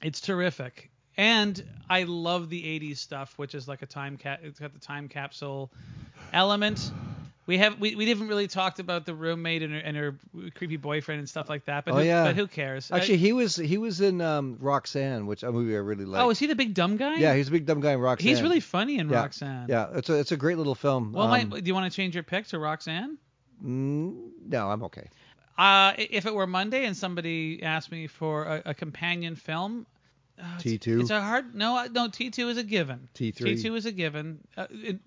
S10: it's terrific, and I love the '80s stuff, which is like a time cap. It's got the time capsule element. We have we, we haven't really talked about the roommate and her, and her creepy boyfriend and stuff like that, but
S1: Oh,
S10: who,
S1: yeah.
S10: but who cares? Uh, I-
S1: Actually, he was he was in um, Roxanne, which a movie I really like.
S10: oh, is he the big dumb guy?
S1: yeah, he's a big dumb guy in Roxanne.
S10: he's really funny in
S1: yeah,
S10: Roxanne.
S1: Yeah, it's a it's a great little film.
S10: Well,
S1: um,
S10: my, do you want to change your pick to Roxanne?
S1: mm, no, I'm okay.
S10: Uh, i- if it were Monday and somebody asked me for a, a companion film, uh, it's-
S1: T2?
S10: It's a hard no, I- no. T two is a given.
S1: T3.
S10: T two is a given. Uh, it,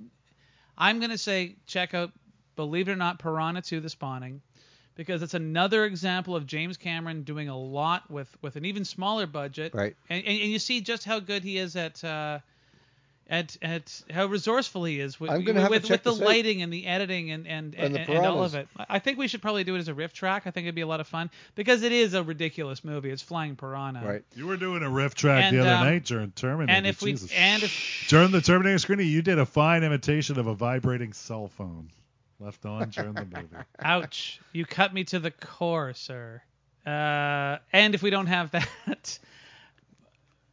S10: I'm gonna say check out, believe it or not, Piranha two: The Spawning, because it's another example of James Cameron doing a lot with with an even smaller budget.
S1: Right.
S10: And and, and you see just how good he is at. Uh, at, at how resourceful he is with
S1: I'm
S10: with,
S1: gonna have to
S10: with
S1: check
S10: the
S1: this out.
S10: lighting and the editing and and,
S1: And
S10: and,
S1: the
S10: and, all
S1: piranhas.
S10: of it. I- I think we should probably do it as a riff track. I think it'd be a lot of fun because it is a ridiculous movie. It's Flying Piranha.
S1: Right.
S2: You were doing a riff track
S10: And,
S2: the other
S10: um,
S2: night during Terminator.
S10: And if we
S2: Jesus.
S10: and if
S2: during the Terminator screening, you did a fine imitation of a vibrating cell phone left on during the movie.
S10: ouch, you cut me to the core, sir. Uh, and if we don't have that.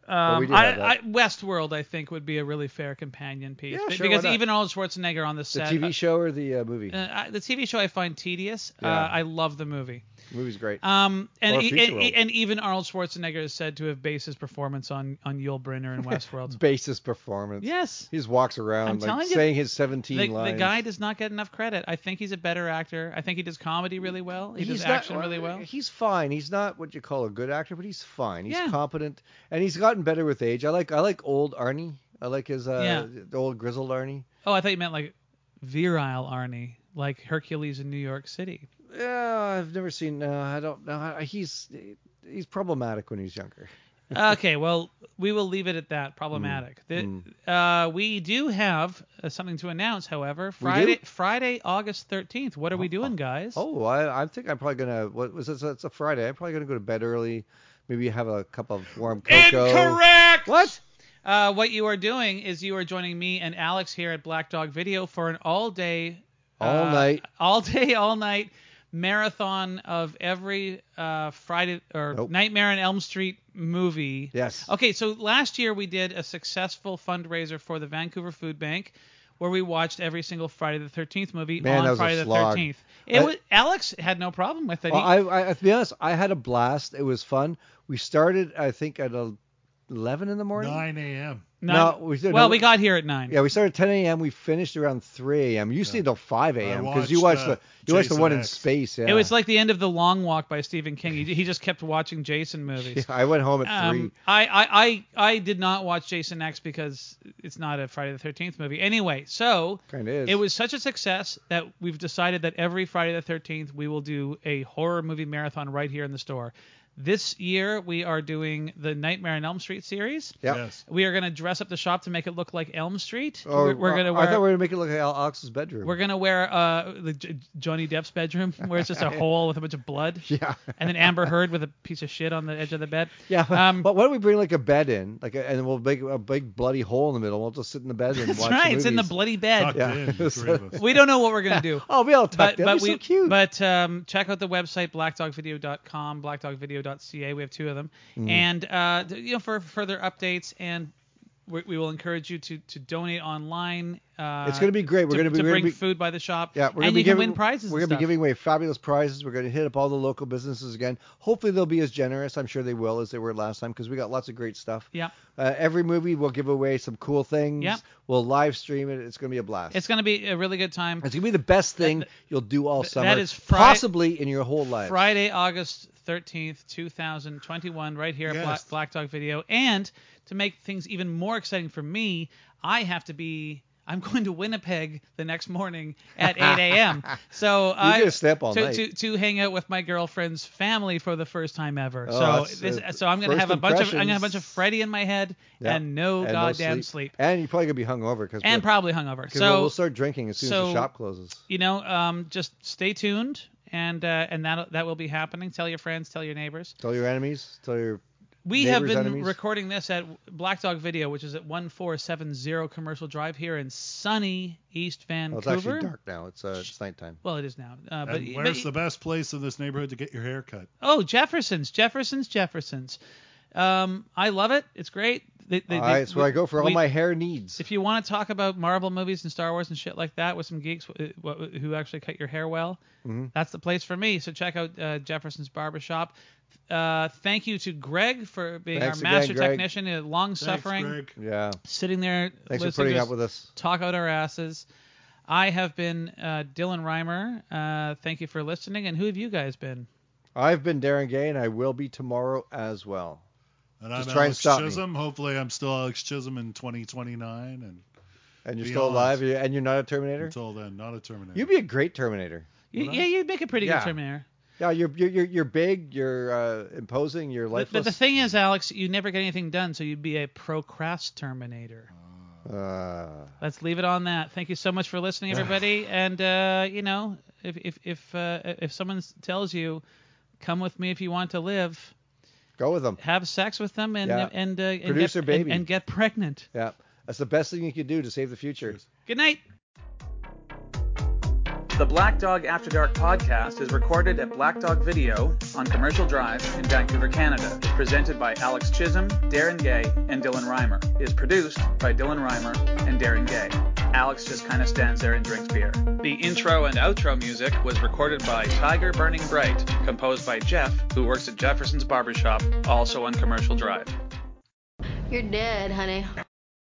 S10: Um,
S1: we do
S10: I,
S1: have that.
S10: I, Westworld, I think, would be a really fair companion piece
S1: Yeah,
S10: Be-
S1: sure, why
S10: because
S1: not?
S10: even Arnold Schwarzenegger on the
S1: The
S10: set,
S1: TV show or the uh, movie?
S10: uh, I- the TV show I find tedious.
S1: Yeah.
S10: Uh, I love the movie.
S1: Movie's great.
S10: Um, and,
S1: Or
S10: e- and,
S1: Futurama.
S10: and even Arnold Schwarzenegger is said to have based his performance on on Yul Brynner in Westworld.
S1: Basis performance.
S10: yes,
S1: He just walks around
S10: I'm
S1: like
S10: telling you,
S1: saying his 17
S10: the,
S1: lines.
S10: the guy does not get enough credit. I think he's a better actor. I think he does comedy really well. He does action really well.
S1: He's fine. He's not what you call a good actor, but he's fine. He's
S10: Yeah.
S1: competent, and he's gotten better with age. I like I like old Arnie. I like his uh,
S10: Yeah.
S1: the old grizzled Arnie.
S10: Oh, I thought you meant like virile Arnie, like Hercules in New York City.
S1: Yeah, I've never seen. Uh, I don't know. I- He's he's problematic when he's younger.
S10: okay, well, we will leave it at that. Problematic.
S1: Mm.
S10: The- uh, we do have uh, something to announce, however.
S1: We do?
S10: Friday, Friday, August 13th. What are we doing, guys?
S1: Oh, I, I think I'm probably gonna. What was this? It's a Friday. I'm probably gonna go to bed early. Maybe have a cup of warm cocoa.
S10: Incorrect.
S1: What?
S10: Uh, what you are doing is you are joining me and Alex here at Black Dog Video for an all-day,
S1: All
S10: uh,
S1: night.
S10: all day, all night marathon of every uh, Friday or
S1: Nope.
S10: Nightmare on Elm Street movie.
S1: Yes.
S10: Okay, so last year we did a successful fundraiser for the Vancouver Food Bank. Where we watched every single Friday the 13th movie
S1: Man,
S10: on
S1: that was a
S10: Friday the
S1: slog.
S10: 13th. It
S1: I-
S10: was, Alex had no problem with it.
S1: Well,
S10: He-
S1: I, I, to be honest, I had a blast. It was fun. We started, I think, at el- 11 in the morning.
S2: 9 a.m.
S1: no, we did-
S10: well,
S1: no,
S10: we got here at nine.
S1: Yeah, we started at 10 a.m. We finished around 3 a.m. You stayed till 5
S2: I
S1: a.m. because you
S2: watched,
S1: watched
S2: uh,
S1: the you watched the
S2: Jason
S1: one in
S2: X.
S1: space. Yeah.
S10: It was like the end of The Long Walk by Stephen King. He, he just kept watching Jason
S1: Yeah,
S10: movies.
S1: I went home at three.
S10: Um, I, I, I, I did not watch Jason X because it's not a Friday the 13th movie. Anyway, so
S1: Kind of is.
S10: it was such a success that we've decided that every Friday the 13th we will do a horror movie marathon right here in the store. This year we are doing the Nightmare on Elm Street series.
S1: Yeah.
S2: Yes.
S10: We are going to dress up the shop to make it look like Elm Street.
S1: Oh,
S10: we're, we're going
S1: I
S10: to wear
S1: thought we were gonna make it look like Al- Alex's bedroom.
S10: we're gonna wear uh the J- Johnny Depp's bedroom where it's just a hole with a bunch of blood.
S1: Yeah.
S10: And then Amber Heard with a piece of shit on the edge of the bed.
S1: yeah,
S10: Um,
S1: but why don't we bring like a bed in, like, a, and we'll make a big bloody hole in the middle. We'll just sit in the bed and
S10: that's
S1: watch
S10: right.
S1: the
S10: It's in the
S1: movies.
S10: bloody bed.
S2: Tucked
S1: Yeah.
S2: in, the three of us.
S10: We don't know what we're gonna do.
S1: Oh, we all
S10: But,
S1: tucked in.
S10: but
S1: It'd be
S10: we
S1: so cute.
S10: but um, check out the website blackdogvideo.com, blackdogvideo.ca. We have two of them,
S1: Mm.
S10: and uh, th- you know for further updates, and we, we will encourage you to to donate online Uh,
S1: It's gonna be great. We're
S10: to-
S1: gonna be-
S10: to
S1: we're gonna
S10: bring
S1: be-
S10: food by the shop.
S1: Yeah, we're gonna
S10: and
S1: be
S10: you
S1: giving
S10: can win prizes.
S1: We're gonna
S10: and
S1: be
S10: stuff.
S1: giving away fabulous prizes. We're gonna hit up all the local businesses again. Hopefully they'll be as generous. I'm sure they will as they were last time because we got lots of great stuff.
S10: Yeah.
S1: Uh, every movie we'll give away some cool things.
S10: Yeah.
S1: We'll live stream it. It's gonna be a blast.
S10: It's gonna be a really good time.
S1: It's gonna be the best thing you'll do all
S10: th-
S1: summer.
S10: that is Fri-
S1: possibly in your whole life.
S10: Friday, August 13th, 2021, right here at
S2: Yes.
S10: Black, Black Dog Video. And to make things even more exciting for me, I have to be. I'm going to Winnipeg the next morning at 8 a.m. So I
S1: gonna stay up all
S10: to,
S1: night.
S10: to to hang out with my girlfriend's family for the first time ever.
S1: Oh, that's,
S10: so this,
S1: uh,
S10: so I'm gonna
S1: first
S10: have a bunch of I'm gonna have a
S1: impressions.
S10: bunch of Freddy in my head
S1: Yeah.
S10: and no
S1: And
S10: Oh, goddamn sleep.
S1: And you're probably gonna be hungover because
S10: and probably hungover.
S1: because
S10: So
S1: we'll, we'll start drinking as soon as
S10: so-
S1: the shop closes.
S10: you know, um, just stay tuned, and uh, and that that will be happening. Tell your friends, tell your neighbors.
S1: Tell your enemies. Tell your
S10: We have
S1: neighbors,
S10: been
S1: enemies.
S10: recording this at Black Dog Video, which is at 1470 Commercial Drive here in sunny East
S1: Well, it's
S10: Vancouver.
S1: actually dark now. It's uh, it's nighttime.
S10: Well, it is now. Uh, but,
S2: And
S10: but-
S2: where's the best place in this neighborhood to get your hair cut?
S10: oh, Jefferson's, Jefferson's, Jefferson's. Um, I love it. It's great. They, they,
S1: All
S10: they-
S1: right, Uh, it's where I go for all
S10: we-
S1: my hair needs.
S10: If you want to talk about Marvel movies and Star Wars and shit like that with some geeks uh, wh- who actually cut your hair well,
S1: Mhm.
S10: that's the place for me. So check out uh, Jefferson's Barbershop. Uh, thank you to Greg for being
S1: Thanks
S10: our
S1: again,
S10: master
S1: Greg.
S10: technician, uh, long suffering,
S2: Thanks, Greg.
S1: Yeah.
S10: sitting there
S1: Thanks for
S10: listening
S1: putting
S10: to
S1: up
S10: us
S1: with us.
S10: talk out our asses. I have been uh, Dylan Reimer. Uh, thank you for listening. And who have you guys been?
S1: I've been Darren Gay, and I will be tomorrow as well.
S2: And
S1: Just
S2: I'm
S1: try and
S2: Alex
S1: stop me.
S2: Chisholm. Hopefully, I'm still Alex Chisholm in 2029, and
S1: And you're
S2: Be
S1: still
S2: honest.
S1: alive, you- and you're not a Terminator.
S2: until then, not a Terminator.
S1: You'd be a great Terminator.
S10: You,
S2: Well,
S10: yeah, you make a pretty
S1: Yeah.
S10: good Terminator.
S1: Yeah, you're you're you're, you're big, you're uh, imposing, you're
S10: But,
S1: lifeless.
S10: but the thing is, Alex, you never get anything done, so you'd be a procrastinator.
S1: Oh. uh,
S10: Let's leave it on that. Thank you so much for listening, everybody. and uh, you know, if if if uh, if someone s- tells you, "Come with me if you want to live,"
S1: go with them.
S10: have sex with them and
S1: Yeah.
S10: and, uh, and
S1: Produce
S10: get,
S1: their baby.
S10: and, and get pregnant.
S1: Yeah, that's the best thing you can do to save the future.
S10: Good night.
S12: The Black Dog After Dark podcast is recorded at Black Dog Video on Commercial Drive in Vancouver, Canada. It's presented by Alex Chisholm, Darren Gay, and Dylan Reimer. It is produced by Dylan Reimer and Darren Gay. Alex just kind of stands there and drinks beer. The intro and outro music was recorded by Tiger Burning Bright, composed by Jeff, who works at Jefferson's Barbershop, also on Commercial Drive.
S9: You're dead, honey.